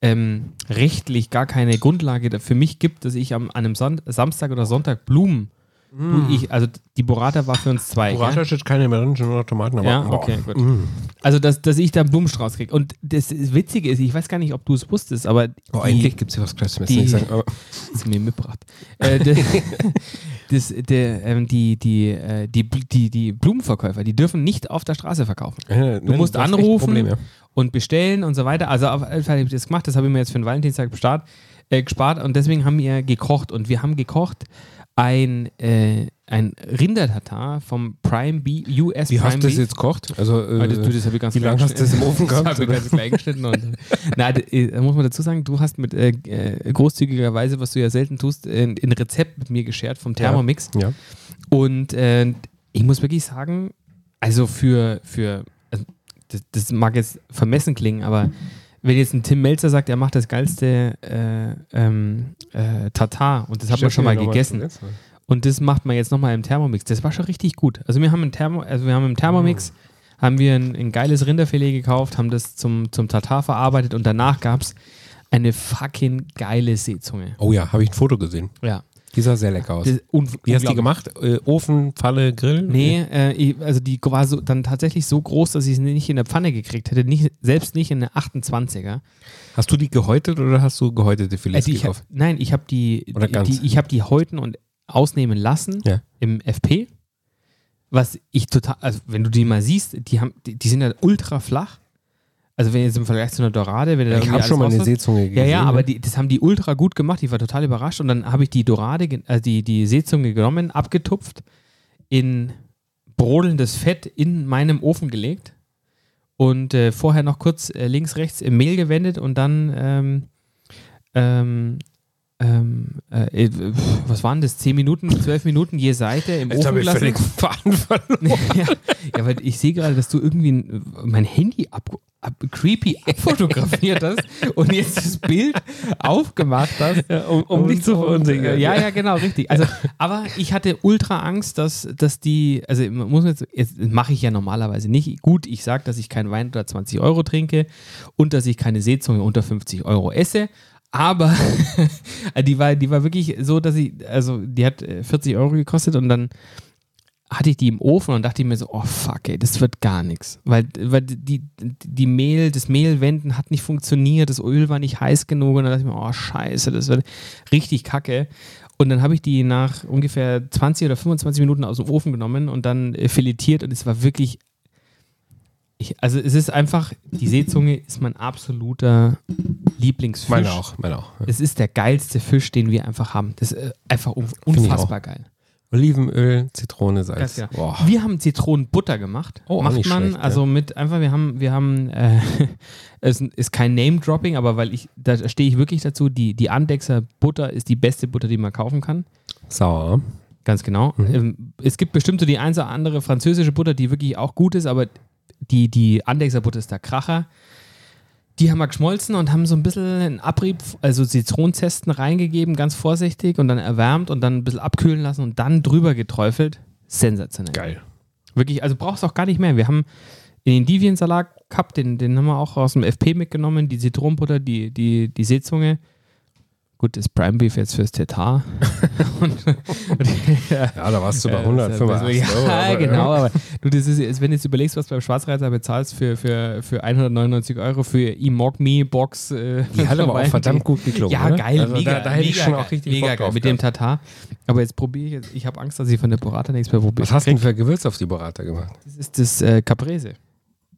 [SPEAKER 3] ähm, rechtlich gar keine Grundlage da- für mich gibt, dass ich am, an einem Son Samstag oder Sonntag Blumen, du, ich, also die Burrata war für uns zwei. gell?
[SPEAKER 2] Hm. Burrata steht keine Menschen oder Tomaten, aber
[SPEAKER 3] Ja,
[SPEAKER 2] boah. Hm.
[SPEAKER 3] okay, gut. Also, dass, dass ich da einen Blumenstrauß kriege. Und das Witzige ist, ich weiß gar nicht, ob du es wusstest, aber
[SPEAKER 2] Oh,
[SPEAKER 3] die-
[SPEAKER 2] endlich gibt es hier was Kleines zu essen,
[SPEAKER 3] die-
[SPEAKER 2] ich sag, aber-
[SPEAKER 3] das mir mitgebracht. Äh, de, das, der, ähm, die, die, äh, die, Bl- die, die Blumenverkäufer, die dürfen nicht auf der Straße verkaufen.
[SPEAKER 2] Äh,
[SPEAKER 3] Du
[SPEAKER 2] nein,
[SPEAKER 3] musst
[SPEAKER 2] das ist echt ein
[SPEAKER 3] anrufen
[SPEAKER 2] Problem, ja.
[SPEAKER 3] und bestellen und so weiter. Also auf jeden Fall habe ich das gemacht. Das habe ich mir jetzt für den Valentinstag gespart, äh, gespart und deswegen haben wir gekocht. Und wir haben gekocht ein, äh, ein Rindertatar vom Prime B, US
[SPEAKER 2] Wie
[SPEAKER 3] Prime
[SPEAKER 2] hast du das
[SPEAKER 3] Beef.
[SPEAKER 2] jetzt gekocht? Also, äh,
[SPEAKER 3] Ah, das, du, das hab ich ganz
[SPEAKER 2] wie lange
[SPEAKER 3] klein
[SPEAKER 2] hast du das im Ofen
[SPEAKER 3] geschnitten.
[SPEAKER 2] gehabt,
[SPEAKER 3] Das habe
[SPEAKER 2] oder?
[SPEAKER 3] ich ganz klein geschnitten. Und, na, d- äh, muss man dazu sagen, du hast mit äh, äh, großzügigerweise, was du ja selten tust, ein ein Rezept mit mir geschert vom Thermomix.
[SPEAKER 2] ja.
[SPEAKER 3] Und äh, ich muss wirklich sagen, also für, für also das, das mag jetzt vermessen klingen, aber wenn jetzt ein Tim Melzer sagt, er macht das geilste äh, ähm, äh, Tatar und das hat man schon mal gegessen. Und das macht man jetzt nochmal im Thermomix. Das war schon richtig gut. Also wir haben im, Thermo, also wir haben im Thermomix haben wir ein, ein geiles Rinderfilet gekauft, haben das zum, zum Tatar verarbeitet und danach gab es eine fucking geile Seezunge.
[SPEAKER 2] Oh ja, habe ich ein Foto gesehen.
[SPEAKER 3] Ja.
[SPEAKER 2] Die sah sehr lecker aus.
[SPEAKER 3] Das ist un-
[SPEAKER 2] Wie hast du die
[SPEAKER 3] unglaublich.
[SPEAKER 2] gemacht? Äh, Ofen, Pfalle, Grill?
[SPEAKER 3] Nee, äh, ich- also die war so, dann tatsächlich so groß, dass ich sie nicht in der Pfanne gekriegt hätte. Nicht, selbst nicht in der 28er.
[SPEAKER 2] Hast du die gehäutet oder hast du gehäutete Filets
[SPEAKER 3] Also ich hab,
[SPEAKER 2] gekauft?
[SPEAKER 3] nein, ich habe die,
[SPEAKER 2] Oder ganz?
[SPEAKER 3] die, ich habe die häuten und ausnehmen lassen
[SPEAKER 2] Ja.
[SPEAKER 3] im FP. Was ich total, also wenn du die mal siehst, die haben, die, die sind ja ultra flach. Also wenn jetzt im Vergleich zu einer Dorade, wenn du da
[SPEAKER 2] Ich
[SPEAKER 3] irgendwie
[SPEAKER 2] habe
[SPEAKER 3] alles
[SPEAKER 2] schon mal eine
[SPEAKER 3] rauslässt-
[SPEAKER 2] Seezunge ne?
[SPEAKER 3] Ja,
[SPEAKER 2] gegessen.
[SPEAKER 3] ja, aber die, das haben die ultra gut gemacht. Ich war total überrascht. Und dann habe ich die Dorade, ge- also die, die Seezunge genommen, abgetupft, in brodelndes Fett in meinem Ofen gelegt und äh, vorher noch kurz äh, links, rechts im Mehl gewendet und dann, ähm, ähm, ähm, äh, äh, was waren das? 10 Minuten, 12 Minuten je Seite im
[SPEAKER 2] Jetzt
[SPEAKER 3] Ofen
[SPEAKER 2] habe ich
[SPEAKER 3] gelassen.
[SPEAKER 2] völlig Faden verloren.
[SPEAKER 3] ja, ja, weil ich sehe gerade, dass du irgendwie ein- mein Handy ab, ab, creepy abfotografiert hast und jetzt das Bild aufgemacht hast.
[SPEAKER 2] um,
[SPEAKER 3] Und- und, äh, Ja, ja, genau, richtig. Also, aber ich hatte ultra Angst, dass, dass die, also man muss jetzt, jetzt mache ich ja normalerweise nicht. Gut, ich sage, dass ich keinen Wein unter 20 Euro trinke und dass ich keine Seezunge unter 50 Euro esse. Aber die war, die war wirklich so, dass ich, also die hat äh, 40 Euro gekostet und dann hatte ich die im Ofen und dachte mir so, oh fuck, ey, das wird gar nichts. Weil, weil die, die Mehl, das Mehlwenden hat nicht funktioniert, das Öl war nicht heiß genug und dann dachte ich mir, oh scheiße, das wird richtig kacke. Und dann habe ich die nach ungefähr 20 oder 25 Minuten aus dem Ofen genommen und dann äh, filetiert und es war wirklich, ich, also es ist einfach, die Seezunge ist mein absoluter Lieblingsfisch.
[SPEAKER 2] Meine auch, meine auch.
[SPEAKER 3] Es ist der geilste Fisch, den wir einfach haben. Das ist äh, einfach un
[SPEAKER 2] ich
[SPEAKER 3] unfassbar geil.
[SPEAKER 2] Olivenöl, Zitrone, Salz.
[SPEAKER 3] Ganz genau.
[SPEAKER 2] Boah.
[SPEAKER 3] Wir haben Zitronenbutter gemacht.
[SPEAKER 2] Oh, auch
[SPEAKER 3] Macht
[SPEAKER 2] nicht
[SPEAKER 3] man,
[SPEAKER 2] schlecht, ja.
[SPEAKER 3] also mit einfach, wir haben, wir haben, äh, es ist kein Name-Dropping, aber weil ich, da stehe ich wirklich dazu, die, die Andexer Butter ist die beste Butter, die man kaufen kann.
[SPEAKER 2] Sauer.
[SPEAKER 3] Ganz genau.
[SPEAKER 2] Mhm.
[SPEAKER 3] Ähm, es gibt bestimmt so die ein oder andere französische Butter, die wirklich auch gut ist, aber die, die Andexer Butter ist der Kracher. Die haben wir geschmolzen und haben so ein bisschen einen Abrieb, also Zitronenzesten reingegeben, ganz vorsichtig und dann erwärmt und dann ein bisschen abkühlen lassen und dann drüber geträufelt. Sensationell.
[SPEAKER 2] Geil.
[SPEAKER 3] Wirklich, also brauchst auch gar nicht mehr. Wir haben den Indiviensalat gehabt, den, den haben wir auch aus dem FP mitgenommen, die Zitronenbutter, die, die, die Seezunge. Gut, das Prime Beef jetzt fürs Tetar. und, und, ja,
[SPEAKER 2] Ja, da warst du bei
[SPEAKER 3] äh,
[SPEAKER 2] 185 Euro.
[SPEAKER 3] Ja,
[SPEAKER 2] aber-
[SPEAKER 3] genau, aber du, das ist, jetzt, wenn du jetzt überlegst, was du beim Schwarzreiter bezahlst für, für, für 199 Euro für E-Mog-Me-Box. Äh,
[SPEAKER 2] Die hat aber
[SPEAKER 3] vorbei.
[SPEAKER 2] auch verdammt gut geklungen.
[SPEAKER 3] Ja,
[SPEAKER 2] oder?
[SPEAKER 3] geil,
[SPEAKER 2] Also
[SPEAKER 3] mega.
[SPEAKER 2] Da, da hätte ich
[SPEAKER 3] mega
[SPEAKER 2] schon
[SPEAKER 3] geil,
[SPEAKER 2] auch richtig
[SPEAKER 3] mega
[SPEAKER 2] Bock
[SPEAKER 3] geil
[SPEAKER 2] drauf
[SPEAKER 3] mit dem
[SPEAKER 2] gehabt.
[SPEAKER 3] Tatar. Aber jetzt probiere ich jetzt, ich habe Angst, dass ich von der Burrata nichts mehr probiere.
[SPEAKER 2] Was hast du denn für Gewürz auf die Burrata gemacht?
[SPEAKER 3] Das ist das äh, Caprese.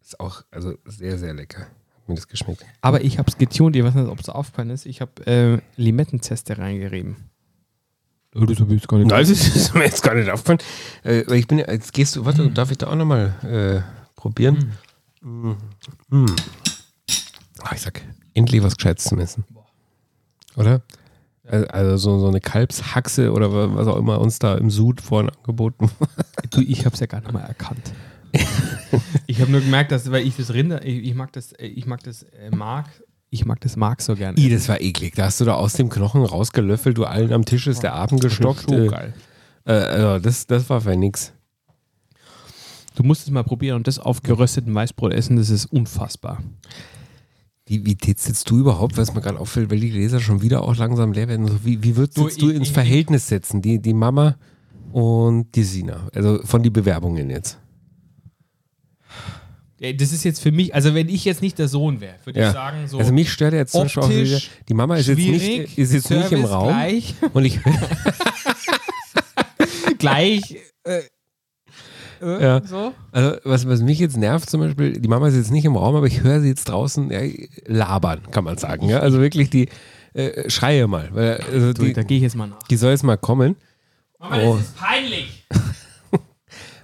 [SPEAKER 2] Ist auch also sehr, sehr lecker. Hat mir das geschmeckt.
[SPEAKER 3] Aber ich habe es getuned, ich weiß nicht, ob es aufgefallen ist. Ich habe äh, Limettenzeste reingerieben. Das habe ich jetzt gar
[SPEAKER 2] Nein, das ist das ist mir jetzt gar nicht aufgefallen. Äh, aber ich bin ja, jetzt gehst du,
[SPEAKER 3] Mm.
[SPEAKER 2] warte, darf ich da auch nochmal äh, probieren? Mm. Mm. Ah, ich sag, endlich was Gescheites zum Essen. Oder? Also, also so, so eine Kalbshaxe oder wa- was auch immer uns da im Sud vorhin angeboten
[SPEAKER 3] Du, ich habe es ja gar nicht mal erkannt. ich habe nur gemerkt, dass, weil ich das Rinder, ich, ich mag das, äh, ich mag das äh, Mark, Ich mag das Mark so gerne.
[SPEAKER 2] I, das war eklig. Da hast du da aus dem Knochen rausgelöffelt, du allen am Tisch ist der Abend gestockt.
[SPEAKER 3] so
[SPEAKER 2] Äh,
[SPEAKER 3] geil.
[SPEAKER 2] äh, also das, das war für nix.
[SPEAKER 3] Du musst es mal probieren und das auf geröstetem Weißbrot essen, das ist unfassbar.
[SPEAKER 2] Wie, wie tät sitzt du überhaupt, was mir gerade auffällt, weil die Gläser schon wieder auch langsam leer werden? So, wie, wie würdest
[SPEAKER 3] Du,
[SPEAKER 2] du, du
[SPEAKER 3] ich-
[SPEAKER 2] ins
[SPEAKER 3] ich-
[SPEAKER 2] Verhältnis setzen, die, die Mama und die Sina? Also von den Bewerbungen jetzt.
[SPEAKER 3] Ey, Das ist jetzt für mich, also wenn ich jetzt nicht der Sohn wäre, würde ich
[SPEAKER 2] Ja.
[SPEAKER 3] sagen, so
[SPEAKER 2] also mich stört ja jetzt zum Beispiel auch
[SPEAKER 3] optisch
[SPEAKER 2] wieder, die Mama ist jetzt,
[SPEAKER 3] schwierig,
[SPEAKER 2] nicht, ist jetzt nicht im
[SPEAKER 3] Service
[SPEAKER 2] Raum
[SPEAKER 3] gleich.
[SPEAKER 2] und ich
[SPEAKER 3] gleich. Äh, äh,
[SPEAKER 2] Ja.
[SPEAKER 3] so.
[SPEAKER 2] Also, was, was mich jetzt nervt zum Beispiel, die Mama ist jetzt nicht im Raum, aber ich höre sie jetzt draußen ja, labern, kann man sagen. Ja? Also wirklich die äh, Schreie mal. Weil, also
[SPEAKER 3] Du,
[SPEAKER 2] die,
[SPEAKER 3] da gehe ich jetzt mal nach.
[SPEAKER 2] die soll jetzt mal kommen.
[SPEAKER 3] Mama,
[SPEAKER 2] Oh.
[SPEAKER 3] ist peinlich.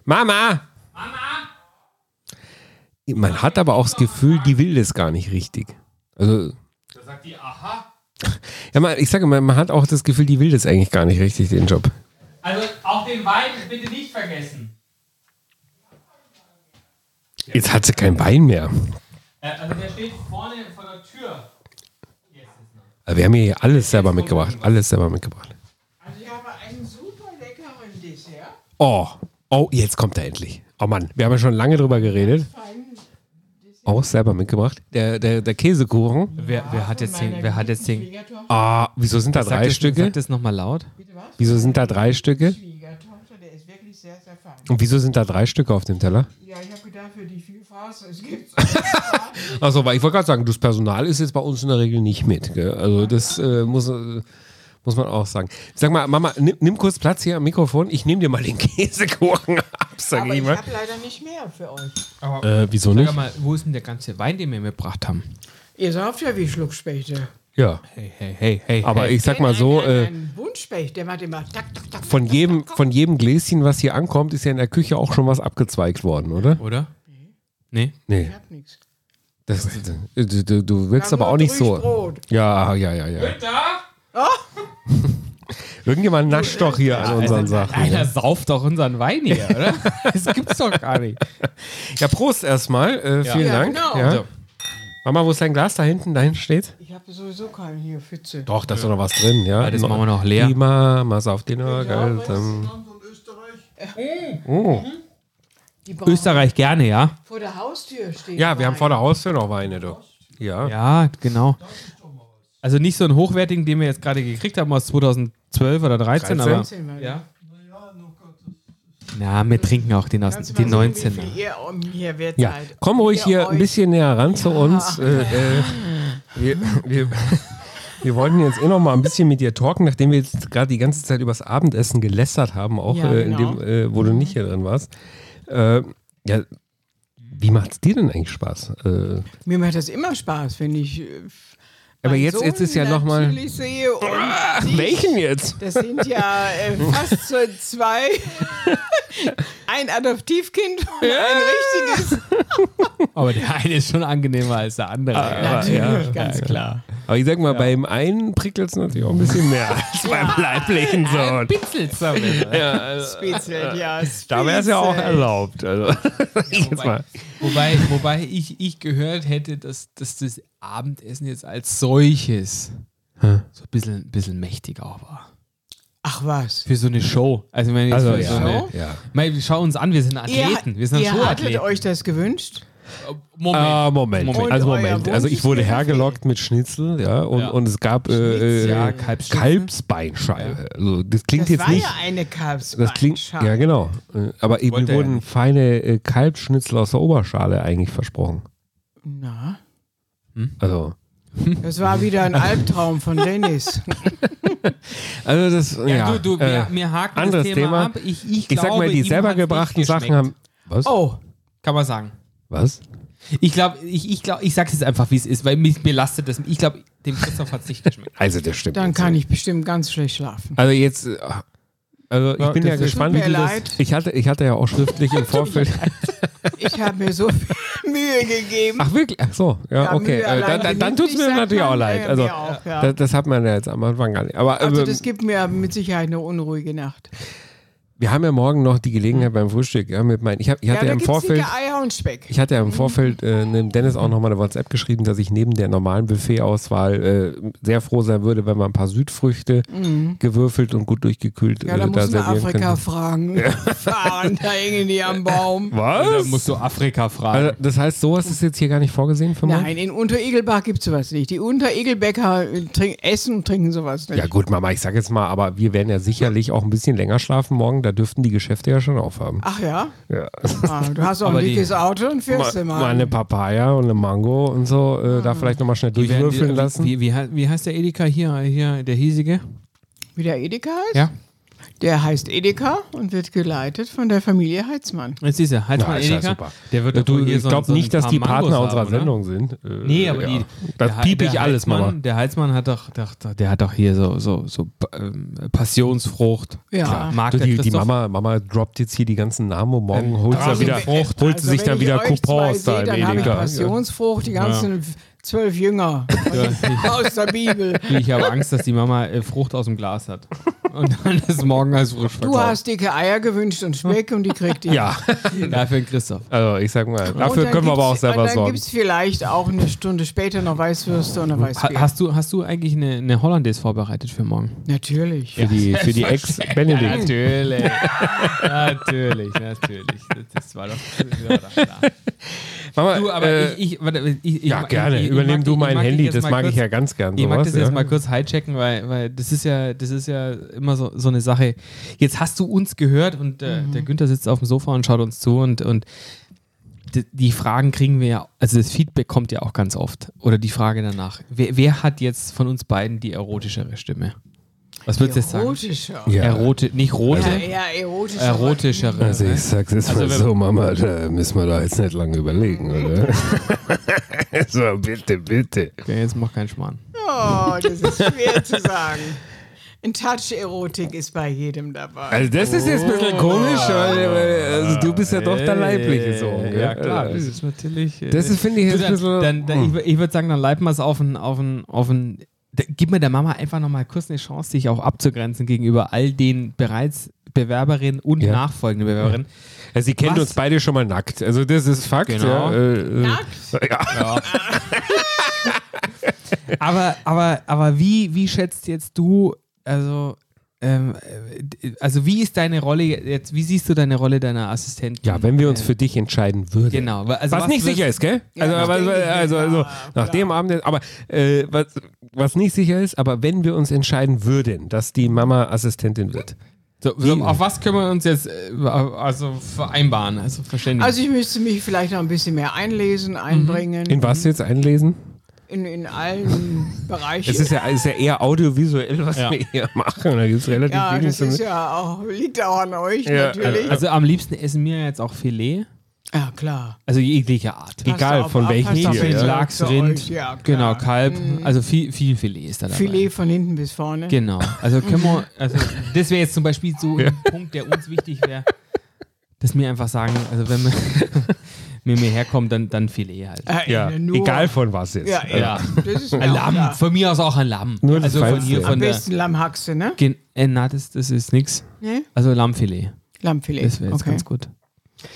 [SPEAKER 2] Mama! Mama! Man hat aber auch das Gefühl, die will das gar nicht richtig. Also,
[SPEAKER 3] Da sagt die, aha.
[SPEAKER 2] ja, man, ich sage mal, man hat auch das Gefühl, die will das eigentlich gar nicht richtig, den Job.
[SPEAKER 3] Also auch den Wein bitte nicht vergessen.
[SPEAKER 2] Jetzt hat sie kein Bein mehr.
[SPEAKER 3] also der steht vorne vor der Tür.
[SPEAKER 2] Aber Also Wir haben hier alles selber mitgebracht. Alles selber mitgebracht.
[SPEAKER 4] Also ich habe einen super leckeren Dessert.
[SPEAKER 2] Oh, oh, jetzt kommt er endlich. Oh Mann, wir haben ja schon lange drüber geredet.
[SPEAKER 4] Feinen
[SPEAKER 2] Auch selber mitgebracht. Der, der, der Käsekuchen.
[SPEAKER 3] Wer, wer hat jetzt den, wer hat jetzt den,
[SPEAKER 4] Schwiegertochter,
[SPEAKER 2] Ah, wieso sind da drei
[SPEAKER 3] das,
[SPEAKER 2] Stücke?
[SPEAKER 3] Sag das nochmal laut.
[SPEAKER 2] Wieso sind da drei Stücke?
[SPEAKER 4] Schwiegertochter, der ist wirklich sehr, sehr fein.
[SPEAKER 2] Und wieso sind da drei Stücke auf dem Teller?
[SPEAKER 4] Ja, ich habe gedacht, für die Vielfraß, es gibt
[SPEAKER 2] Achso, Also, weil ich wollte gerade sagen, das Personal ist jetzt bei uns in der Regel nicht mit. Gell? Also das äh, muss, äh, muss man auch sagen. Sag mal, Mama, nimm, nimm kurz Platz hier am Mikrofon. Ich nehme dir mal den Käsekuchen ab, sag
[SPEAKER 4] Aber
[SPEAKER 2] ich
[SPEAKER 4] ich
[SPEAKER 2] mal.
[SPEAKER 4] habe leider nicht mehr für euch.
[SPEAKER 2] Äh, wieso
[SPEAKER 3] Sag
[SPEAKER 2] nicht?
[SPEAKER 3] mal, wo ist denn der ganze Wein, den wir mitgebracht haben?
[SPEAKER 4] Ihr sauft ja wie Schluckspechte.
[SPEAKER 2] Ja,
[SPEAKER 3] Hey, hey, hey, hey.
[SPEAKER 2] aber ich sag mal so...
[SPEAKER 4] Ein, ein,
[SPEAKER 2] Äh,
[SPEAKER 4] ein Buntspecht, der macht immer tak, tak, tak.
[SPEAKER 2] von jedem, von jedem Gläschen, was hier ankommt, ist ja in der Küche auch schon was abgezweigt worden, oder?
[SPEAKER 3] Oder? Nee.
[SPEAKER 2] Nee.
[SPEAKER 4] Ich hab nichts.
[SPEAKER 2] Das, du, du, du wirkst
[SPEAKER 4] Wir haben
[SPEAKER 2] aber auch
[SPEAKER 4] nur
[SPEAKER 2] nicht so.
[SPEAKER 4] drüben Brot.
[SPEAKER 2] Ja, ja, ja, ja. Irgendjemand nascht doch hier an unseren Sachen.
[SPEAKER 3] Einer sauft doch unseren Wein hier, oder? das gibt's doch gar nicht.
[SPEAKER 2] Ja, Prost erstmal. Äh,
[SPEAKER 3] Ja.
[SPEAKER 2] Vielen
[SPEAKER 4] Ja,
[SPEAKER 2] Dank.
[SPEAKER 4] genau.
[SPEAKER 2] Ja.
[SPEAKER 3] So.
[SPEAKER 2] Mama, wo ist dein Glas da hinten? Da hinten steht?
[SPEAKER 4] Ich habe sowieso keinen hier, Pfütze.
[SPEAKER 2] Doch, da ist doch noch was drin, ja.
[SPEAKER 3] das machen wir noch leer.
[SPEAKER 2] Die Mama sauft den Geld.
[SPEAKER 4] Die brauchen
[SPEAKER 3] Österreich gerne, ja?
[SPEAKER 4] vor der Haustür stehen.
[SPEAKER 2] Ja, wir haben
[SPEAKER 4] Wein.
[SPEAKER 2] vor der Haustür noch Weine, du. Ja.
[SPEAKER 3] Ja, genau. Also nicht so einen hochwertigen, den wir jetzt gerade gekriegt haben aus 2012 oder 13,
[SPEAKER 4] 19
[SPEAKER 3] aber.
[SPEAKER 4] mal.
[SPEAKER 3] Ja. Na, wir trinken auch den aus
[SPEAKER 4] Kannst du
[SPEAKER 3] den
[SPEAKER 4] mal sehen,
[SPEAKER 3] 19
[SPEAKER 4] Wie viel ihr um hier wird
[SPEAKER 2] Ja,
[SPEAKER 4] seid.
[SPEAKER 2] komm ruhig
[SPEAKER 4] Ihr
[SPEAKER 2] hier ein
[SPEAKER 4] euch.
[SPEAKER 2] bisschen näher ran zu uns. Äh, äh, wir, wir, wir wollten jetzt eh noch mal ein bisschen mit dir talken, nachdem wir jetzt gerade die ganze Zeit übers Abendessen gelästert haben, auch
[SPEAKER 4] Ja,
[SPEAKER 2] äh, in
[SPEAKER 4] genau.
[SPEAKER 2] dem, äh, wo du nicht hier drin warst. Äh, ja, wie macht's dir denn eigentlich Spaß? Äh,
[SPEAKER 4] Mir macht das immer Spaß, wenn ich. äh,
[SPEAKER 2] aber
[SPEAKER 4] meinen
[SPEAKER 2] jetzt, jetzt
[SPEAKER 4] Sohn
[SPEAKER 2] ist ja noch mal
[SPEAKER 4] natürlich Sehe und dich.
[SPEAKER 2] welchen jetzt?
[SPEAKER 4] Das sind ja äh, fast so zwei. Ein Adoptivkind und ein richtiges.
[SPEAKER 3] Aber der eine ist schon angenehmer als der andere.
[SPEAKER 4] Natürlich, ganz
[SPEAKER 3] klar.
[SPEAKER 2] Aber ich sag mal, beim einen prickelt's natürlich auch ein bisschen mehr als beim leiblichen Sohn.
[SPEAKER 3] Pinsel zusammen.
[SPEAKER 4] Spitzel, ja.
[SPEAKER 2] Da wäre es ja auch
[SPEAKER 4] Spitzel.
[SPEAKER 2] erlaubt.
[SPEAKER 4] Oh
[SPEAKER 2] Also, ich jetzt mal.
[SPEAKER 3] Wobei, wobei, wobei ich, ich gehört hätte, dass, dass das Abendessen jetzt als solches so ein bisschen, ein bisschen mächtig auch war.
[SPEAKER 4] Ach was.
[SPEAKER 3] Für so eine Show. Also, wenn jetzt
[SPEAKER 2] Also,
[SPEAKER 3] für so
[SPEAKER 2] ja,
[SPEAKER 3] eine,
[SPEAKER 2] ja.
[SPEAKER 3] Mal, wir schauen uns an, wir sind Athleten. wir sind
[SPEAKER 4] ihr hattet
[SPEAKER 3] Show-Athleten.
[SPEAKER 4] euch das gewünscht?
[SPEAKER 3] Moment.
[SPEAKER 2] Ah, Moment.
[SPEAKER 3] Moment.
[SPEAKER 2] Also
[SPEAKER 4] Und euer
[SPEAKER 2] Moment.
[SPEAKER 4] Wunsch
[SPEAKER 2] Also ich
[SPEAKER 4] Oh ist
[SPEAKER 2] wurde
[SPEAKER 4] Schnitzel.
[SPEAKER 2] hergelockt mit Schnitzel, ja, und,
[SPEAKER 3] Ja.
[SPEAKER 2] und es gab äh,
[SPEAKER 3] Schnitzel,
[SPEAKER 2] äh,
[SPEAKER 3] ja, Kalbsschnitzel.
[SPEAKER 2] Kalbsbeinscheibe. Also das klingt
[SPEAKER 4] Das
[SPEAKER 2] jetzt
[SPEAKER 4] war
[SPEAKER 2] nicht.
[SPEAKER 4] ja eine Kalbsbeinschale.
[SPEAKER 2] das klingt ja genau. Äh, Aber eben
[SPEAKER 3] Wollte er ja
[SPEAKER 2] wurden feine äh, Kalbsschnitzel aus der Oberschale eigentlich versprochen.
[SPEAKER 4] Na,
[SPEAKER 2] Also,
[SPEAKER 4] das war wieder ein Albtraum von Dennis.
[SPEAKER 2] also das. Ja,
[SPEAKER 3] ja, du, du, wir,
[SPEAKER 2] äh,
[SPEAKER 3] wir haken
[SPEAKER 2] anderes
[SPEAKER 3] das Thema,
[SPEAKER 2] Thema.
[SPEAKER 3] ab. Ich, ich,
[SPEAKER 2] ich
[SPEAKER 3] glaube,
[SPEAKER 2] sag mal, die
[SPEAKER 3] ihm
[SPEAKER 2] selber
[SPEAKER 3] hat's nicht
[SPEAKER 2] gebrachten Sachen
[SPEAKER 3] geschmeckt.
[SPEAKER 2] haben. Was?
[SPEAKER 4] Oh,
[SPEAKER 3] Kann man sagen.
[SPEAKER 2] Was?
[SPEAKER 3] Ich glaube, ich, ich, glaub, ich sag's jetzt einfach, wie es ist, weil mich belastet das. Ich glaube, dem Christoph hat's nicht geschmeckt.
[SPEAKER 2] Also das stimmt.
[SPEAKER 4] dann
[SPEAKER 2] jetzt
[SPEAKER 4] kann
[SPEAKER 2] nicht.
[SPEAKER 4] ich bestimmt ganz schlecht schlafen.
[SPEAKER 2] Also jetzt. äh, Also ich
[SPEAKER 3] Ja,
[SPEAKER 2] bin
[SPEAKER 3] das
[SPEAKER 2] ja
[SPEAKER 3] ist-
[SPEAKER 2] gespannt,
[SPEAKER 4] Tut mir
[SPEAKER 2] wie das.
[SPEAKER 4] leid.
[SPEAKER 2] Ich hatte, ich hatte ja auch schriftlich im Vorfeld.
[SPEAKER 4] Ich habe mir so viel Mühe gegeben.
[SPEAKER 2] Ach wirklich? Ach so, ja,
[SPEAKER 4] Ja,
[SPEAKER 2] okay. Äh,
[SPEAKER 4] Mühe
[SPEAKER 2] dann
[SPEAKER 4] allein
[SPEAKER 2] dann, dann
[SPEAKER 4] genügt
[SPEAKER 2] tut es
[SPEAKER 4] nicht,
[SPEAKER 2] mir
[SPEAKER 4] sagt
[SPEAKER 2] natürlich
[SPEAKER 4] man.
[SPEAKER 2] auch
[SPEAKER 4] Ja,
[SPEAKER 2] leid. Also,
[SPEAKER 4] mir auch, ja.
[SPEAKER 2] das, das hat man ja jetzt am Anfang gar nicht. Aber
[SPEAKER 4] Also
[SPEAKER 2] ähm,
[SPEAKER 4] das gibt mir mit Sicherheit eine unruhige Nacht.
[SPEAKER 2] Wir haben ja morgen noch die Gelegenheit beim Frühstück. Ja, mit mein, ich, hab, ich
[SPEAKER 4] Ja,
[SPEAKER 2] hatte
[SPEAKER 4] da
[SPEAKER 2] ja im
[SPEAKER 4] gibt es
[SPEAKER 2] Vorfeld.
[SPEAKER 4] dicke Eier und Speck.
[SPEAKER 2] Ich hatte ja im Vorfeld äh, dem Dennis auch nochmal eine WhatsApp geschrieben, dass ich neben der normalen Buffet-Auswahl äh, sehr froh sein würde, wenn man ein paar Südfrüchte gewürfelt und gut durchgekühlt
[SPEAKER 4] Mhm. Ja, da
[SPEAKER 2] äh, da
[SPEAKER 4] muss man
[SPEAKER 2] servieren
[SPEAKER 4] Afrika
[SPEAKER 2] könnte.
[SPEAKER 4] fragen. Fahren, da hängen die am Baum.
[SPEAKER 3] Da
[SPEAKER 2] Was?
[SPEAKER 3] musst du Afrika fragen.
[SPEAKER 2] Also, das heißt, sowas ist jetzt hier gar nicht vorgesehen für morgen?
[SPEAKER 4] Nein, in Unterigelbach gibt es sowas nicht. Die Unterigelbäcker äh, trink, essen und trinken sowas nicht.
[SPEAKER 2] Ja gut, Mama, ich sag jetzt mal, aber wir werden ja sicherlich auch ein bisschen länger schlafen morgen. Da dürften die Geschäfte ja schon aufhaben.
[SPEAKER 4] Ach ja?
[SPEAKER 2] Ja.
[SPEAKER 4] Ah, du hast auch
[SPEAKER 3] Aber
[SPEAKER 4] ein
[SPEAKER 3] die-
[SPEAKER 4] dickes Auto und
[SPEAKER 2] Mal,
[SPEAKER 4] fährst immer.
[SPEAKER 2] mal eine Papaya und eine Mango und so. Äh, Da vielleicht nochmal schnell
[SPEAKER 3] Die werden die-
[SPEAKER 2] durchwürfeln lassen.
[SPEAKER 3] Wie, wie, wie, wie heißt der Edeka hier, hier der hiesige?
[SPEAKER 4] Wie der Edeka heißt?
[SPEAKER 3] Ja.
[SPEAKER 4] Der heißt Edeka und wird geleitet von der Familie Heitzmann.
[SPEAKER 3] Jetzt ist er. Halt
[SPEAKER 2] Na,
[SPEAKER 3] mal
[SPEAKER 2] ist ja
[SPEAKER 3] Edeka.
[SPEAKER 2] super.
[SPEAKER 3] Der wird doch
[SPEAKER 2] du,
[SPEAKER 3] wohl hier
[SPEAKER 2] ich
[SPEAKER 3] so
[SPEAKER 2] glaube
[SPEAKER 3] so
[SPEAKER 2] nicht, dass
[SPEAKER 3] paar
[SPEAKER 2] die Partner
[SPEAKER 3] Mangos
[SPEAKER 2] unserer
[SPEAKER 3] haben, oder?
[SPEAKER 2] Sendung sind. Äh,
[SPEAKER 3] Nee, aber
[SPEAKER 2] ja.
[SPEAKER 3] die.
[SPEAKER 2] Das
[SPEAKER 3] der-
[SPEAKER 2] piep
[SPEAKER 3] der
[SPEAKER 2] ich alles,
[SPEAKER 3] Heizmann,
[SPEAKER 2] Mama.
[SPEAKER 3] Der Heizmann hat doch, doch, doch, der hat doch hier so, so, so ähm, Passionsfrucht.
[SPEAKER 4] Ja.
[SPEAKER 3] Klar, Mag
[SPEAKER 2] Du,
[SPEAKER 3] der
[SPEAKER 2] die, die
[SPEAKER 3] Christoph.
[SPEAKER 2] Mama, Mama droppt jetzt hier die ganzen Namen und morgen holt sie da
[SPEAKER 3] also
[SPEAKER 2] wieder,
[SPEAKER 3] wenn-
[SPEAKER 2] holt sie sich da wieder Coupons da im
[SPEAKER 4] Dann habe ich
[SPEAKER 2] Edeka. Ja.
[SPEAKER 4] Passionsfrucht, die ganzen f- zwölf Jünger aus der Bibel.
[SPEAKER 3] Ich habe Angst, dass die Mama äh, Frucht aus dem Glas hat. Und dann ist morgen als frisch
[SPEAKER 4] Du
[SPEAKER 3] verkauft.
[SPEAKER 4] hast dicke Eier gewünscht und Speck und die kriegt ihr.
[SPEAKER 2] ja,
[SPEAKER 3] Dafür ein Christoph.
[SPEAKER 2] also ich sag mal, dafür
[SPEAKER 4] Und dann
[SPEAKER 2] können wir aber auch
[SPEAKER 4] gibt's-
[SPEAKER 2] selber
[SPEAKER 4] Und dann
[SPEAKER 2] sorgen.
[SPEAKER 4] gibt es vielleicht auch eine Stunde später noch Weißwürste und eine
[SPEAKER 3] Ha,
[SPEAKER 4] Weißbier.
[SPEAKER 3] hast, du, hast du eigentlich eine, eine Hollandaise vorbereitet für morgen?
[SPEAKER 4] Natürlich.
[SPEAKER 2] Für die, für die Ex-Benedikt.
[SPEAKER 3] natürlich. natürlich, natürlich. Das war doch, klar.
[SPEAKER 2] Mama,
[SPEAKER 3] Du, aber
[SPEAKER 2] äh,
[SPEAKER 3] ich, ich, warte, ich, ich
[SPEAKER 2] ja,
[SPEAKER 3] ich-
[SPEAKER 2] gerne.
[SPEAKER 3] ich- ich
[SPEAKER 2] Übernimm
[SPEAKER 3] mag-
[SPEAKER 2] du
[SPEAKER 3] ich
[SPEAKER 2] mein
[SPEAKER 3] mag dich
[SPEAKER 2] Handy,
[SPEAKER 3] jetzt
[SPEAKER 2] das
[SPEAKER 3] mal
[SPEAKER 2] mag
[SPEAKER 3] kurz-
[SPEAKER 2] ich ja ganz gern.
[SPEAKER 3] Ich mag
[SPEAKER 2] Sowas,
[SPEAKER 3] das jetzt
[SPEAKER 2] ja.
[SPEAKER 3] mal kurz highchecken, weil, weil das ist ja, das ist ja immer so, so eine Sache. Jetzt hast du uns gehört und äh,
[SPEAKER 2] Mhm.
[SPEAKER 3] der Günther sitzt auf dem Sofa und schaut uns zu und, und die, die Fragen kriegen wir ja, also das Feedback kommt ja auch ganz oft. Oder die Frage danach. Wer, wer hat jetzt von uns beiden die erotischere Stimme? Was würdest du jetzt sagen?
[SPEAKER 4] Erotischer.
[SPEAKER 2] Ja.
[SPEAKER 3] Erote, nicht rote,
[SPEAKER 4] Ja, eher erotischer.
[SPEAKER 3] erotischere.
[SPEAKER 2] Also ich sag's jetzt
[SPEAKER 3] Also
[SPEAKER 2] mal
[SPEAKER 3] wenn-
[SPEAKER 2] so, Mama, da müssen wir da jetzt nicht lange überlegen, oder? so, bitte, bitte.
[SPEAKER 3] okay, jetzt mach keinen Schmarrn.
[SPEAKER 4] Oh, das ist schwer zu sagen. Ein Touch-Erotik ist bei jedem dabei.
[SPEAKER 2] Also das ist jetzt ein bisschen
[SPEAKER 3] Oh,
[SPEAKER 2] komisch, weil, weil also du bist ja doch der Leibliche so. gell?
[SPEAKER 3] Ja, klar, das
[SPEAKER 2] Also,
[SPEAKER 3] ist natürlich. äh,
[SPEAKER 2] Das ist, finde ich,
[SPEAKER 3] Du,
[SPEAKER 2] jetzt ein
[SPEAKER 3] dann,
[SPEAKER 2] bisschen...
[SPEAKER 3] dann, dann, ich wür- ich würde sagen, dann leiten wir es auf ein, auf ein, auf ein da, gib mir der Mama einfach nochmal kurz eine Chance, sich auch abzugrenzen gegenüber all den bereits Bewerberinnen und
[SPEAKER 2] Ja.
[SPEAKER 3] nachfolgenden Bewerberinnen.
[SPEAKER 2] also sie kennt
[SPEAKER 3] was?
[SPEAKER 2] uns beide schon mal nackt. Also das ist Fakt.
[SPEAKER 3] Genau.
[SPEAKER 2] Ja, äh, äh,
[SPEAKER 4] Nackt?
[SPEAKER 2] Ja.
[SPEAKER 3] Aber, aber, aber wie, wie schätzt jetzt du, also, ähm, äh, d- also wie ist deine Rolle jetzt, wie siehst du deine Rolle deiner Assistentin?
[SPEAKER 2] ja, wenn wir uns für dich entscheiden würden.
[SPEAKER 3] Genau. wa- Also
[SPEAKER 2] Was, nicht
[SPEAKER 3] wirst-
[SPEAKER 2] sicher ist, gell? also,
[SPEAKER 4] das
[SPEAKER 2] aber,
[SPEAKER 4] denke ich mir,
[SPEAKER 2] also, also
[SPEAKER 4] ja,
[SPEAKER 2] nach dem Abend, jetzt- aber äh, was, was nicht sicher ist, aber wenn wir uns entscheiden würden, dass die Mama Assistentin wird.
[SPEAKER 3] So, so, auf was können wir uns jetzt äh, also vereinbaren, also verständigen?
[SPEAKER 4] Also ich müsste mich vielleicht noch ein bisschen mehr einlesen, einbringen.
[SPEAKER 2] In was jetzt einlesen?
[SPEAKER 4] In, in allen Bereichen.
[SPEAKER 2] Es ist ja, ist ja eher audiovisuell, was wir hier machen. Da gibt es relativ
[SPEAKER 4] ja,
[SPEAKER 2] wenig
[SPEAKER 4] das
[SPEAKER 2] zu
[SPEAKER 4] ist ja auch, liegt auch an euch
[SPEAKER 2] Ja,
[SPEAKER 4] natürlich.
[SPEAKER 3] also am liebsten essen wir jetzt auch Filet.
[SPEAKER 4] ja, klar.
[SPEAKER 3] Also jeglicher Art.
[SPEAKER 2] Egal,
[SPEAKER 4] Passt auf,
[SPEAKER 3] ah,
[SPEAKER 2] von welchem
[SPEAKER 4] passt auf
[SPEAKER 2] Tier,
[SPEAKER 4] euch
[SPEAKER 2] ja.
[SPEAKER 4] auf,
[SPEAKER 3] Lachs,
[SPEAKER 4] zu
[SPEAKER 3] Rind,
[SPEAKER 4] euch, ja, klar.
[SPEAKER 3] genau, Kalb. Also viel, viel Filet ist da dabei.
[SPEAKER 4] Filet von hinten bis vorne.
[SPEAKER 3] Genau. Also können wir, also das wäre jetzt zum Beispiel so ein Punkt, der uns wichtig wäre, dass wir einfach sagen, also wenn wir mir mir herkommt, dann, dann Filet halt.
[SPEAKER 4] Äh,
[SPEAKER 2] Ja,
[SPEAKER 4] nur-
[SPEAKER 2] egal von was jetzt.
[SPEAKER 4] Ja, ja. Das ist mir
[SPEAKER 3] Ein
[SPEAKER 4] auch
[SPEAKER 3] Lamm,
[SPEAKER 4] klar.
[SPEAKER 3] von mir aus auch ein Lamm.
[SPEAKER 2] Nur das
[SPEAKER 3] also von
[SPEAKER 2] Feinste.
[SPEAKER 3] hier,
[SPEAKER 4] Am
[SPEAKER 3] von der.
[SPEAKER 4] besten Lammhaxe, ne?
[SPEAKER 3] Gen, äh, na, das, das ist nix.
[SPEAKER 4] Nee?
[SPEAKER 3] Also Lammfilet.
[SPEAKER 4] Lammfilet.
[SPEAKER 3] Das wäre jetzt
[SPEAKER 4] okay.
[SPEAKER 3] ganz gut.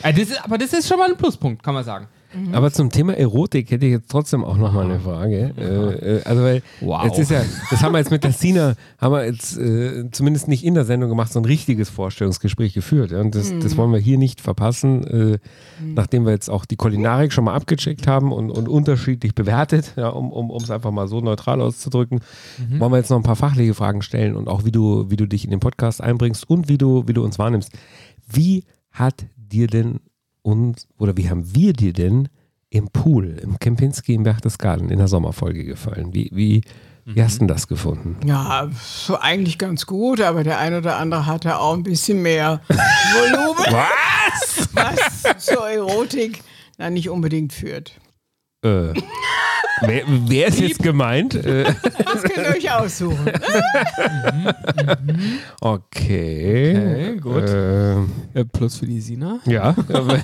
[SPEAKER 3] Äh, das ist, aber das ist schon mal ein Pluspunkt, kann man sagen.
[SPEAKER 2] Aber zum Thema Erotik hätte ich jetzt trotzdem auch nochmal eine Frage. Äh, äh, also weil
[SPEAKER 3] Wow.
[SPEAKER 2] jetzt ist ja, das haben wir jetzt mit der Sina, haben wir jetzt äh, zumindest nicht in der Sendung gemacht, so ein richtiges Vorstellungsgespräch geführt. Ja? Und das, das wollen wir hier nicht verpassen, äh, nachdem wir jetzt auch die Kulinarik schon mal abgecheckt haben und, und unterschiedlich bewertet, ja, um um es einfach mal so neutral auszudrücken, wollen wir jetzt noch ein paar fachliche Fragen stellen und auch wie du, wie du dich in den Podcast einbringst und wie du, wie du uns wahrnimmst. Wie hat dir denn uns oder wie haben wir dir denn im Pool, im Kempinski in Berchtesgaden in der Sommerfolge gefallen? Wie, wie, wie
[SPEAKER 3] Mhm.
[SPEAKER 2] hast du denn das gefunden?
[SPEAKER 4] Ja, so eigentlich ganz gut, aber der ein oder andere hatte auch ein bisschen mehr Volumen. Was? Was zur Erotik dann nicht unbedingt führt.
[SPEAKER 2] Äh, wer, wer ist jetzt gemeint? Äh,
[SPEAKER 4] Das könnt ihr euch aussuchen.
[SPEAKER 2] okay.
[SPEAKER 3] Okay, gut.
[SPEAKER 2] Äh,
[SPEAKER 3] Äh, plus für die Sina.
[SPEAKER 2] ja, aber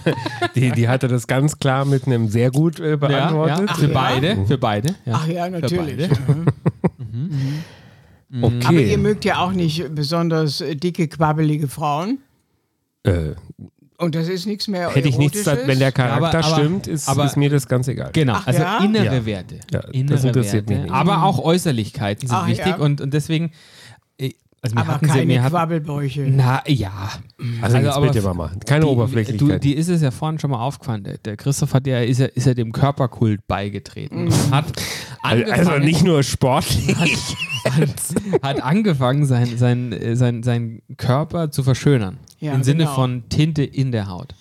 [SPEAKER 2] die, die hatte das ganz klar mit einem sehr gut äh, beantwortet.
[SPEAKER 3] für beide. Für beide. Ja.
[SPEAKER 4] Ach ja, natürlich.
[SPEAKER 3] beide.
[SPEAKER 4] Mhm.
[SPEAKER 2] Okay.
[SPEAKER 3] mhm.
[SPEAKER 4] Aber ihr mögt ja auch nicht besonders äh, dicke, quabbelige Frauen.
[SPEAKER 2] äh,
[SPEAKER 4] Und das ist nichts mehr.
[SPEAKER 2] hätte ich nichts,
[SPEAKER 4] Erotisches.
[SPEAKER 2] wenn der Charakter
[SPEAKER 3] aber-
[SPEAKER 2] stimmt, ist,
[SPEAKER 3] aber-
[SPEAKER 2] ist mir das ganz egal.
[SPEAKER 3] Genau,
[SPEAKER 4] Ach
[SPEAKER 3] also
[SPEAKER 4] ja?
[SPEAKER 3] innere
[SPEAKER 2] Ja.
[SPEAKER 3] Werte.
[SPEAKER 2] Ja, das
[SPEAKER 3] innere
[SPEAKER 2] interessiert mich
[SPEAKER 3] Werte.
[SPEAKER 2] nicht.
[SPEAKER 3] Aber auch Äußerlichkeiten sind
[SPEAKER 4] Ach
[SPEAKER 3] wichtig
[SPEAKER 4] ja.
[SPEAKER 3] und, und deswegen. äh, Also wir
[SPEAKER 4] Aber
[SPEAKER 3] hatten sie,
[SPEAKER 4] keine
[SPEAKER 3] wir hatten,
[SPEAKER 4] Quabbelbäuche.
[SPEAKER 3] Na ja.
[SPEAKER 2] Also,
[SPEAKER 3] Also,
[SPEAKER 2] jetzt
[SPEAKER 3] aber
[SPEAKER 2] bitte,
[SPEAKER 3] f-
[SPEAKER 2] Mama. Keine
[SPEAKER 3] Du,
[SPEAKER 2] Oberflächlichkeit.
[SPEAKER 3] die ist es ja vorhin schon mal aufgefallen. Der- Der Christoph hat ja, ist ja, ist ja dem Körperkult
[SPEAKER 4] Mhm.
[SPEAKER 3] beigetreten. und Hat
[SPEAKER 2] also, also
[SPEAKER 3] angefangen-
[SPEAKER 2] nicht nur sportlich.
[SPEAKER 3] hat, hat angefangen, seinen sein, äh, sein, sein Körper zu verschönern.
[SPEAKER 4] Ja,
[SPEAKER 3] Im Sinne
[SPEAKER 4] genau.
[SPEAKER 3] von Tinte in der Haut.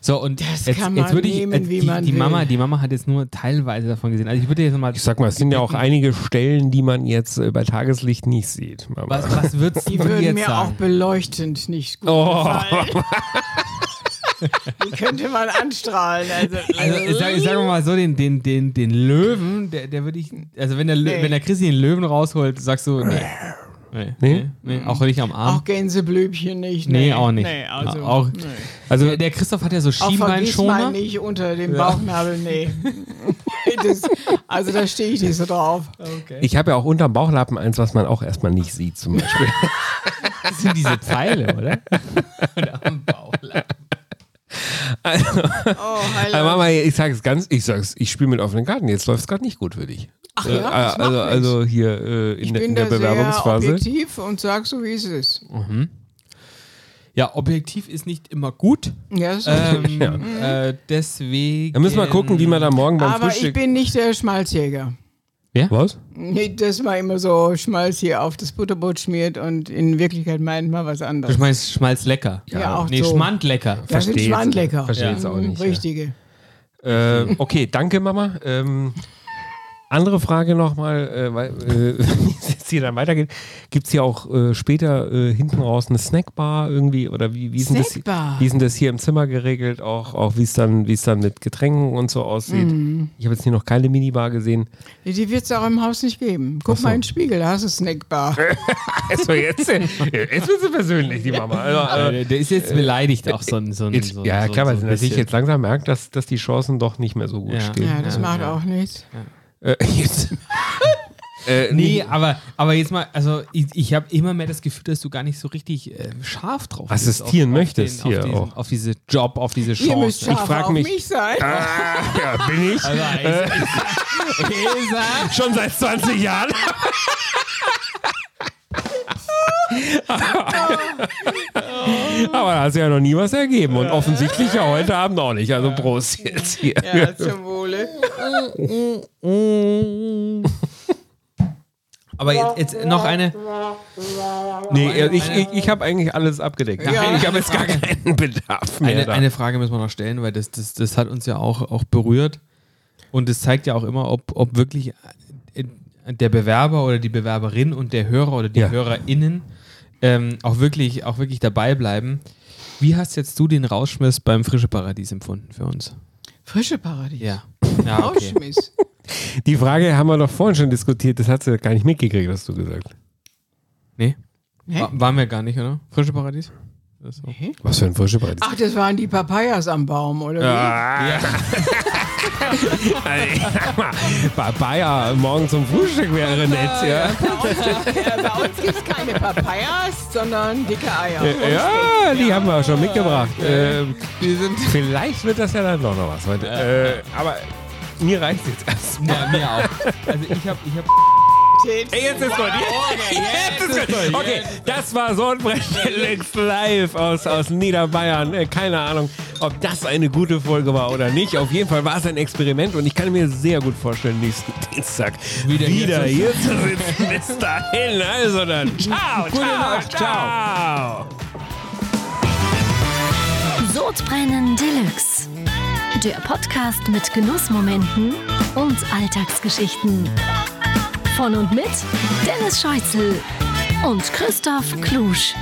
[SPEAKER 3] So, und
[SPEAKER 4] Das
[SPEAKER 3] jetzt,
[SPEAKER 4] kann
[SPEAKER 3] jetzt
[SPEAKER 4] man
[SPEAKER 3] würde ich,
[SPEAKER 4] nehmen,
[SPEAKER 3] äh,
[SPEAKER 4] wie
[SPEAKER 3] die,
[SPEAKER 4] man
[SPEAKER 3] die
[SPEAKER 4] will.
[SPEAKER 3] Mama, die Mama hat jetzt nur teilweise davon gesehen. Also ich würde jetzt mal,
[SPEAKER 2] Ich sag mal, es sind ja auch einige Stellen, die man jetzt äh, bei Tageslicht nicht sieht. Mama.
[SPEAKER 3] was, was würdest
[SPEAKER 4] Die
[SPEAKER 3] du
[SPEAKER 4] würden
[SPEAKER 3] jetzt
[SPEAKER 4] mir auch
[SPEAKER 3] sagen?
[SPEAKER 4] beleuchtend nicht gut
[SPEAKER 2] Oh.
[SPEAKER 4] gefallen. Die könnte man anstrahlen. Also,
[SPEAKER 3] Also ich sag, ich sag mal so, den, den, den, den Löwen, der, der würde ich, also wenn der, Lö-
[SPEAKER 4] Nee.
[SPEAKER 3] wenn der Christi den Löwen rausholt, sagst du, nee, nee, nee, nee, auch nicht am Arm.
[SPEAKER 4] auch Gänseblümchen nicht.
[SPEAKER 3] Nee, auch nicht.
[SPEAKER 4] Nee, also,
[SPEAKER 3] auch,
[SPEAKER 4] nee.
[SPEAKER 3] Also der- der Christoph hat ja so
[SPEAKER 4] Auch vergiss mal
[SPEAKER 3] Schienbeinschoner.
[SPEAKER 4] nicht unter dem Bauchnabel, nee. das, also da stehe ich nicht so drauf.
[SPEAKER 2] Ich habe ja auch unterm Bauchlappen eins, was man auch erstmal nicht sieht, zum Beispiel.
[SPEAKER 3] Das sind diese Pfeile, oder? oder am Bauchlappen.
[SPEAKER 4] Oh, hallo.
[SPEAKER 2] Also Mama, ich sag's ganz, ich sag's, ich spiele mit offenen Karten. Jetzt läuft's gerade nicht gut für dich. Ach
[SPEAKER 4] ja, das macht
[SPEAKER 2] also,
[SPEAKER 4] nichts.
[SPEAKER 2] also hier äh, in,
[SPEAKER 4] ich
[SPEAKER 2] der,
[SPEAKER 4] bin
[SPEAKER 2] in der
[SPEAKER 4] da sehr
[SPEAKER 2] Bewerbungsphase.
[SPEAKER 4] objektiv und sag so, wie es ist.
[SPEAKER 3] Ja, objektiv ist nicht immer gut.
[SPEAKER 4] Ja, so.
[SPEAKER 3] Ähm, äh, deswegen.
[SPEAKER 2] Da müssen wir gucken, wie man da morgen beim
[SPEAKER 4] Aber ich
[SPEAKER 2] Frühstück.
[SPEAKER 4] bin nicht der Schmalzjäger.
[SPEAKER 2] was?
[SPEAKER 4] Nee, dass man immer so Schmalz hier auf das Butterbrot schmiert und in Wirklichkeit meint man was
[SPEAKER 3] Du
[SPEAKER 4] anderes.
[SPEAKER 3] meinst Schmalz lecker.
[SPEAKER 4] Ja, auch
[SPEAKER 3] Nee,
[SPEAKER 4] so.
[SPEAKER 3] Schmand lecker.
[SPEAKER 4] Das sind
[SPEAKER 2] Versteh's.
[SPEAKER 4] Schwandlecker.
[SPEAKER 2] Versteh's
[SPEAKER 4] Mhm,
[SPEAKER 2] auch nicht, ja.
[SPEAKER 4] Richtige.
[SPEAKER 2] Äh, okay, danke, Mama. Ähm, andere Frage nochmal, äh, weil, äh, wie es jetzt hier dann weitergeht. Gibt es hier auch äh, später äh, hinten raus eine Snackbar irgendwie? Oder wie, wie, ist denn das,
[SPEAKER 4] Snackbar.
[SPEAKER 2] wie ist denn das hier im Zimmer geregelt? Auch, auch wie es dann, wie es dann mit Getränken und so aussieht?
[SPEAKER 4] Mhm.
[SPEAKER 2] Ich habe jetzt hier noch keine Minibar gesehen.
[SPEAKER 4] Die wird es auch im Haus nicht geben. Guck mal in den Spiegel, da hast du Snackbar.
[SPEAKER 2] Also jetzt, äh, jetzt wird sie persönlich, die Mama. Also, äh,
[SPEAKER 3] Äh, der ist jetzt beleidigt, auch so ein. So ein
[SPEAKER 2] jetzt,
[SPEAKER 3] so, ein-
[SPEAKER 2] ja,
[SPEAKER 3] so,
[SPEAKER 2] klar, weil
[SPEAKER 3] so
[SPEAKER 2] sie
[SPEAKER 3] ein
[SPEAKER 2] natürlich
[SPEAKER 3] bisschen.
[SPEAKER 2] jetzt langsam merkt, dass, dass die Chancen doch nicht mehr so gut
[SPEAKER 3] Ja.
[SPEAKER 2] stehen.
[SPEAKER 4] Ja, das macht auch nichts.
[SPEAKER 2] Äh, jetzt, äh,
[SPEAKER 3] Nee, aber, aber jetzt mal, also ich, ich habe immer mehr das Gefühl, dass du gar nicht so richtig äh, scharf drauf bist.
[SPEAKER 2] Assistieren möchtest
[SPEAKER 3] auf
[SPEAKER 2] hier
[SPEAKER 3] diesen,
[SPEAKER 2] auch.
[SPEAKER 3] Auf diese Job, auf diese
[SPEAKER 4] Ihr müsst
[SPEAKER 3] Chance.
[SPEAKER 4] scharf
[SPEAKER 2] frag
[SPEAKER 4] auf
[SPEAKER 2] mich- Ah.
[SPEAKER 4] mich, sein.
[SPEAKER 2] ja, bin ich. Äh,
[SPEAKER 3] Also, ich- ich- Elsa.
[SPEAKER 2] Schon seit 20 Jahren. Aber da hat sich ja noch nie was ergeben und offensichtlich ja heute Abend auch nicht. Also Prost jetzt hier.
[SPEAKER 4] Ja, zum Wohle.
[SPEAKER 3] Aber jetzt, jetzt noch eine.
[SPEAKER 2] Nee, ich, ich, ich habe eigentlich alles abgedeckt.
[SPEAKER 3] Ja.
[SPEAKER 2] Ich habe jetzt gar keinen Bedarf mehr.
[SPEAKER 3] Eine,
[SPEAKER 2] da.
[SPEAKER 3] eine Frage müssen wir noch stellen, weil das, das, das hat uns ja auch, auch berührt. Und es zeigt ja auch immer, ob, ob wirklich äh, der Bewerber oder die Bewerberin und der Hörer oder die
[SPEAKER 2] Ja.
[SPEAKER 3] HörerInnen ähm, auch, wirklich, auch wirklich dabei bleiben. Wie hast jetzt du den Rauschmiss beim Frische Paradies empfunden für uns?
[SPEAKER 4] Frische Paradies.
[SPEAKER 3] Ja. ja Ah, okay.
[SPEAKER 4] Ausschmiss.
[SPEAKER 2] Die Frage haben wir doch vorhin schon diskutiert. Das hat sie gar nicht mitgekriegt, hast du gesagt.
[SPEAKER 3] Nee.
[SPEAKER 4] Hä?
[SPEAKER 3] Wa- Waren wir gar nicht, oder? Frische Paradies? Das war-
[SPEAKER 2] Was für ein frische Brett.
[SPEAKER 4] Ach, das waren die Papayas am Baum, oder wie?
[SPEAKER 2] Bei Bayer morgen zum Frühstück wäre nett, Ah, ja.
[SPEAKER 4] Ja, bei uns gibt es keine Papayas, sondern dicke Eier.
[SPEAKER 2] Äh, Ja, die haben wir schon mitgebracht. Ähm, vielleicht wird das ja dann doch noch was heute. Äh, aber mir reicht jetzt erstmal.
[SPEAKER 3] Ja, mir auch. Also ich habe ich hab
[SPEAKER 2] Hey, jetzt ist gut. Oh, Jetzt ist gut. Okay, das war Sohnbrechtelix live aus, aus Niederbayern. Äh, Keine Ahnung, ob das eine gute Folge war oder nicht. Auf jeden Fall war es ein Experiment und ich kann mir sehr gut vorstellen, nächsten Dienstag wieder,
[SPEAKER 3] Wieder hier zu
[SPEAKER 2] hier zu sitzen. Bis dahin, also dann. Ciao,
[SPEAKER 3] Gute
[SPEAKER 2] ciao,
[SPEAKER 3] Nacht,
[SPEAKER 2] ciao.
[SPEAKER 1] Sodbrennen Deluxe. Der Podcast mit Genussmomenten und Alltagsgeschichten. Von und mit Dennis Scheuzel und Christoph Klusch.